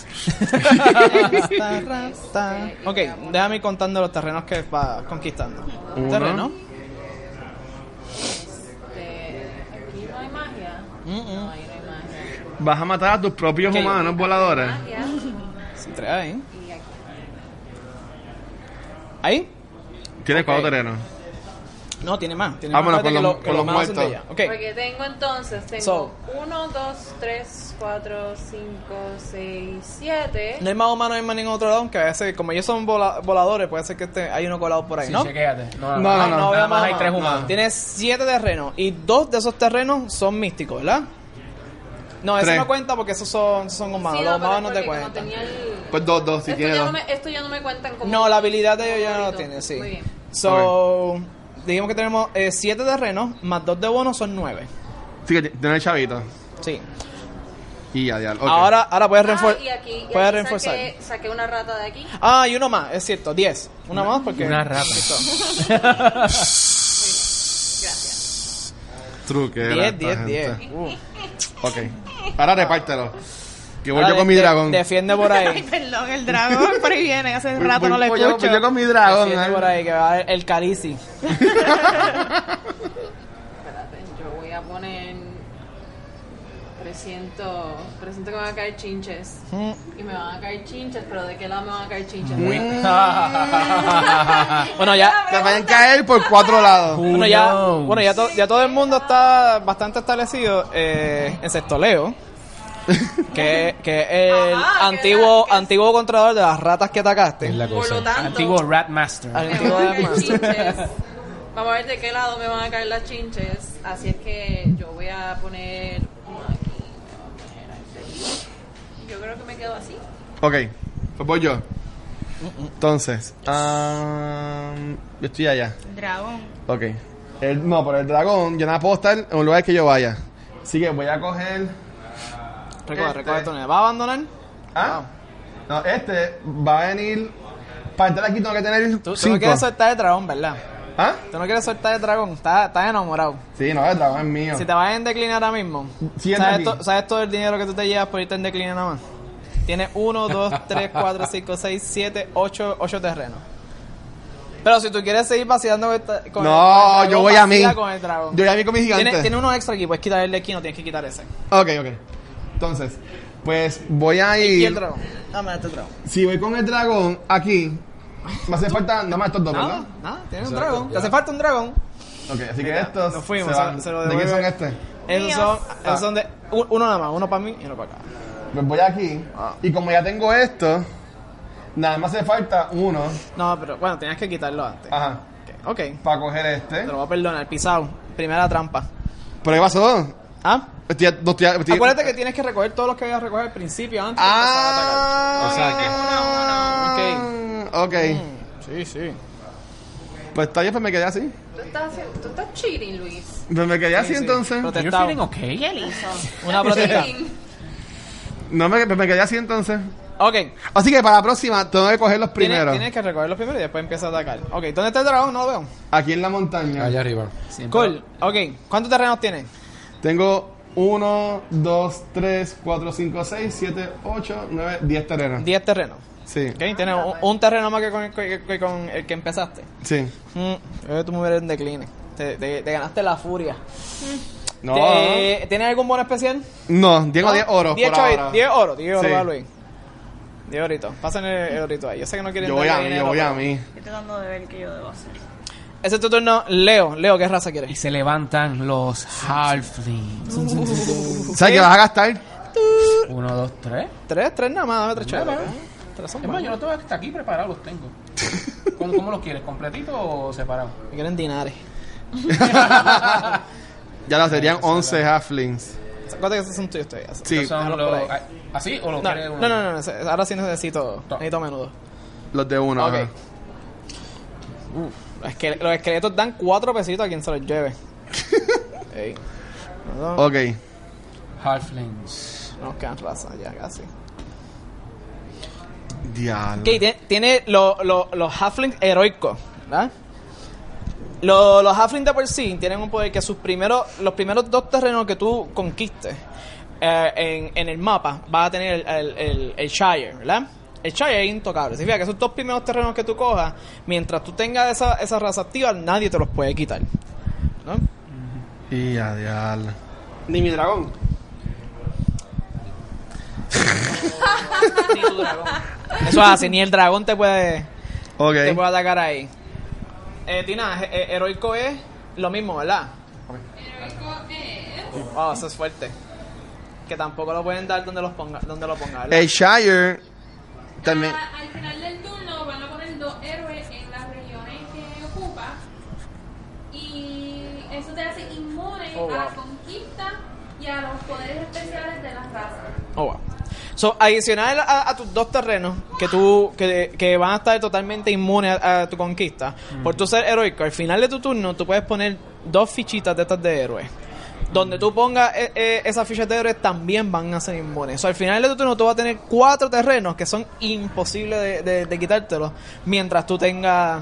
Speaker 6: Ok, déjame ir contando los terrenos que vas conquistando.
Speaker 1: Uno.
Speaker 6: Terreno.
Speaker 3: Este, aquí no hay magia. No, ahí no hay magia.
Speaker 1: vas a matar a tus propios
Speaker 6: Ok.
Speaker 1: humanos voladores.
Speaker 3: Magia.
Speaker 6: Tres ahí.
Speaker 3: Y aquí.
Speaker 6: ¿Ahí?
Speaker 1: Tienes
Speaker 6: Ok.
Speaker 1: cuatro terrenos.
Speaker 6: No, tiene más. Tiene
Speaker 1: Vámonos
Speaker 6: más Acuérdate
Speaker 1: con los-
Speaker 6: que
Speaker 1: con los
Speaker 6: magos son de
Speaker 1: muertos.
Speaker 6: ella. Ok.
Speaker 3: Porque tengo entonces,
Speaker 6: So.
Speaker 3: tengo 1, 2, 3, 4, 5, 6, 7.
Speaker 6: No hay más humano, no hay más ningún otro lado, aunque a veces, como ellos son vola- voladores, puede ser que este- hay uno colado por ahí,
Speaker 4: Sí,
Speaker 6: ¿no?
Speaker 4: chequéate. No,
Speaker 1: No, no, no.
Speaker 4: Nada
Speaker 6: veo
Speaker 4: más
Speaker 6: más
Speaker 4: hay tres
Speaker 6: humanos.
Speaker 4: humanos.
Speaker 6: Tienes siete terrenos y dos de esos terrenos son místicos, ¿verdad? No, eso
Speaker 1: Tres.
Speaker 6: no cuenta porque esos son, esos son humanos. Los humanos no te cuentan.
Speaker 1: Pues dos, dos, si
Speaker 3: esto,
Speaker 1: tienes
Speaker 3: ya no
Speaker 1: dos.
Speaker 3: me, esto ya no me cuentan como.
Speaker 6: No, la habilidad de ellos ya no lo
Speaker 3: favorito.
Speaker 6: tiene, sí.
Speaker 3: Muy bien.
Speaker 6: So, digamos que tenemos eh, siete terrenos más dos de bonos son nueve.
Speaker 1: Sí, que tienes chavitos.
Speaker 6: Sí.
Speaker 1: Y ya, ya, ok.
Speaker 6: Ahora, ahora puedes,
Speaker 3: Ah,
Speaker 6: reenfor-
Speaker 3: y aquí, y aquí
Speaker 6: puedes
Speaker 3: saqué-
Speaker 6: reforzar.
Speaker 3: Saqué una rata de aquí.
Speaker 6: Ah, y uno más, es cierto, 10. Una, más porque.
Speaker 4: Una rata.
Speaker 3: Gracias.
Speaker 1: Truque.
Speaker 6: 10, 10, 10.
Speaker 1: Ok. Ahora repártelo. Que voy
Speaker 6: Ahora
Speaker 1: yo con
Speaker 6: de-
Speaker 1: mi
Speaker 6: de-
Speaker 1: dragón.
Speaker 6: Defiende por
Speaker 2: Ay,
Speaker 6: ahí.
Speaker 2: perdón, el dragón por ahí viene, hace
Speaker 1: Voy-
Speaker 2: rato no lo
Speaker 1: voy- voy yo-
Speaker 2: escucho.
Speaker 1: voy yo con mi dragón.
Speaker 6: Defiende
Speaker 1: ¿eh?
Speaker 6: por ahí, que va el carici.
Speaker 3: Espérate, yo voy a poner. Presiento, presiento que me van a caer chinches.
Speaker 1: Mm.
Speaker 3: Y me van a caer chinches, pero ¿de qué lado me van a caer chinches?
Speaker 6: Bueno, ya.
Speaker 1: Te van a caer por cuatro lados.
Speaker 6: Bueno, ya,
Speaker 4: knows?
Speaker 6: bueno ya, to- ya todo el mundo está bastante establecido eh, en Sextoleo, que, que es el
Speaker 3: Ajá, que
Speaker 6: antiguo,
Speaker 3: era- que-
Speaker 6: antiguo controlador de las ratas que atacaste.
Speaker 5: Es la
Speaker 3: Por
Speaker 5: cosa.
Speaker 3: lo tanto,
Speaker 4: Antiguo Rat Master.
Speaker 3: me
Speaker 6: Antiguo
Speaker 3: van a caer
Speaker 6: además.
Speaker 3: chinches. Vamos a ver de qué lado me van a caer las chinches. Así es que yo voy a poner uno aquí, me voy a poner aquí. Yo creo que me quedo así.
Speaker 1: Ok. Pues voy yo. Entonces. am, yo estoy allá.
Speaker 2: Dragón.
Speaker 1: Ok. El- no, pero el dragón yo no puedo estar en un lugar que yo vaya. Así que voy a coger...
Speaker 6: Recoge,
Speaker 1: Este.
Speaker 6: recoge tu nena. ¿Va a abandonar?
Speaker 1: ¿Ah? No, este va a venir... Para entrar aquí tengo que tener
Speaker 6: Tú, tú no
Speaker 1: cinco.
Speaker 6: quieres soltar el dragón, ¿verdad?
Speaker 1: ¿Ah?
Speaker 6: Tú no quieres soltar el dragón, estás, estás enamorado.
Speaker 1: Sí, no, el dragón es mío.
Speaker 6: Si te vas en decline ahora mismo,
Speaker 1: Siente
Speaker 6: ¿sabes,
Speaker 1: aquí.
Speaker 6: to- sabes todo el dinero que tú te llevas por irte en decline nada más? Tienes 1, 2, 3, 4, 5, 6, 7, 8, 8 terrenos. Pero si tú quieres seguir vaciando con, esta- con
Speaker 1: No,
Speaker 6: el- con el dragón,
Speaker 1: yo voy a mí.
Speaker 6: vacía con el dragón.
Speaker 1: Yo voy a mí con mi gigante.
Speaker 6: Tiene, tiene uno extra aquí, puedes quitar el de aquí, no tienes que quitar ese.
Speaker 1: Ok, ok. Entonces, pues voy a ir...
Speaker 6: Y el dragón. Dame este dragón.
Speaker 1: Si voy con el dragón aquí, me hace falta nada más estos dos,
Speaker 6: Nada,
Speaker 1: ¿verdad?
Speaker 6: nada, tienes un
Speaker 1: Exacto,
Speaker 6: dragón. Te
Speaker 1: ya.
Speaker 6: hace falta un dragón.
Speaker 1: Ok, así que
Speaker 6: Ya,
Speaker 1: estos.
Speaker 6: nos fuimos,
Speaker 1: se
Speaker 6: se-
Speaker 1: van.
Speaker 6: se lo
Speaker 1: ¿De quién son este? estos?
Speaker 6: devuelve. Esos
Speaker 2: Míos.
Speaker 6: son,
Speaker 1: Ah.
Speaker 6: esos son de. un- Uno nada más, uno para mí y uno para acá.
Speaker 1: Pues voy aquí.
Speaker 6: Ah.
Speaker 1: Y como ya tengo esto, nada más hace falta uno.
Speaker 6: No, pero bueno, tenías que quitarlo antes.
Speaker 1: Ajá.
Speaker 6: Ok, ok.
Speaker 1: Para coger este.
Speaker 6: Te lo voy a perdonar, pisado. Primera trampa.
Speaker 1: ¿Pero qué pasó?
Speaker 6: ¿Ah?
Speaker 1: Estoy, no estoy, estoy-
Speaker 6: Acuérdate que tienes que recoger todos los que habías recogido al principio antes de empezar a atacar.
Speaker 1: Ah.
Speaker 4: O sea
Speaker 1: que.
Speaker 4: que-
Speaker 1: Ok.
Speaker 6: Mm.
Speaker 1: Ah.
Speaker 6: Sí, sí.
Speaker 1: Pues está bien, pues me quedé así.
Speaker 3: Tú estás, haciendo- tú estás cheating, Luis.
Speaker 1: Pues me quedé así
Speaker 6: sí.
Speaker 1: entonces.
Speaker 6: Pero te-
Speaker 4: You're
Speaker 6: Tao.
Speaker 4: feeling okay?
Speaker 6: Una protesta.
Speaker 3: Cheating.
Speaker 1: No me, pues me quedé así entonces.
Speaker 6: Ok.
Speaker 1: Así que para la próxima tengo que coger los
Speaker 6: Tienes,
Speaker 1: primeros.
Speaker 6: tienes que recogerlos primero y después empieza a atacar. Ok, ¿dónde está el dragón? No lo veo.
Speaker 1: Aquí en la montaña.
Speaker 5: Allá arriba.
Speaker 6: Cool. Ok, ¿cuántos terrenos tienes?
Speaker 1: Tengo 1, 2, 3, 4, 5, 6, 7, 8, 9, 10 terrenos.
Speaker 6: 10 terrenos.
Speaker 1: Sí,
Speaker 6: Ok, tienes un, un terreno más que con, el- que- que con el que empezaste.
Speaker 1: sí.
Speaker 6: Mm, yo creo que tú me hubieras en decline. Te, te- te ganaste la furia.
Speaker 1: No,
Speaker 6: Te- ¿Tienes algún bono especial?
Speaker 1: no, tengo 10 oros
Speaker 6: 10
Speaker 1: por ahora.
Speaker 6: 10 oro, 10 oro
Speaker 1: Sí.
Speaker 6: para Luis. 10 oritos. Pasen el, el orito ahí. Yo sé que no quieren
Speaker 1: Yo voy a mí,
Speaker 6: darle
Speaker 1: yo
Speaker 6: dinero,
Speaker 1: voy a
Speaker 6: pero-
Speaker 1: mí.
Speaker 2: Estoy tratando de ver qué yo debo hacer.
Speaker 6: Ese es tu turno. Leo, Leo, ¿qué raza
Speaker 4: Y
Speaker 6: quieres?
Speaker 4: se levantan los Halflings.
Speaker 1: ¿Sabes que vas a gastar?
Speaker 4: Uno, dos, tres.
Speaker 6: Tres, tres nada más, dame tres chéveres. ¿eh?
Speaker 4: nada.
Speaker 6: Tres son
Speaker 4: Es más, yo los
Speaker 6: buenos.
Speaker 4: tengo hasta aquí preparados, los tengo. ¿Cómo, cómo los quieres? ¿Completito o separado?
Speaker 6: Me quieren dinares.
Speaker 1: Ya lo serían 11 halflings.
Speaker 6: Acuérdate que esos son tuyos todavía.
Speaker 1: Sí.
Speaker 4: Esos son
Speaker 6: déjalos
Speaker 4: los- ah,
Speaker 6: por ahí.
Speaker 4: ¿Así o los
Speaker 6: No,
Speaker 4: quieres uno?
Speaker 6: no, no, no, ese- ahora sí necesito,
Speaker 4: No.
Speaker 6: necesito menudo.
Speaker 1: Los de uno.
Speaker 6: Ok.
Speaker 1: ajá.
Speaker 6: Uf, los, esqueletos, los esqueletos dan cuatro pesitos a quien se los lleve. Ey. No, no,
Speaker 1: Ok.
Speaker 4: Halflings.
Speaker 6: nos quedan raza ya casi.
Speaker 1: Diablo.
Speaker 6: Ok, tiene, tiene lo- lo- los halflings heroicos, ¿verdad? Lo- los halflings de por sí tienen un poder que sus primeros, los primeros dos terrenos que tú conquistes eh, en, en el mapa vas a tener el, el- el- el Shire, ¿verdad? El Shire es intocable. Significa que esos dos primeros terrenos que tú cojas, mientras tú tengas esa, esa raza activa, nadie te los puede quitar. ¿no?
Speaker 1: Y a diablo.
Speaker 6: Ni mi dragón. ni tu dragón. Eso es así, ni el dragón te puede
Speaker 1: Ok.
Speaker 6: te puedo atacar ahí. Eh, Tina, he- he- heroico es lo mismo, ¿verdad?
Speaker 9: Heroico es.
Speaker 6: Wow, Ah, eso es fuerte. Que tampoco lo pueden dar donde, los ponga, donde lo ponga, ¿verdad?
Speaker 1: El Shire también.
Speaker 9: Ah, al final del turno van a poner dos héroes en las regiones que ocupa. Y eso te hace inmune
Speaker 6: Oh,
Speaker 9: a la
Speaker 6: wow.
Speaker 9: conquista y a los poderes especiales de las razas.
Speaker 6: Oh, wow. So, adicional a, a tus dos terrenos que tú que, que van a estar totalmente inmunes a, a tu conquista, por tu ser heroico, al final de tu turno tú puedes poner dos fichitas de estas de héroe. Donde tú pongas eh, eh, esas fichas de héroes también van a ser inmunes. O sea, al final de tu turno tú vas a tener cuatro terrenos que son imposibles de, de- de quitártelos mientras tú tengas.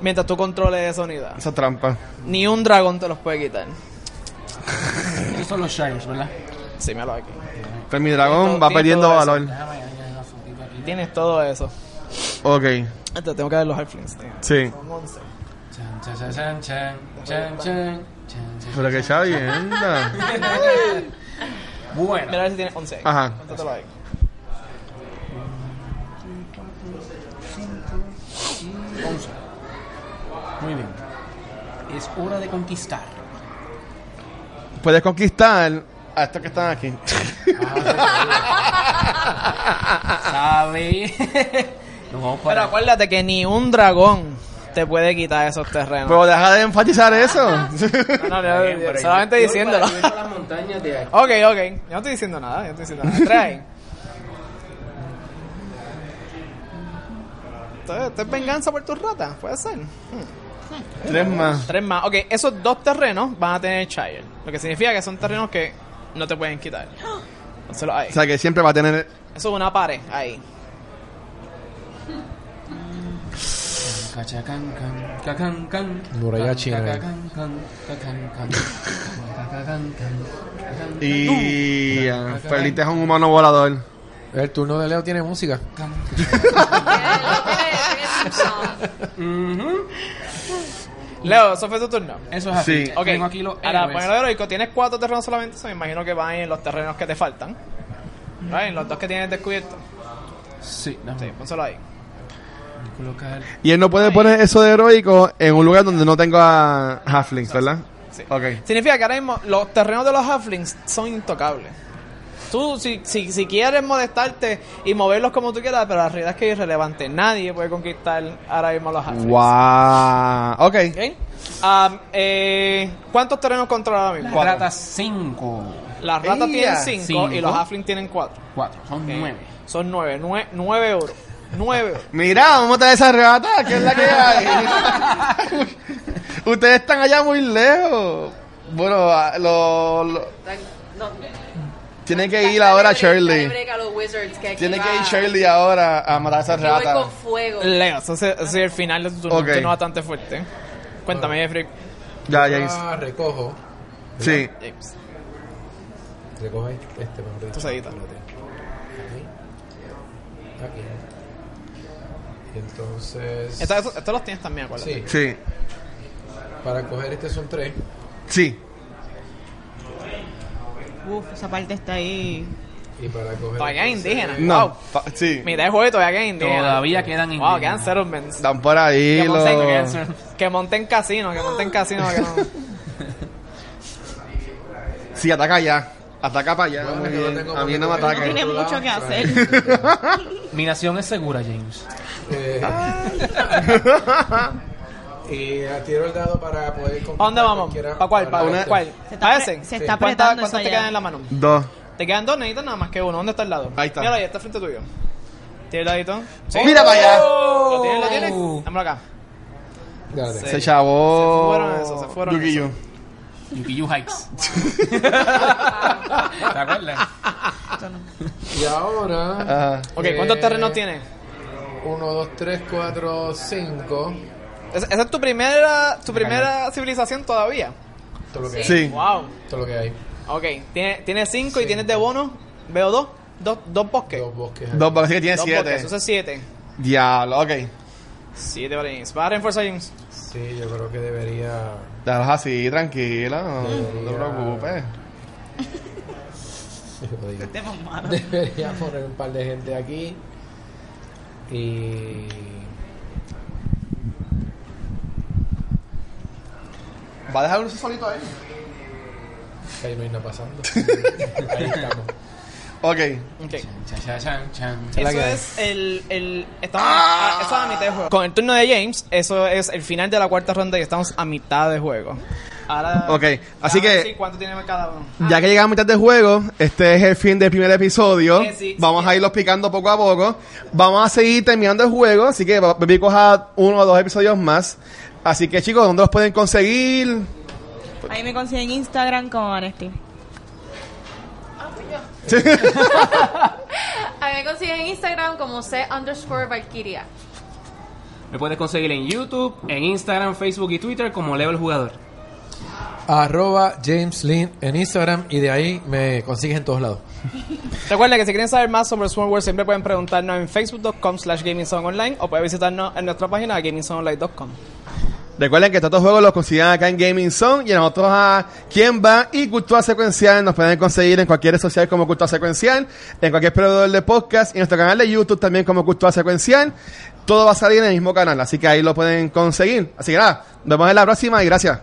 Speaker 6: Mientras tú controles esa unidad.
Speaker 1: Esa trampa.
Speaker 6: Ni un dragón te los puede quitar.
Speaker 4: Esos son los Shires, ¿verdad?
Speaker 6: Sí, me lo aquí.
Speaker 1: Entonces mi dragón
Speaker 6: Tiene
Speaker 1: va
Speaker 6: todo
Speaker 1: perdiendo
Speaker 6: eso.
Speaker 1: valor.
Speaker 4: Déjame añadir una fotito aquí.
Speaker 6: Tienes todo eso.
Speaker 1: Ok,
Speaker 6: Entonces tengo que ver los halflings. tío.
Speaker 1: sí.
Speaker 6: Son 11.
Speaker 4: Chan, chan, chan, chan, chan, chan, chan, chan, chan.
Speaker 1: Pero que ya anda.
Speaker 4: Bueno,
Speaker 6: Mira a ver si tienes 11. ahí.
Speaker 1: Ajá.
Speaker 6: Cuéntatelo ahí.
Speaker 4: once. Muy bien. Es hora de conquistar.
Speaker 1: Puedes conquistar a estos que están aquí.
Speaker 4: ¿Sabe? Nos vamos
Speaker 6: Pero
Speaker 4: para...
Speaker 6: acuérdate que ni un dragón te puede quitar esos terrenos.
Speaker 1: Pero deja de enfatizar eso.
Speaker 6: No, no, no, solamente diciéndolo.
Speaker 4: Yo para las montañas de aquí.
Speaker 6: Ok, ok. Yo no estoy diciendo nada, yo no estoy diciendo nada. Trae. Esto, esto es venganza por tus ratas, puede ser.
Speaker 1: Tres más.
Speaker 6: Tres más. Ok, esos dos terrenos van a tener Child. Lo que significa que son terrenos que no te pueden quitar. Pónselos ahí.
Speaker 1: O sea que siempre va a tener.
Speaker 6: Eso es una pared ahí.
Speaker 4: Cachacán, can, cacán, can.
Speaker 5: Muralla
Speaker 4: Can,
Speaker 5: china.
Speaker 1: eh.
Speaker 4: cacacán, can, cacán, can, cacacán, can,
Speaker 1: Y. eh, Feliz es un humano volador.
Speaker 5: El turno de Leo tiene música.
Speaker 4: can,
Speaker 6: Leo, eso fue tu turno.
Speaker 4: Eso es así.
Speaker 1: Sí.
Speaker 6: Ok,
Speaker 4: Tengo aquí los
Speaker 6: ahora
Speaker 4: héroes.
Speaker 6: para ponerlo heroico, tienes cuatro terrenos solamente, so me imagino que van en los terrenos que te faltan. Right, en los dos que tienes descubiertos.
Speaker 4: Sí, déjame
Speaker 6: Sí, pónselo ahí.
Speaker 4: colocar...
Speaker 1: Y él no puede poner eso de heroico en un lugar donde no tenga halflings, ¿verdad?
Speaker 6: Sí.
Speaker 1: Ok.
Speaker 6: Significa que ahora mismo los terrenos de los halflings son intocables. Tú, si, si, si quieres molestarte y moverlos como tú quieras, pero la realidad es que es irrelevante. Nadie puede conquistar ahora mismo los halflings.
Speaker 1: Wow. Ok.
Speaker 6: Ok. Am, eh, ¿Cuántos terrenos controla ahora mismo?
Speaker 4: Trata 5.
Speaker 6: Las ratas
Speaker 1: Ella.
Speaker 6: tienen cinco, y
Speaker 4: Cinco.
Speaker 6: los halflings tienen cuatro.
Speaker 4: 4, son 9.
Speaker 6: Son nueve. Nue nueve oro. Nueve oro.
Speaker 1: Mira, vamos a matar esa rata, que es la que hay. Ustedes están allá muy lejos. Bueno, a- lo, lo- tienen que ir ahora Shirley. Tiene que ir Shirley ahora a matar a esa
Speaker 3: Yo voy
Speaker 1: rata.
Speaker 3: con fuego.
Speaker 6: Leo, eso es, eso es el final de tu turno.
Speaker 1: Ok.
Speaker 6: Un turno bastante fuerte. Cuéntame, Jeffrey.
Speaker 1: Ya, James.
Speaker 5: Ah, recojo.
Speaker 1: Sí.
Speaker 6: James,
Speaker 5: Recoge este, mejor dicho.
Speaker 6: Tú seguita.
Speaker 5: Aquí. Aquí. Y Entonces.
Speaker 6: Estos, estos- estos los tienes también, acuérdate.
Speaker 5: Sí,
Speaker 1: Sí.
Speaker 5: para coger este son tres.
Speaker 1: Sí.
Speaker 2: Uf, esa parte está ahí.
Speaker 5: Y para coger. este
Speaker 6: Todavía es indígena. Wow.
Speaker 1: No. fa- Sí.
Speaker 6: Mira, el juego todavía quedan indígenas.
Speaker 4: Todavía quedan
Speaker 6: Wow,
Speaker 4: indígenas.
Speaker 6: quedan settlements.
Speaker 1: Dan por ahí
Speaker 6: Que
Speaker 1: los...
Speaker 6: monten, que monten casino, que monten casino. que no-
Speaker 1: Sí, ataca allá. Ataca para allá.
Speaker 5: Bueno,
Speaker 1: Muy
Speaker 5: yo no
Speaker 1: bien.
Speaker 5: tengo
Speaker 1: A mí no me
Speaker 5: porque-
Speaker 1: ataca.
Speaker 2: Tiene
Speaker 5: Controlado,
Speaker 2: mucho que
Speaker 5: claro.
Speaker 2: hacer.
Speaker 4: Mi nación es segura, James.
Speaker 5: Eh, y tiro el dado para poder
Speaker 6: ¿A dónde vamos?
Speaker 5: cualquiera-
Speaker 6: ¿Para cuál? ¿Para
Speaker 1: Una-
Speaker 6: cuál?
Speaker 2: Se está,
Speaker 6: ¿Para
Speaker 2: apre-
Speaker 6: ese?
Speaker 2: se está
Speaker 6: ¿Cuántas-
Speaker 2: apretando
Speaker 6: ¿Cuántas
Speaker 2: eso
Speaker 6: te
Speaker 2: allá.
Speaker 6: quedan en la mano?
Speaker 1: Dos.
Speaker 6: Te quedan dos, necesitas nada más que uno. ¿Dónde está el lado?
Speaker 1: Ahí está.
Speaker 6: Mira, ahí está frente tuyo. Tira el ladito.
Speaker 1: Mira para allá.
Speaker 4: Oh.
Speaker 6: ¿Lo tienes? ¿Lo tienes?
Speaker 2: Oh.
Speaker 6: Dámelo acá.
Speaker 5: Dale.
Speaker 1: Se chavó.
Speaker 6: Se fueron eso, se fueron
Speaker 1: Yuki
Speaker 6: eso.
Speaker 1: Yu.
Speaker 4: Yukiyu Hikes. ¿Te acuerdas?
Speaker 5: Y ahora.
Speaker 1: Ajá.
Speaker 6: Ok,
Speaker 5: Eh,
Speaker 6: ¿cuántos terrenos tienes?
Speaker 5: 1, 2, 3, 4, 5.
Speaker 6: Esa esa es tu primera, tu primera civilización todavía.
Speaker 5: Todo lo que hay.
Speaker 1: Sí.
Speaker 6: Wow.
Speaker 5: Todo lo que hay.
Speaker 6: Ok, tienes tiene cinco y tienes de bono. Veo dos. Dos, dos bosques.
Speaker 5: Dos bosques.
Speaker 1: Dos, porque así que tiene
Speaker 6: Dos bosques,
Speaker 1: siete.
Speaker 6: eso es siete.
Speaker 1: Diablo, ok.
Speaker 6: Siete para James. Va a reforzar James.
Speaker 5: Sí, yo creo que debería.
Speaker 1: Déjalos así, tranquila. No, no te preocupes.
Speaker 5: Debería poner un par de gente aquí. Y.
Speaker 1: Va a dejar uno solito ahí.
Speaker 5: Ahí no hay nada pasando. Ahí estamos.
Speaker 1: Ok.
Speaker 6: Ok.
Speaker 4: Chan, chan, chan, chan.
Speaker 5: la
Speaker 6: Eso
Speaker 5: que hay.
Speaker 6: es el. el estamos a, eso es a mitad de juego. Con el turno de James, eso es el final de la cuarta ronda y estamos a mitad de juego. Ahora.
Speaker 1: Ok, así
Speaker 6: déjame
Speaker 1: que-
Speaker 6: decir ¿Cuánto tiene cada uno?
Speaker 1: Ya que llegamos a mitad de juego, este es el fin del primer episodio.
Speaker 6: Eh, Sí, sí, sí.
Speaker 1: Vamos a irlos picando poco a poco. Vamos a seguir terminando el juego, así que Baby coja uno o dos episodios más. Así que chicos, ¿dónde los pueden conseguir?
Speaker 2: Ahí me consiguen Instagram como Vanesti.
Speaker 7: A mí me consiguen en Instagram como C underscore Valkyria.
Speaker 4: Me puedes conseguir en YouTube, en Instagram, Facebook y Twitter como Leo el Jugador.
Speaker 5: Arroba James Lin en Instagram y de ahí me consigues en todos lados.
Speaker 6: Recuerden que si quieren saber más sobre Swarmware siempre pueden preguntarnos en facebook.com slash gamingzoneonline o pueden visitarnos en nuestra página gamingzoneonline.com.
Speaker 1: Recuerden que todos los juegos los consiguen acá en Gaming Zone y a nosotros a Quién Va y Cultura Secuencial nos pueden conseguir en cualquier red social como Cultura Secuencial, en cualquier proveedor de podcast y en nuestro canal de YouTube también como Cultura Secuencial. Todo va a salir en el mismo canal, así que ahí lo pueden conseguir. Así que nada, nos vemos en la próxima y gracias.